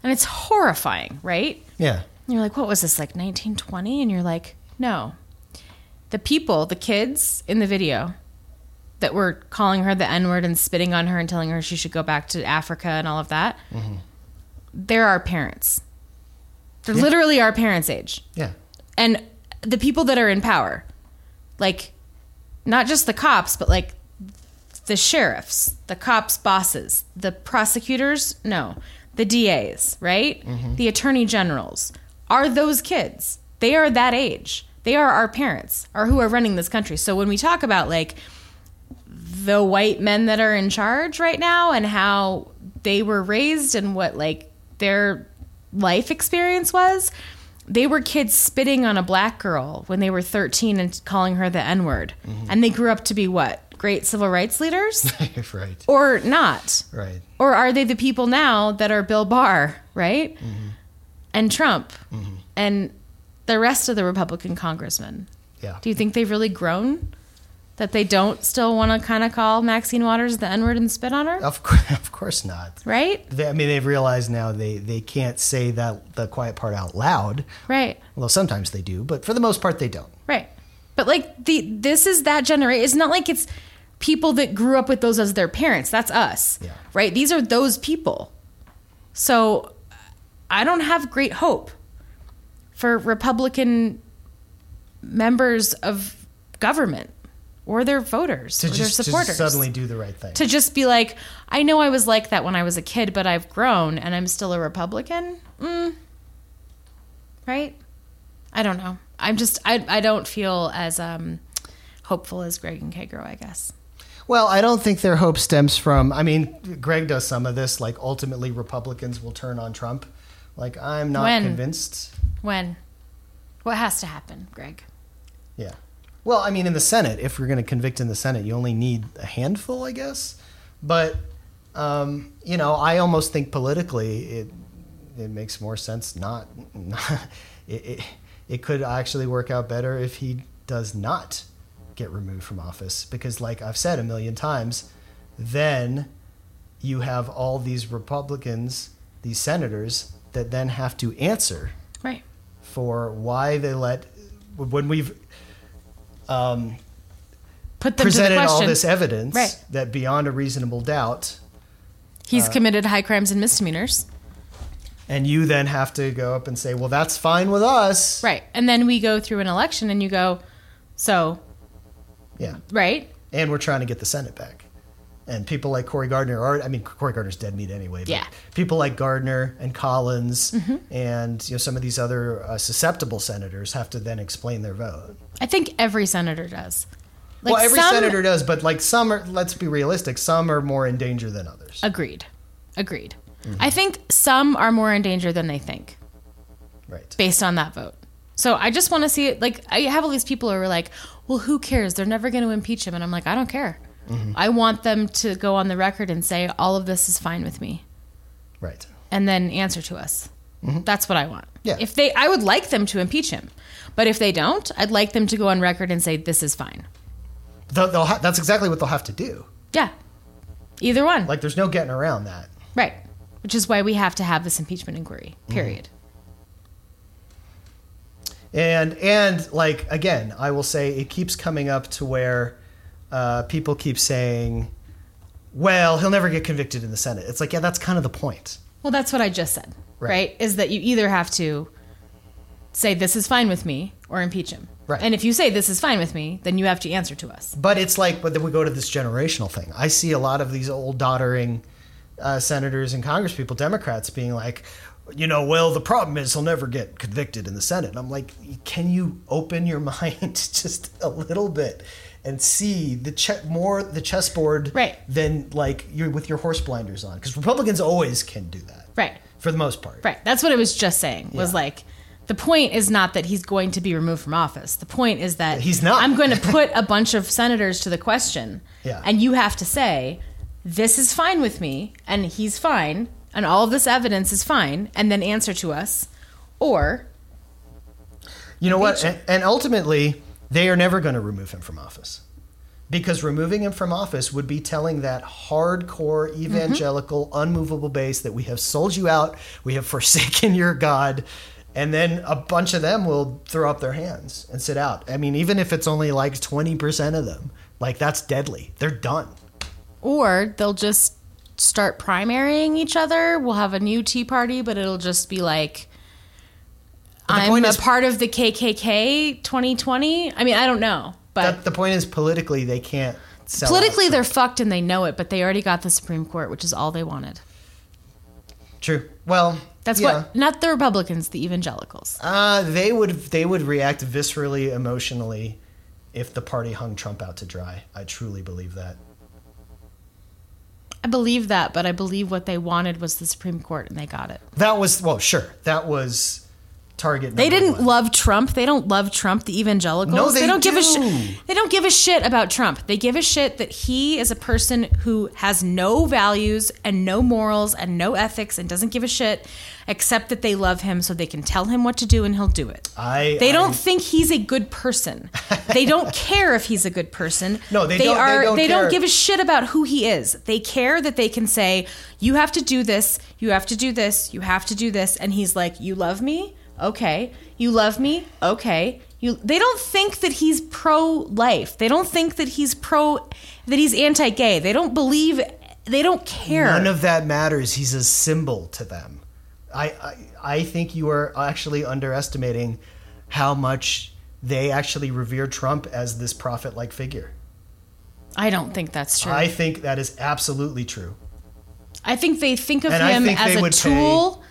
[SPEAKER 2] And it's horrifying, right?
[SPEAKER 1] Yeah.
[SPEAKER 2] And you're like, what was this, like 1920? And you're like, no. The people, the kids in the video that were calling her the N word and spitting on her and telling her she should go back to Africa and all of that, they're our parents. They're literally our parents' age.
[SPEAKER 1] Yeah.
[SPEAKER 2] And the people that are in power, like not just the cops, but like the sheriffs, the cops' bosses, the prosecutors, no, the DAs, right? The attorney generals are those kids. They are that age. They are our parents, are who are running this country. So when we talk about like the white men that are in charge right now and how they were raised and what like their life experience was, they were kids spitting on a black girl when they were 13 and calling her the N word. And they grew up to be what? Great civil rights leaders?
[SPEAKER 1] right.
[SPEAKER 2] or not?
[SPEAKER 1] Right.
[SPEAKER 2] Or are they the people now that are Bill Barr, right? And Trump and the rest of the Republican congressmen?
[SPEAKER 1] Yeah.
[SPEAKER 2] Do you think they've really grown? That they don't still want to kind of call Maxine Waters the N word and spit on her?
[SPEAKER 1] Of course, of course not.
[SPEAKER 2] Right?
[SPEAKER 1] They, I mean, they've realized now they, they can't say that the quiet part out loud.
[SPEAKER 2] Right.
[SPEAKER 1] Although sometimes they do, but for the most part, they don't.
[SPEAKER 2] Right. But like the this is that generation. It's not like it's people that grew up with those as their parents. That's us.
[SPEAKER 1] Yeah.
[SPEAKER 2] Right? These are those people. So I don't have great hope for Republican members of government or their voters
[SPEAKER 1] To
[SPEAKER 2] or
[SPEAKER 1] just, to
[SPEAKER 2] their supporters.
[SPEAKER 1] just suddenly do the right thing.
[SPEAKER 2] to just be like, I know I was like that when I was a kid, but I've grown and I'm still a Republican. Mm. Right? I don't know. I'm just I I don't feel as um hopeful as Greg and Kagro, I guess.
[SPEAKER 1] Well, I don't think their hope stems from. I mean, Greg does some of this. Like, ultimately, Republicans will turn on Trump. Like, I'm not
[SPEAKER 2] When?
[SPEAKER 1] convinced.
[SPEAKER 2] When? What has to happen, Greg?
[SPEAKER 1] Yeah. Well, I mean, in the Senate, if we're going to convict in the Senate, you only need a handful, I guess. But um, you know, I almost think politically, it it makes more sense not. not it, it it could actually work out better if he does not get removed from office because, like I've said a million times, then you have all these Republicans, these senators, that then have to answer
[SPEAKER 2] Right.
[SPEAKER 1] for why they let when we've um,
[SPEAKER 2] Put them to
[SPEAKER 1] presented
[SPEAKER 2] the
[SPEAKER 1] all
[SPEAKER 2] question.
[SPEAKER 1] this uh, evidence
[SPEAKER 2] Right.
[SPEAKER 1] that beyond a reasonable doubt,
[SPEAKER 2] He's committed high crimes and misdemeanors.
[SPEAKER 1] and you then have to go up and say, "Well, that's fine with us."
[SPEAKER 2] Right. And then we go through an election and you go, so,
[SPEAKER 1] Yeah,
[SPEAKER 2] right?
[SPEAKER 1] and we're trying to get the Senate back. And people like Cory Gardner are, I mean, Cory Gardner's dead meat anyway. But
[SPEAKER 2] Yeah. Mm-hmm.
[SPEAKER 1] People like Gardner and Collins and you know some of these other uh, susceptible senators have to then explain their vote.
[SPEAKER 2] I think every senator does. Like
[SPEAKER 1] well, every
[SPEAKER 2] some-
[SPEAKER 1] senator does, but like some are, let's be realistic, some are more in danger than others.
[SPEAKER 2] Agreed. Agreed. I think some are more in danger than they think
[SPEAKER 1] right.
[SPEAKER 2] based on that vote. So I just want to see it. Like, I have all these people who are like, well, who cares? They're never going to impeach him. And I'm like, I don't care.
[SPEAKER 1] Mm-hmm.
[SPEAKER 2] I want them to go on the record and say, all of this is fine with me.
[SPEAKER 1] Right.
[SPEAKER 2] and then answer to us. That's what I want.
[SPEAKER 1] Mm-hmm. Yeah.
[SPEAKER 2] If they, I would like them to impeach him, but if they don't, I'd like them to go on record and say this is fine.
[SPEAKER 1] They'll, they'll ha- that's exactly what they'll have to do.
[SPEAKER 2] Yeah, either one,
[SPEAKER 1] Like, there's no getting around that.
[SPEAKER 2] right? Which is why we have to have this impeachment inquiry.
[SPEAKER 1] Mm-hmm.
[SPEAKER 2] Period.
[SPEAKER 1] and and like again i will say it keeps coming up to where uh, people keep saying well he'll never get convicted in the senate it's like yeah that's kind of the point
[SPEAKER 2] Well, that's what I just said.
[SPEAKER 1] Right.
[SPEAKER 2] Right. Is that you either have to say this is fine with me or impeach him.
[SPEAKER 1] Right.
[SPEAKER 2] And if you say this is fine with me, then you have to answer to us.
[SPEAKER 1] but it's like but then we go to this generational thing i see a lot of these old doddering uh, senators and congresspeople democrats being like you know well the problem is he'll never get convicted in the senate and i'm like can you open your mind just a little bit and see the check more the chessboard
[SPEAKER 2] Right.
[SPEAKER 1] than like you're with your horse blinders on because republicans always can do that
[SPEAKER 2] Right.
[SPEAKER 1] for the most part
[SPEAKER 2] Right. That's what I was just saying. Was
[SPEAKER 1] Yeah.
[SPEAKER 2] like the point is not that he's going to be removed from office. The point is that
[SPEAKER 1] He's not.
[SPEAKER 2] I'm going to put a bunch of senators to the question.
[SPEAKER 1] Yeah.
[SPEAKER 2] And you have to say, This is fine with me, and he's fine, and all of this evidence is fine, and then answer to us. Or
[SPEAKER 1] you know what and, and ultimately they are never going to remove him from office because removing him from office would be telling that hardcore
[SPEAKER 2] Mm-hmm.
[SPEAKER 1] evangelical unmovable base that we have sold you out we have forsaken your god and then a bunch of them will throw up their hands and sit out i mean even if it's only like 20% of them like that's deadly they're done
[SPEAKER 2] or they'll just start primarying each other. We'll have a new tea party, but it'll just be like
[SPEAKER 1] the
[SPEAKER 2] I'm
[SPEAKER 1] point
[SPEAKER 2] a
[SPEAKER 1] is-
[SPEAKER 2] part of the KKK 2020. I mean, I don't know, but
[SPEAKER 1] that, the point is politically they can't sell out.
[SPEAKER 2] Politically, they're fucked and they know it, but they already got the Supreme Court, which is all they wanted.
[SPEAKER 1] true well
[SPEAKER 2] That's
[SPEAKER 1] yeah.
[SPEAKER 2] what, not the Republicans, the evangelicals.
[SPEAKER 1] Uh, they would they would react viscerally, emotionally, if the party hung Trump out to dry. I truly believe that.
[SPEAKER 2] I believe that, but I believe what they wanted was the Supreme Court and they got it.
[SPEAKER 1] That was well, sure. That was target.
[SPEAKER 2] They
[SPEAKER 1] number
[SPEAKER 2] didn't
[SPEAKER 1] one.
[SPEAKER 2] love Trump. They don't love Trump, the evangelicals.
[SPEAKER 1] No, they
[SPEAKER 2] don't give a
[SPEAKER 1] do.
[SPEAKER 2] sh- They don't give a shit about Trump. They give a shit that he is a person who has no values and no morals and no ethics and doesn't give a shit except that they love him so they can tell him what to do and he'll do it.
[SPEAKER 1] I
[SPEAKER 2] They don't
[SPEAKER 1] I-
[SPEAKER 2] think he's a good person. They don't care if he's a good person.
[SPEAKER 1] No, they don't- they don't
[SPEAKER 2] They
[SPEAKER 1] care.
[SPEAKER 2] don't give a shit about who he is. They care that they can say, "You have to do this. You have to do this. You have to do this," and he's like, "You love me, okay. You love me, okay." You. They don't think that he's pro-life. They don't think that he's pro. That he's anti-gay. They don't believe. They don't care.
[SPEAKER 1] none of that matters. He's a symbol to them. I I, I think you are actually underestimating how much they actually revere Trump as this prophet-like figure.
[SPEAKER 2] I don't think that's true.
[SPEAKER 1] I
[SPEAKER 2] I,
[SPEAKER 1] think that is absolutely true.
[SPEAKER 2] think they think of
[SPEAKER 1] And I
[SPEAKER 2] him
[SPEAKER 1] think
[SPEAKER 2] as
[SPEAKER 1] they
[SPEAKER 2] a
[SPEAKER 1] would pay-
[SPEAKER 2] tool.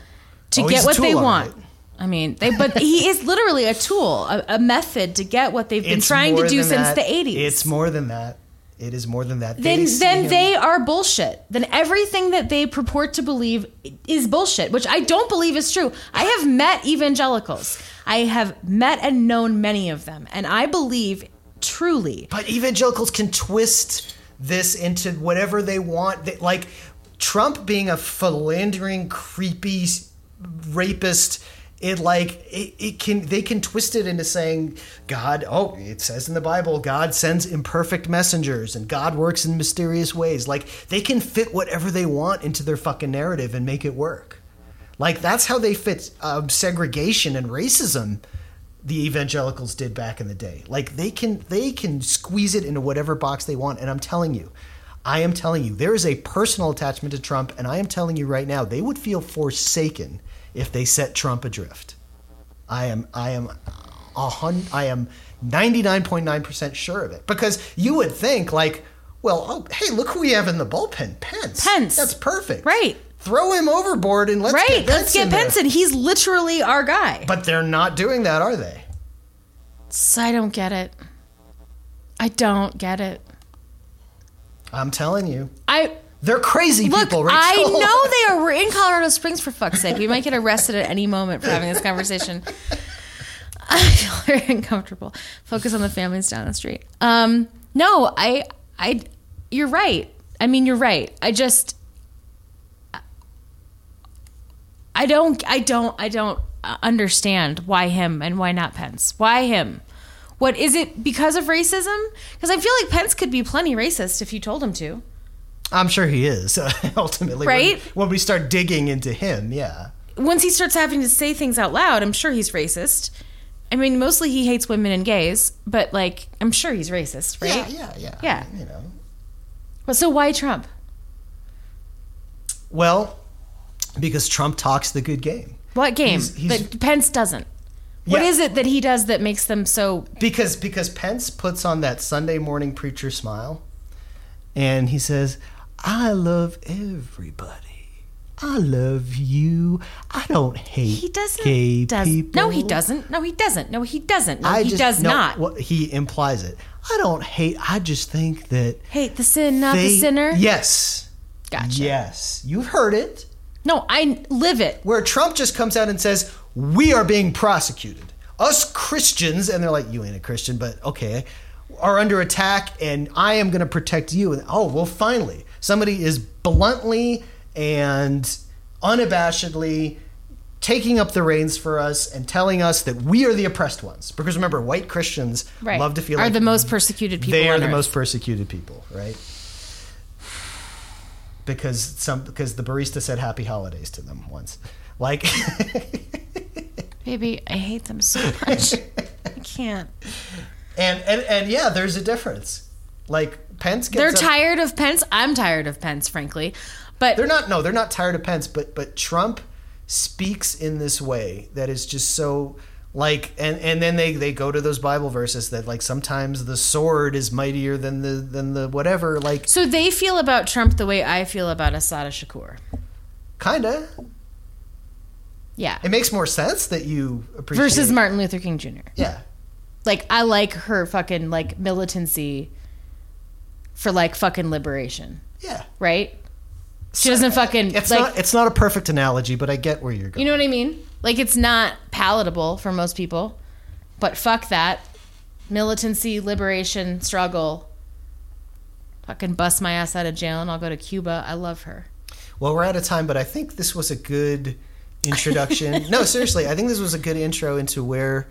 [SPEAKER 2] to
[SPEAKER 1] Oh, he's
[SPEAKER 2] get
[SPEAKER 1] a
[SPEAKER 2] what they
[SPEAKER 1] tool, all
[SPEAKER 2] want.
[SPEAKER 1] right.
[SPEAKER 2] I mean, they, but he is literally a tool, a, a method to get what they've been trying to
[SPEAKER 1] more
[SPEAKER 2] do
[SPEAKER 1] than
[SPEAKER 2] since
[SPEAKER 1] that.
[SPEAKER 2] the 80s.
[SPEAKER 1] It's more than that. It is more than that. They
[SPEAKER 2] then
[SPEAKER 1] see
[SPEAKER 2] then
[SPEAKER 1] him-
[SPEAKER 2] they are bullshit. Then everything that they purport to believe is bullshit, which I don't believe is true. I have met evangelicals. I have met and known many of them, and I believe truly
[SPEAKER 1] But evangelicals can twist this into whatever they want. They, like Trump being a philandering, creepy s- rapist. It like it, it can they can twist it into saying God. Oh, it says in the Bible, God sends imperfect messengers and God works in mysterious ways. Like they can fit whatever they want into their fucking narrative and make it work. Like that's how they fit um, segregation and racism. The evangelicals did back in the day. Like they can they can squeeze it into whatever box they want. And I'm telling you, I am telling you, there is a personal attachment to Trump, and I am telling you right now, they would feel forsaken if they set Trump adrift. I am I am a hun- I am 99.9% sure of it because you would think like Well, oh, hey, look who we have in the bullpen, Pence.
[SPEAKER 2] Pence.
[SPEAKER 1] That's perfect.
[SPEAKER 2] Right.
[SPEAKER 1] Throw him overboard and let's
[SPEAKER 2] Right.
[SPEAKER 1] get Pence
[SPEAKER 2] Let's get
[SPEAKER 1] in there.
[SPEAKER 2] Pence in. He's literally our guy.
[SPEAKER 1] But they're not doing that, are they?
[SPEAKER 2] S- I don't get it. I don't get it.
[SPEAKER 1] I'm telling you,
[SPEAKER 2] I
[SPEAKER 1] they're crazy
[SPEAKER 2] look.
[SPEAKER 1] people. Rachel.
[SPEAKER 2] I know they are. We're in Colorado Springs for fuck's sake. We might get arrested at any moment for having this conversation. I feel very uncomfortable. Focus on the families down the street. Um, no, I, I, you're right. I mean, you're right. I just, I don't, I don't, I don't uh, understand why him and why not Pence. Why him? What is it because of racism? Because I feel like Pence could be plenty racist if you told him to.
[SPEAKER 1] I'm sure he is ultimately. when-
[SPEAKER 2] Right?
[SPEAKER 1] When, we start digging into him, yeah.
[SPEAKER 2] once he starts having to say things out loud, I'm sure he's racist. I mean, mostly he hates women and gays, but like, I'm sure he's racist, right?
[SPEAKER 1] Yeah, yeah, yeah. I
[SPEAKER 2] Yeah.
[SPEAKER 1] mean, you know.
[SPEAKER 2] But so why Trump?
[SPEAKER 1] Well, because Trump talks the good game.
[SPEAKER 2] What game?
[SPEAKER 1] He's- he's-
[SPEAKER 2] that Pence doesn't. What
[SPEAKER 1] Yeah.
[SPEAKER 2] is it that he does that makes them so?
[SPEAKER 1] Because because Pence puts on that Sunday morning preacher smile and he says, "I love everybody. I love you. I don't hate
[SPEAKER 2] He doesn't.
[SPEAKER 1] gay
[SPEAKER 2] does,
[SPEAKER 1] people."
[SPEAKER 2] No, he doesn't. No, he doesn't. No, he doesn't. No,
[SPEAKER 1] I
[SPEAKER 2] he
[SPEAKER 1] just-
[SPEAKER 2] does
[SPEAKER 1] no,
[SPEAKER 2] not.
[SPEAKER 1] Well, he implies it. I don't hate. I just think that
[SPEAKER 2] Hate the sin, not
[SPEAKER 1] they
[SPEAKER 2] the sinner.
[SPEAKER 1] Yes.
[SPEAKER 2] Gotcha.
[SPEAKER 1] Yes. You've heard it.
[SPEAKER 2] No, I live it.
[SPEAKER 1] where Trump just comes out and says, "We are being prosecuted. Us Christians," and they're like, "You ain't a Christian, but okay, are under attack, and I am going to protect you." And oh, well, finally, somebody is bluntly and unabashedly taking up the reins for us and telling us that we are the oppressed ones. Because remember, white Christians
[SPEAKER 2] Right.
[SPEAKER 1] love to feel
[SPEAKER 2] are
[SPEAKER 1] like
[SPEAKER 2] the most persecuted people.
[SPEAKER 1] they are
[SPEAKER 2] on
[SPEAKER 1] the
[SPEAKER 2] earth.
[SPEAKER 1] most persecuted people, right? Because some because the barista said happy holidays to them once. Like
[SPEAKER 2] Baby, I hate them so much. I can't.
[SPEAKER 1] and, and and yeah, there's a difference. Like Pence gets
[SPEAKER 2] They're
[SPEAKER 1] up-
[SPEAKER 2] tired of Pence. I'm tired of Pence, frankly. But
[SPEAKER 1] They're not no, they're not tired of Pence, but but Trump speaks in this way that is just so like and and then they they go to those Bible verses that like sometimes the sword is mightier than the than the whatever like
[SPEAKER 2] So they feel about Trump the way I feel about Asada Shakur.
[SPEAKER 1] kinda
[SPEAKER 2] Yeah.
[SPEAKER 1] it makes more sense that you appreciate
[SPEAKER 2] Versus
[SPEAKER 1] it.
[SPEAKER 2] Martin Luther King Jr.
[SPEAKER 1] yeah
[SPEAKER 2] Like I like her fucking like militancy for like fucking liberation,
[SPEAKER 1] yeah
[SPEAKER 2] right? She doesn't fucking
[SPEAKER 1] It's
[SPEAKER 2] like
[SPEAKER 1] not it's not a perfect analogy, but I get where you're going.
[SPEAKER 2] you know what I mean? Like it's not palatable for most people. But fuck that. Militancy, liberation, struggle. Fucking bust my ass out of jail and I'll go to Cuba. I love her.
[SPEAKER 1] well, we're out of time, but I think this was a good introduction. no, seriously, I think this was a good intro into where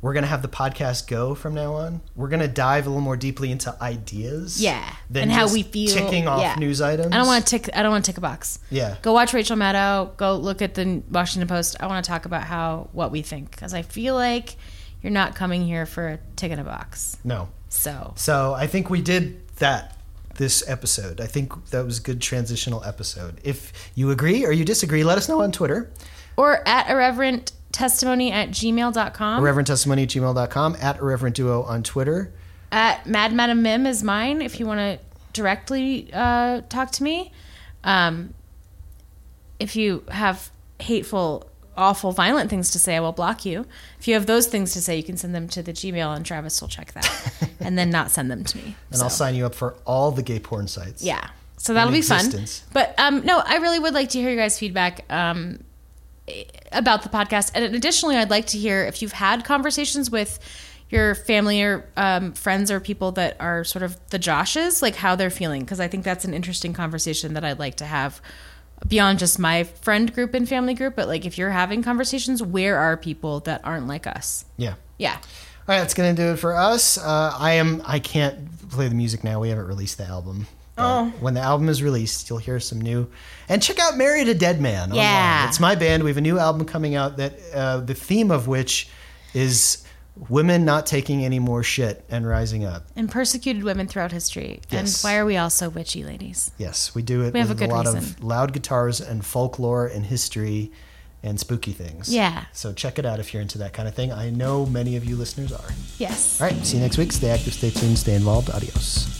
[SPEAKER 1] we're going to have the podcast go from now on. We're going to dive a little more deeply into ideas.
[SPEAKER 2] Yeah.
[SPEAKER 1] than
[SPEAKER 2] and how
[SPEAKER 1] just
[SPEAKER 2] we feel
[SPEAKER 1] ticking off
[SPEAKER 2] yeah.
[SPEAKER 1] news items.
[SPEAKER 2] I don't want to tick I don't want to tick a box.
[SPEAKER 1] Yeah.
[SPEAKER 2] Go watch Rachel Maddow. Go look at the Washington Post. I want to talk about how what we think because I feel like you're not coming here for a tick in a box.
[SPEAKER 1] No.
[SPEAKER 2] So
[SPEAKER 1] So I think we did that this episode. I think that was a good transitional episode. If you agree or you disagree, let us know on Twitter.
[SPEAKER 2] or at irreverent testimony at gmail.com
[SPEAKER 1] Irreverent testimony at gmail.com at irreverent duo on Twitter.
[SPEAKER 2] at mad madam mim is mine if you want to directly uh, talk to me um, if you have hateful awful violent things to say i will block you if you have those things to say you can send them to the gmail and travis will check that and then not send them to me
[SPEAKER 1] and I'll sign you up for all the gay porn sites.
[SPEAKER 2] Yeah. So that'll be
[SPEAKER 1] existence.
[SPEAKER 2] fun. But um, no, I really would like to hear your guys' feedback um, eh, about the podcast. And additionally, I'd like to hear if you've had conversations with your family or um, friends or people that are sort of the Joshes, like how they're feeling, because I think that's an interesting conversation that I'd like to have beyond just my friend group and family group. But like if you're having conversations, where are people that aren't like us?
[SPEAKER 1] Yeah.
[SPEAKER 2] Yeah.
[SPEAKER 1] All right, that's gonna do it for us. Uh, I am. I can't play the music now. We haven't released the album. Oh. When the album is released, you'll hear some new. And check out "Married a Dead Man." online.
[SPEAKER 2] Yeah.
[SPEAKER 1] it's my band. We have a new album coming out that uh, the theme of which is women not taking any more shit and rising up.
[SPEAKER 2] And persecuted women throughout history.
[SPEAKER 1] Yes.
[SPEAKER 2] And why are we all so witchy, ladies?
[SPEAKER 1] Yes, we do it
[SPEAKER 2] We have
[SPEAKER 1] with
[SPEAKER 2] a good
[SPEAKER 1] lot of
[SPEAKER 2] reason.
[SPEAKER 1] loud guitars and folklore and history and spooky things.
[SPEAKER 2] Yeah.
[SPEAKER 1] So check it out if you're into that kind of thing. I know many of you listeners are.
[SPEAKER 2] Yes.
[SPEAKER 1] All right. See you next week. Stay active, stay tuned, stay involved. Adios.